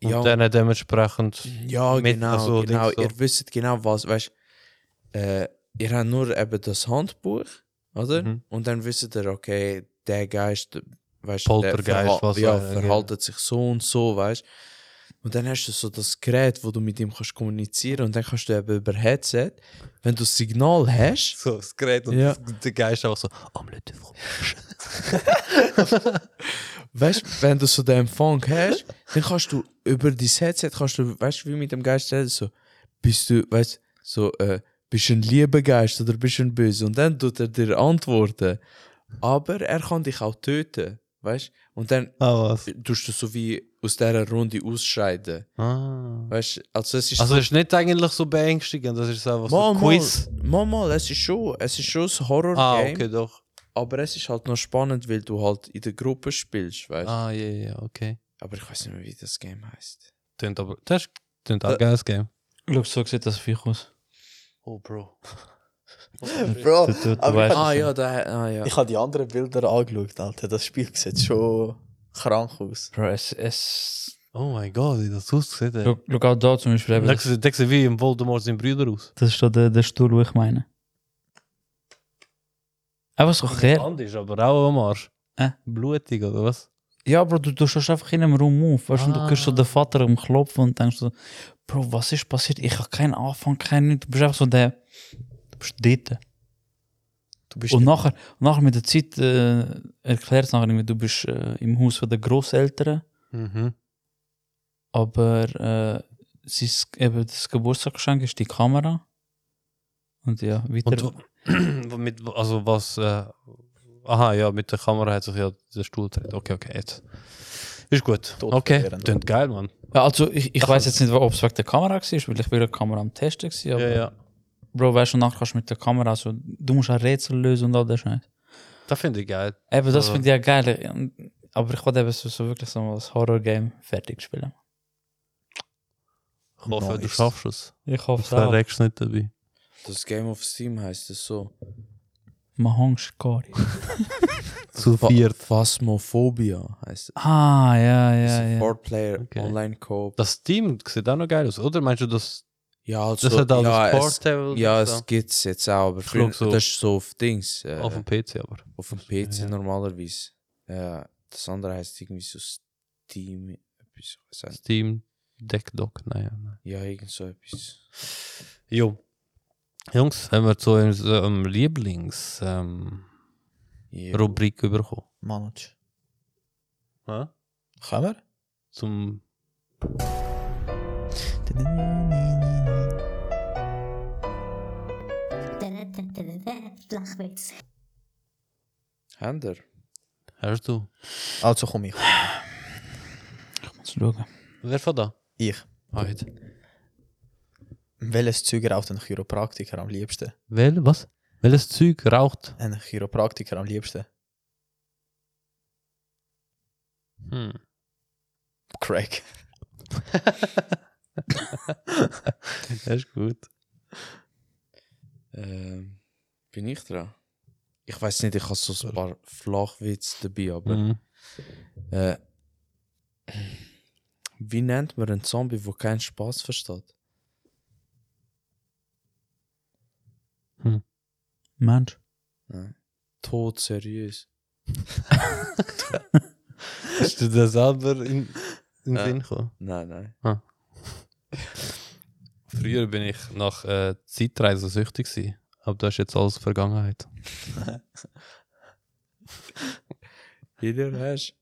[SPEAKER 1] Und
[SPEAKER 4] ja,
[SPEAKER 1] dann dementsprechend.
[SPEAKER 4] ja,
[SPEAKER 1] mit-
[SPEAKER 4] genau,
[SPEAKER 1] also,
[SPEAKER 4] genau.
[SPEAKER 1] Dings so.
[SPEAKER 4] Ihr wisst genau, was, weißt äh, ihr habt nur eben das Handbuch, oder?
[SPEAKER 1] Mhm.
[SPEAKER 4] Und dann wisst ihr, okay, der Geist, weißt
[SPEAKER 1] Poltergeist, was
[SPEAKER 4] ja,
[SPEAKER 1] auch immer,
[SPEAKER 4] verhaltet sich so und so, weißt Und dann hast du so das Gerät, wo du mit ihm kannst kommunizieren und dann kannst du eben über Headset, wenn du das Signal hast,
[SPEAKER 1] So, das Gerät und
[SPEAKER 4] Ja.
[SPEAKER 1] der Geist auch so, "Ah, Omelette vom
[SPEAKER 4] weißt, wenn du so den Empfang hast, dann kannst du über dein Headset, kannst du, weißt du, wie mit dem Geist reden, so, bist du, weißt so, äh, bist du ein lieber Geist oder bist du ein böse? Und dann tut er dir antworten. Aber er kann dich auch töten, weißt Und dann
[SPEAKER 1] Ah, was?
[SPEAKER 4] tust du so wie aus dieser Runde ausscheiden.
[SPEAKER 1] Ah.
[SPEAKER 4] Weißt also es ist
[SPEAKER 1] Also, es ist nicht eigentlich so beängstigend, das ist einfach so
[SPEAKER 4] Mal,
[SPEAKER 1] ein Quiz.
[SPEAKER 4] Mal, mal, mal, es ist schon, es ist schon ein
[SPEAKER 1] Ah,
[SPEAKER 4] Horror-Game,
[SPEAKER 1] okay, doch.
[SPEAKER 4] aber es ist halt noch spannend, weil du halt in der Gruppe spielst, weißt
[SPEAKER 1] Ah, ja, ja, ja, okay.
[SPEAKER 4] Aber ich weiß nicht mehr, wie das Game heißt.
[SPEAKER 1] Tönt aber, das ist tönt auch geiles Game.
[SPEAKER 5] Ich glaube, so sieht das viel aus.
[SPEAKER 1] Oh, Bro.
[SPEAKER 3] Bro,
[SPEAKER 5] Du, du, du
[SPEAKER 3] aber ich
[SPEAKER 5] weißt
[SPEAKER 4] Ah
[SPEAKER 5] es.
[SPEAKER 4] ja, da, ah ja.
[SPEAKER 3] ich habe die anderen Bilder angeschaut, Alter. Das Spiel sieht schon krank aus.
[SPEAKER 5] Bro, es, es...
[SPEAKER 1] Oh mein Gott, wie das aussieht. ey.
[SPEAKER 5] Schau schau auch da zum Beispiel eben,
[SPEAKER 1] Das
[SPEAKER 5] das,
[SPEAKER 1] sieht das sieht wie im Voldemort sein Brüder aus.
[SPEAKER 5] das ist doch der, der Stuhl, den ich meine. Einfach so
[SPEAKER 1] Der
[SPEAKER 5] Kerl.
[SPEAKER 1] Hand ist aber auch am Arsch.
[SPEAKER 5] Äh?
[SPEAKER 1] Blutig, oder was?
[SPEAKER 5] Ja, Bro, du, du schaust einfach in einem Raum auf, weißt du, und du kriegst so den Vater am Klopfen und denkst so, Bro, was ist passiert? Ich habe keinen Anfang, keinen nichts. Du bist einfach so der... Du bist dort.
[SPEAKER 4] Du bist
[SPEAKER 5] Und nachher, nachher mit der Zeit äh, erklärt es nachher irgendwie, du bist äh, im Haus von den Großeltern,
[SPEAKER 1] Mhm.
[SPEAKER 5] aber äh, sie ist, eben das Geburtstagsgeschenk ist die Kamera. Und ja,
[SPEAKER 1] Und
[SPEAKER 5] weiter.
[SPEAKER 1] wo- mit, also was, äh, aha, ja, mit der Kamera hat sich ja der Stuhl gedreht. Okay, okay, jetzt. Ist gut.
[SPEAKER 3] Tot
[SPEAKER 1] okay,
[SPEAKER 3] verheerend.
[SPEAKER 1] tönt geil, Mann.
[SPEAKER 5] ja, also ich, ich weiß jetzt nicht, ob es wegen der Kamera war, weil ich bin der Kamera am Testen war.
[SPEAKER 1] Ja,
[SPEAKER 5] Aber
[SPEAKER 1] ja.
[SPEAKER 5] Bro, weißt du, nachher kannst du mit der Kamera, also du musst ein Rätsel lösen und all das Scheiß.
[SPEAKER 1] Das finde ich geil.
[SPEAKER 5] Eben, das
[SPEAKER 1] Also-
[SPEAKER 5] finde ich ja geil. Und- Aber ich wollte eben so, so wirklich so mal das Horror-Game fertig spielen.
[SPEAKER 1] Ich hoffe, du
[SPEAKER 3] Nice.
[SPEAKER 1] schaffst es.
[SPEAKER 5] Ich hoffe es auch.
[SPEAKER 1] Verreckst nicht dabei.
[SPEAKER 4] das Game of Steam heißt es so.
[SPEAKER 5] Mahong Shikari.
[SPEAKER 1] Zu
[SPEAKER 4] Fa-
[SPEAKER 1] viert.
[SPEAKER 4] Phasmophobia heißt es. Also
[SPEAKER 5] Ah, ja,
[SPEAKER 4] Das
[SPEAKER 5] ja,
[SPEAKER 4] ist ein
[SPEAKER 5] ja.
[SPEAKER 4] Four-Player
[SPEAKER 1] Okay.
[SPEAKER 4] Online-Coop.
[SPEAKER 1] Das Team sieht auch noch geil aus, oder? Meinst du, das,
[SPEAKER 4] Ja, also,
[SPEAKER 1] das hat auch
[SPEAKER 4] ja,
[SPEAKER 1] das
[SPEAKER 4] es,
[SPEAKER 1] Portable?
[SPEAKER 4] ja,
[SPEAKER 1] so?
[SPEAKER 4] es gibt es jetzt auch, aber früher,
[SPEAKER 1] glaub so.
[SPEAKER 4] das ist so auf Dings, äh,
[SPEAKER 1] Auf dem PC, aber.
[SPEAKER 4] auf dem PC
[SPEAKER 1] Ja.
[SPEAKER 4] normalerweise. Ja, das andere heißt irgendwie so Steam, etwas, ich weiß nicht.
[SPEAKER 1] Steam Deck Dock, naja. Nein.
[SPEAKER 4] Ja, irgend so etwas.
[SPEAKER 1] Jo. Jungs, haben wir zu unserem Lieblings ähm,
[SPEAKER 4] Ja.
[SPEAKER 1] Rubrik überkommen.
[SPEAKER 3] Manoj.
[SPEAKER 1] Ja?
[SPEAKER 3] Können
[SPEAKER 1] Zum
[SPEAKER 3] wir?
[SPEAKER 9] Flachwitz.
[SPEAKER 4] Händer.
[SPEAKER 1] Hörst du?
[SPEAKER 3] Also komm ich.
[SPEAKER 5] Muss schauen.
[SPEAKER 1] Wer von da?
[SPEAKER 3] Ich.
[SPEAKER 1] Heute.
[SPEAKER 3] Welches Zeug raucht ein Chiropraktiker am liebsten?
[SPEAKER 1] Wel, was? Welches Zeug raucht?
[SPEAKER 3] Ein Chiropraktiker am liebsten?
[SPEAKER 1] Hm.
[SPEAKER 3] Crack.
[SPEAKER 1] Das ist gut.
[SPEAKER 4] Ähm, bin ich dran? Ich weiß nicht, ich habe so ein paar Flachwitze dabei, aber.
[SPEAKER 1] Mhm.
[SPEAKER 4] Äh, wie nennt man einen Zombie, der keinen Spaß versteht?
[SPEAKER 5] Mensch.
[SPEAKER 4] Nein. Tot seriös.
[SPEAKER 1] Ist dir das selber in, in den
[SPEAKER 4] Ja.
[SPEAKER 1] Sinn gekommen?
[SPEAKER 4] Nein, nein.
[SPEAKER 1] Früher bin ich nach äh, Zeitreisen süchtig gewesen. Aber das ist jetzt alles Vergangenheit.
[SPEAKER 4] Jeder hast.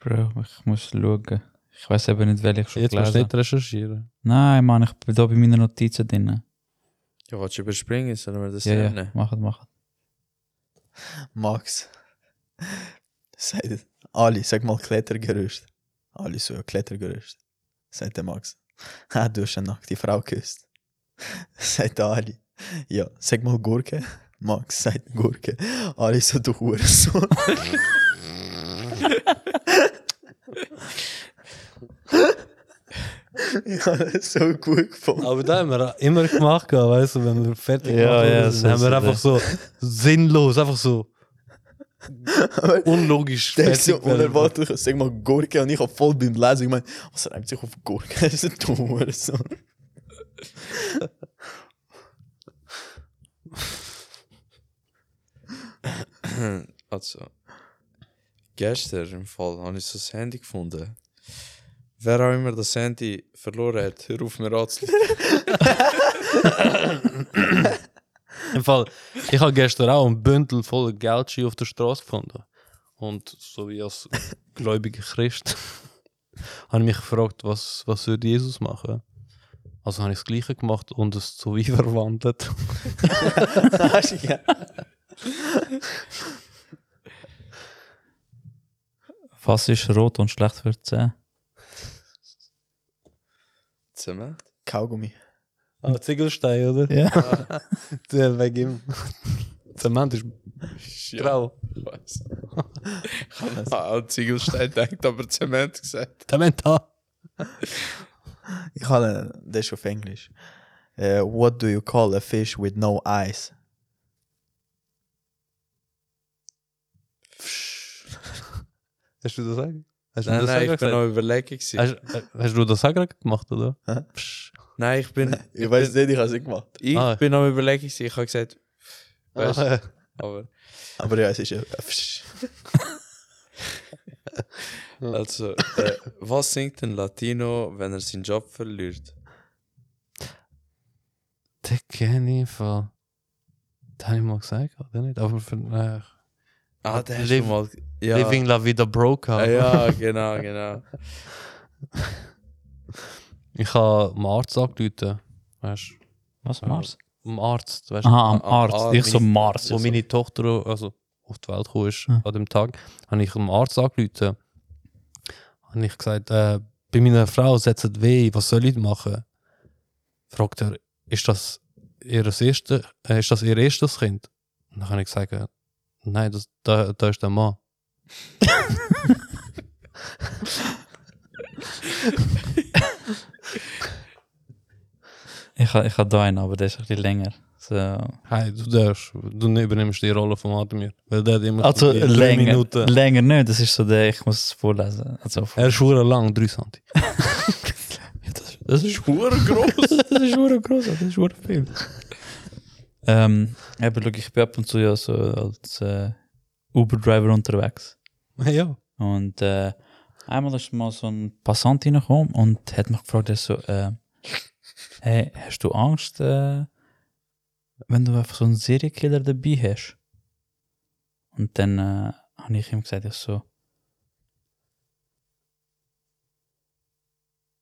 [SPEAKER 5] Bro, ich muss schauen. Ich weiß eben nicht, welche ich schon
[SPEAKER 1] Jetzt musst du
[SPEAKER 5] gelesen
[SPEAKER 1] nicht recherchieren.
[SPEAKER 5] Nein, Mann, ich bin da bei meinen Notizen drin.
[SPEAKER 4] Ja, willst du überspringen? Sollen wir das
[SPEAKER 5] Ja, ja,
[SPEAKER 4] lernen?
[SPEAKER 5] machen, machen.
[SPEAKER 3] Max. Sagt, Ali, sag mal Klettergerüst. Ali so, ja, Klettergerüst. Sagt der Max. Ha, du hast eine nackte Frau geküsst. Sagt der Ali. Ja, sag mal Gurke. Max sagt Gurke. Ali so, du sånn. Hurensohn. ich habe das so gut gefunden.
[SPEAKER 1] Aber da haben wir immer gemacht, gehabt, weißt du, wenn wir fertig
[SPEAKER 5] Ja,
[SPEAKER 1] gemacht
[SPEAKER 5] ja,
[SPEAKER 1] wurden,
[SPEAKER 5] so
[SPEAKER 1] dann haben wir
[SPEAKER 5] ist
[SPEAKER 1] einfach
[SPEAKER 5] es,
[SPEAKER 1] so sinnlos, einfach so
[SPEAKER 3] Aber-
[SPEAKER 1] unlogisch.
[SPEAKER 3] Denkst du,
[SPEAKER 1] werden.
[SPEAKER 3] unerwartet, ich sag mal Gurke und ich hab voll beim Lesen gemeint, was reimt sich auf Gurke? Das ist ein Tumor. So.
[SPEAKER 4] Also, gestern im Fall habe ich so ein Handy gefunden. Wer auch immer das Handy verloren hat, hör auf mir anzuleiten.
[SPEAKER 1] Im Fall, ich habe gestern auch ein Bündel voller Geldscheine auf der Straße gefunden. Und so wie als gläubiger Christ habe ich mich gefragt, was, was würde Jesus machen? Also habe ich das Gleiche gemacht und es zu wie verwandelt.
[SPEAKER 3] ja.
[SPEAKER 5] Was ist rot und schlecht für die Zähne?
[SPEAKER 4] Zement?
[SPEAKER 3] Kaugummi.
[SPEAKER 1] Ah, Ziegelstein, oder?
[SPEAKER 5] Ja.
[SPEAKER 1] Der wegen ihm. Zement ist grau.
[SPEAKER 4] Weiss. Ich habe auch Ah, Ziegelstein gedacht, aber Zement gesagt.
[SPEAKER 1] Zement da.
[SPEAKER 3] Ich habe das ist auf Englisch. Äh, what do you call a fish with no eyes?
[SPEAKER 1] Hast du das sagen? Hast du
[SPEAKER 4] Nein,
[SPEAKER 1] das
[SPEAKER 4] nein, ich
[SPEAKER 1] gesagt?
[SPEAKER 4] bin noch überlegen. gewesen.
[SPEAKER 1] Hast, äh, hast du das sagen gemacht, oder?
[SPEAKER 3] Hä?
[SPEAKER 1] Psch.
[SPEAKER 4] Nein, ich bin,
[SPEAKER 3] Ich weiß nicht, ich habe es nicht gemacht.
[SPEAKER 4] ich
[SPEAKER 1] Ah.
[SPEAKER 4] bin noch überlegen. gewesen. Ich habe gesagt,
[SPEAKER 5] Ah.
[SPEAKER 4] weißt du, aber
[SPEAKER 3] Aber ja, es ist ja. Pfsch.
[SPEAKER 4] also, äh, was singt ein Latino, wenn er seinen Job verliert?
[SPEAKER 1] Der kenne ich von. Das habe ich mal gesagt, oder nicht? Aber von. Äh,
[SPEAKER 4] Ah, der hast du
[SPEAKER 1] Liv-
[SPEAKER 4] mal. Ja,
[SPEAKER 1] Living La Vida Broca.
[SPEAKER 4] Ah, ja, genau, genau.
[SPEAKER 1] Ich habe dem Arzt angerufen. Weißt du?
[SPEAKER 5] Was, Mars?
[SPEAKER 1] Dem Arzt, weißt du?
[SPEAKER 5] Aha, am
[SPEAKER 4] am
[SPEAKER 5] Arzt.
[SPEAKER 4] Arzt.
[SPEAKER 5] ich so Mars.
[SPEAKER 1] wo
[SPEAKER 5] ich so.
[SPEAKER 1] meine Tochter also, auf die Welt gekommen ist,
[SPEAKER 5] Ah.
[SPEAKER 1] an dem Tag, habe ich dem Arzt angerufen. Habe ich gesagt, äh, bei meiner Frau setzt es weh, was soll ich machen? Fragt er, ist das, ihr erste, äh, ist das ihr erstes Kind? Und dann habe ich gesagt, äh, nein, das, da, da ist der Mann.
[SPEAKER 5] Ich, ha- ich habe da einen, aber der ist ein bisschen länger. So.
[SPEAKER 1] Hey, du, darfst, du übernimmst die Rolle von Ademir. Weil der hat immer
[SPEAKER 5] Also
[SPEAKER 1] die drei
[SPEAKER 5] länger.
[SPEAKER 1] Minuten.
[SPEAKER 5] Länger nicht, das ist so der, ich muss es vorlesen. Also,
[SPEAKER 1] Er ist schwer lang, 3 cm.
[SPEAKER 5] das, ist schwer groß. das ist schwer groß, das ist schwer viel. ähm, eben, schau, ich bin ab und zu ja so als äh, Uber-Driver unterwegs.
[SPEAKER 1] ja.
[SPEAKER 5] Und äh, einmal ist mal so ein Passant reingekommen und hat mich gefragt, er so, äh, hey, hast du Angst, äh, wenn du einfach so einen Serienkiller dabei hast? Und dann äh, habe ich ihm gesagt, ich so,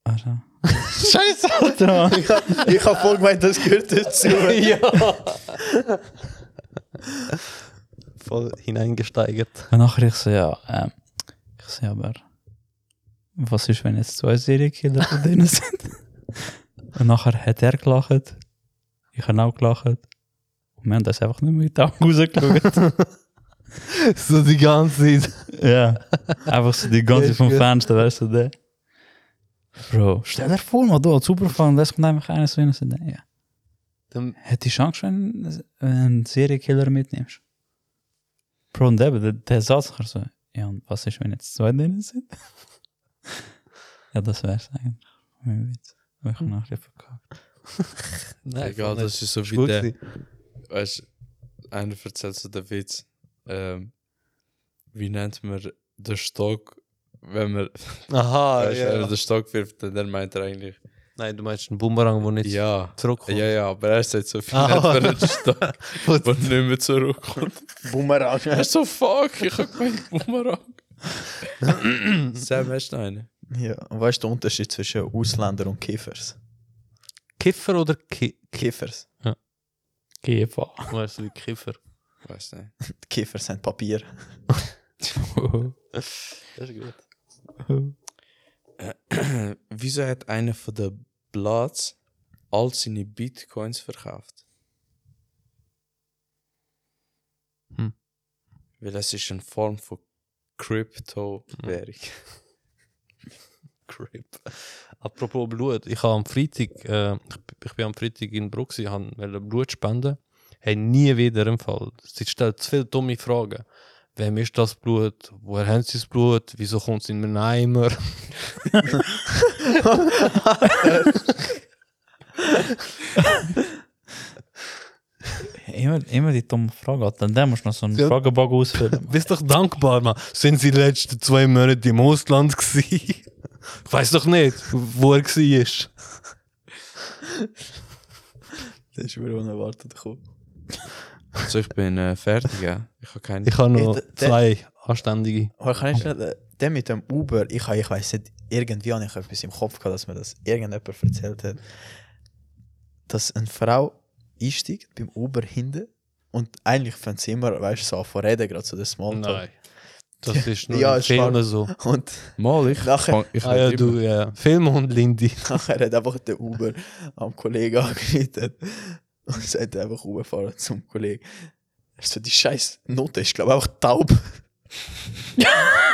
[SPEAKER 5] also,
[SPEAKER 3] Scheiße!
[SPEAKER 5] Alter,
[SPEAKER 3] Ich hab- ich habe voll gemeint, das gehört dazu.
[SPEAKER 1] Voll hineingesteigert.
[SPEAKER 5] Und nachher ich so, ja, ähm, ich so, ja, aber was ist, wenn jetzt zwei Serienkiller da drin sind? Und nachher hat er gelacht, ich habe auch gelacht. Und wir haben das einfach nicht mehr in die Augen rausgeschaut.
[SPEAKER 1] so die ganze Zeit.
[SPEAKER 5] ja, einfach so die ganze
[SPEAKER 1] Ist
[SPEAKER 5] vom
[SPEAKER 1] gut.
[SPEAKER 5] Fenster, weißt du, der. Bro, stell dir vor, mal du als Superfan, das kommt einfach einer so hin und sagt, ja.
[SPEAKER 1] Dann-
[SPEAKER 5] Hätte die Chance, wenn du einen Serienkiller mitnimmst? Bro, und eben, der, der Satz nachher so, ja, und was ist, wenn jetzt zwei drin sind? ja, das wär's eigentlich. Mein Witz. Aber Ich habe nachher verkackt.
[SPEAKER 1] Nein,
[SPEAKER 4] Egal, das ist so
[SPEAKER 1] ist
[SPEAKER 4] wie
[SPEAKER 1] gut.
[SPEAKER 4] der.
[SPEAKER 1] gewesen.
[SPEAKER 4] Weißt du, einer erzählt so den Witz. Ähm, wie nennt man den Stock, wenn man,
[SPEAKER 1] Aha,
[SPEAKER 4] weißt, du, wenn
[SPEAKER 1] Ah, ja.
[SPEAKER 4] man den Stock wirft, dann dann meint er eigentlich.
[SPEAKER 1] Nein, du meinst einen Bumerang, der nicht
[SPEAKER 4] Ja.
[SPEAKER 1] zurückkommt.
[SPEAKER 4] Ja, ja, aber er sagt so viel,
[SPEAKER 1] Ah.
[SPEAKER 4] ah. wenn er den Stock, der nicht mehr zurückkommt.
[SPEAKER 3] Bumerang.
[SPEAKER 4] Er ist so fuck, ich hab keinen Bumerang. Sam, hast du noch einen?
[SPEAKER 3] Ja, und weißt du den Unterschied zwischen Ausländer und Kiffers?
[SPEAKER 1] Kiffer oder Ki
[SPEAKER 3] Kiffers.
[SPEAKER 5] Gefa.
[SPEAKER 1] weißt du, wie Kiffer?
[SPEAKER 4] Weiß nicht.
[SPEAKER 3] Die Kiffers sind Papier.
[SPEAKER 1] Das ist gut.
[SPEAKER 4] Wieso hat einer von den Bloods all seine Bitcoins verkauft?
[SPEAKER 1] Hm.
[SPEAKER 4] Weil es ist eine Form von Kryptowährung.
[SPEAKER 1] Crip. Apropos Blut, ich habe am Freitag, äh, ich, ich bin am Freitag in Bruxi, ich wollte Blut spenden. Hey, nie wieder im Fall. Sie stellt zu viele dumme Fragen. Wem ist das Blut? Woher haben sie das Blut? Wieso kommt es in einen Eimer?
[SPEAKER 5] Immer, immer die dumme Frage, Alter. Dann musst du noch so einen
[SPEAKER 1] Ja.
[SPEAKER 5] Fragebogen ausfüllen.
[SPEAKER 1] Bist doch dankbar, Mann. Sind sie die letzten zwei Monate im Ausland gewesen? Ich weiß doch nicht, wo er war.
[SPEAKER 3] Das ist wieder unerwartet gekommen.
[SPEAKER 4] Also ich bin äh, fertig, ja. Ich habe keine.
[SPEAKER 1] Ich habe noch
[SPEAKER 3] Hey, der- der-
[SPEAKER 1] zwei anständige.
[SPEAKER 3] Aber kann ich schnell, äh, der mit dem Uber, ich, ha- ich weiß nicht, irgendwie habe ich etwas im Kopf gehabt, dass mir das irgendjemand erzählt hat, dass eine Frau einsteigt beim Uber hinten und eigentlich fängt sie immer, weißt du, so an zu reden, gerade so das Smalltalk.
[SPEAKER 1] Nein. Das ist nur
[SPEAKER 3] Ja,
[SPEAKER 1] in
[SPEAKER 3] ist wahr.
[SPEAKER 1] Filmen so.
[SPEAKER 3] Und
[SPEAKER 4] Mal, ich.
[SPEAKER 3] Nachher-
[SPEAKER 4] ich
[SPEAKER 1] Ah ja,
[SPEAKER 4] ich-
[SPEAKER 1] du, ja. Film und Lindy.
[SPEAKER 3] nachher hat einfach der Uber am Kollegen angeredet und sagt einfach Uberfahrer zum Kollegen. Also die scheiß Note ist, glaube ich, einfach taub.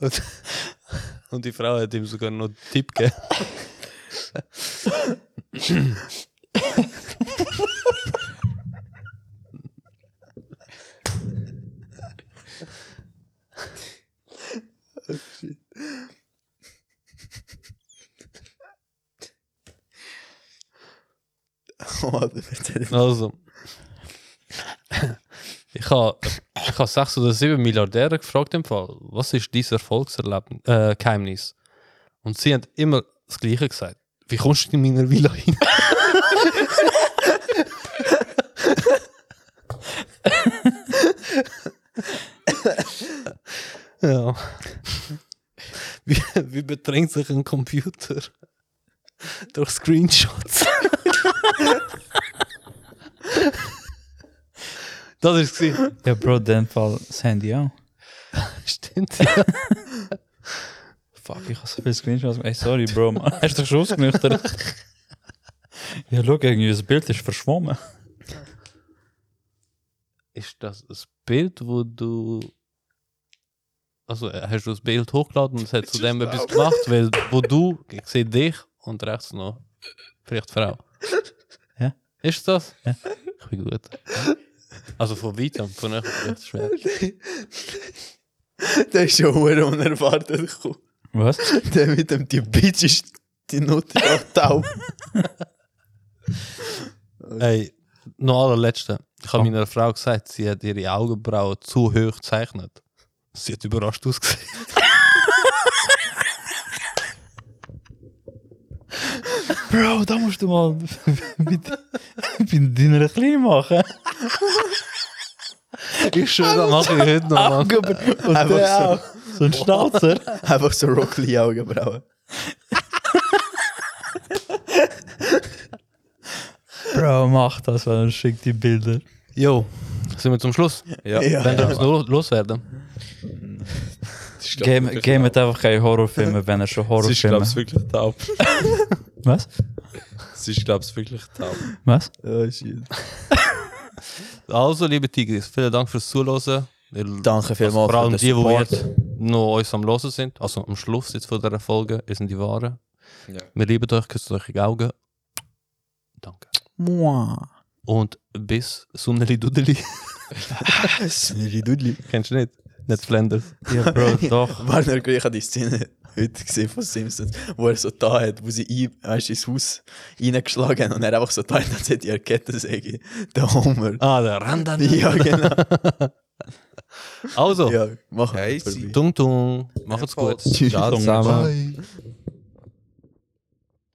[SPEAKER 1] Und, und die Frau hat ihm sogar noch einen Tipp gegeben.
[SPEAKER 3] Oh,
[SPEAKER 1] Also. Ich habe ich ha sechs oder sieben Milliardäre gefragt im Fall, was ist dein Erfolgsgeheimnis? Äh, Geheimnis? Und sie haben immer das Gleiche gesagt. Wie kommst du in meiner Villa hin? ja. Wie, wie bedrängt sich ein Computer? Durch Screenshots. Das war es. gewesen.
[SPEAKER 5] Ja, Bro, in dem Fall das Handy auch.
[SPEAKER 1] Stimmt.
[SPEAKER 5] Fuck, ich habe so viele Screenshots. Ey, sorry, Bro, man. Hast du dich schon ausgenüchtert? ja, schau, irgendwie das Bild ist verschwommen.
[SPEAKER 1] Ist das das Bild, wo du. Also äh, hast du das Bild hochgeladen und es hat zu dem etwas gemacht, weil wo du, ich sehe dich und rechts noch. Vielleicht Frau.
[SPEAKER 5] Ja.
[SPEAKER 1] Ist das?
[SPEAKER 5] Ja.
[SPEAKER 1] Ich bin gut. Also von weitem, von euch vielleicht schwer.
[SPEAKER 3] der ist ja hure unerwartet gekommen.
[SPEAKER 5] Was?
[SPEAKER 3] Der mit dem die Bitch ist die Note auch taub.
[SPEAKER 1] Ey, noch allerletzte. Ich habe meiner Frau gesagt, sie hat ihre Augenbrauen zu hoch gezeichnet. Sie hat überrascht ausgesehen.
[SPEAKER 5] Bro, da musst du mal mit, mit deiner Kleine machen.
[SPEAKER 1] Ich schwöre, das mache ich heute noch. Mann.
[SPEAKER 5] Und
[SPEAKER 3] Einfach
[SPEAKER 5] so ein Schnauzer.
[SPEAKER 3] so, einfach so Rockli Augenbrauen.
[SPEAKER 5] Bro, mach das, weil dann schickt die Bilder.
[SPEAKER 1] Jo, sind wir zum Schluss.
[SPEAKER 4] Ja.
[SPEAKER 3] Ja.
[SPEAKER 1] Wenn wir los loswerden.
[SPEAKER 5] Game, game hat einfach keine Horrorfilme, wenn er schon
[SPEAKER 4] Es ist, glaube
[SPEAKER 5] Horrorfilme
[SPEAKER 4] ich, wirklich taub.
[SPEAKER 5] Was?
[SPEAKER 4] Es ist, glaube ich, wirklich taub.
[SPEAKER 5] Was?
[SPEAKER 3] Oh, shit.
[SPEAKER 1] Also, liebe Tigris, vielen Dank fürs Zuhören. Ihr-
[SPEAKER 3] Danke vielmals
[SPEAKER 1] vor allem
[SPEAKER 3] für
[SPEAKER 1] die, die
[SPEAKER 3] den Support.
[SPEAKER 1] jetzt noch uns am Hören sind. Also am Schluss jetzt von dieser Folge, ihr sind die Wahren.
[SPEAKER 4] Ja.
[SPEAKER 1] Wir lieben euch, küsst euch in die Augen. Danke.
[SPEAKER 3] Mua.
[SPEAKER 1] Und bis Sunneli Dudeli.
[SPEAKER 3] Sniddy Dudli.
[SPEAKER 1] Kennst du nicht? Nicht Flanders.
[SPEAKER 5] Ja, Bro, doch.
[SPEAKER 3] Warner Grey hat die Szene heute gesehen von Simpsons, wo er so da hat, wo sie ihm, weißt, ins Haus reingeschlagen haben und er einfach so da hat, als hätte er Kettensäge. Der Homer.
[SPEAKER 1] Ah, der Randan.
[SPEAKER 3] Ja, genau.
[SPEAKER 1] Also,
[SPEAKER 3] Ja, mach
[SPEAKER 4] Hey,
[SPEAKER 1] Oh.
[SPEAKER 3] vorbei.
[SPEAKER 4] sie-
[SPEAKER 1] tung tung. Macht's
[SPEAKER 4] Ja, voll.
[SPEAKER 1] gut.
[SPEAKER 4] Ciao zusammen.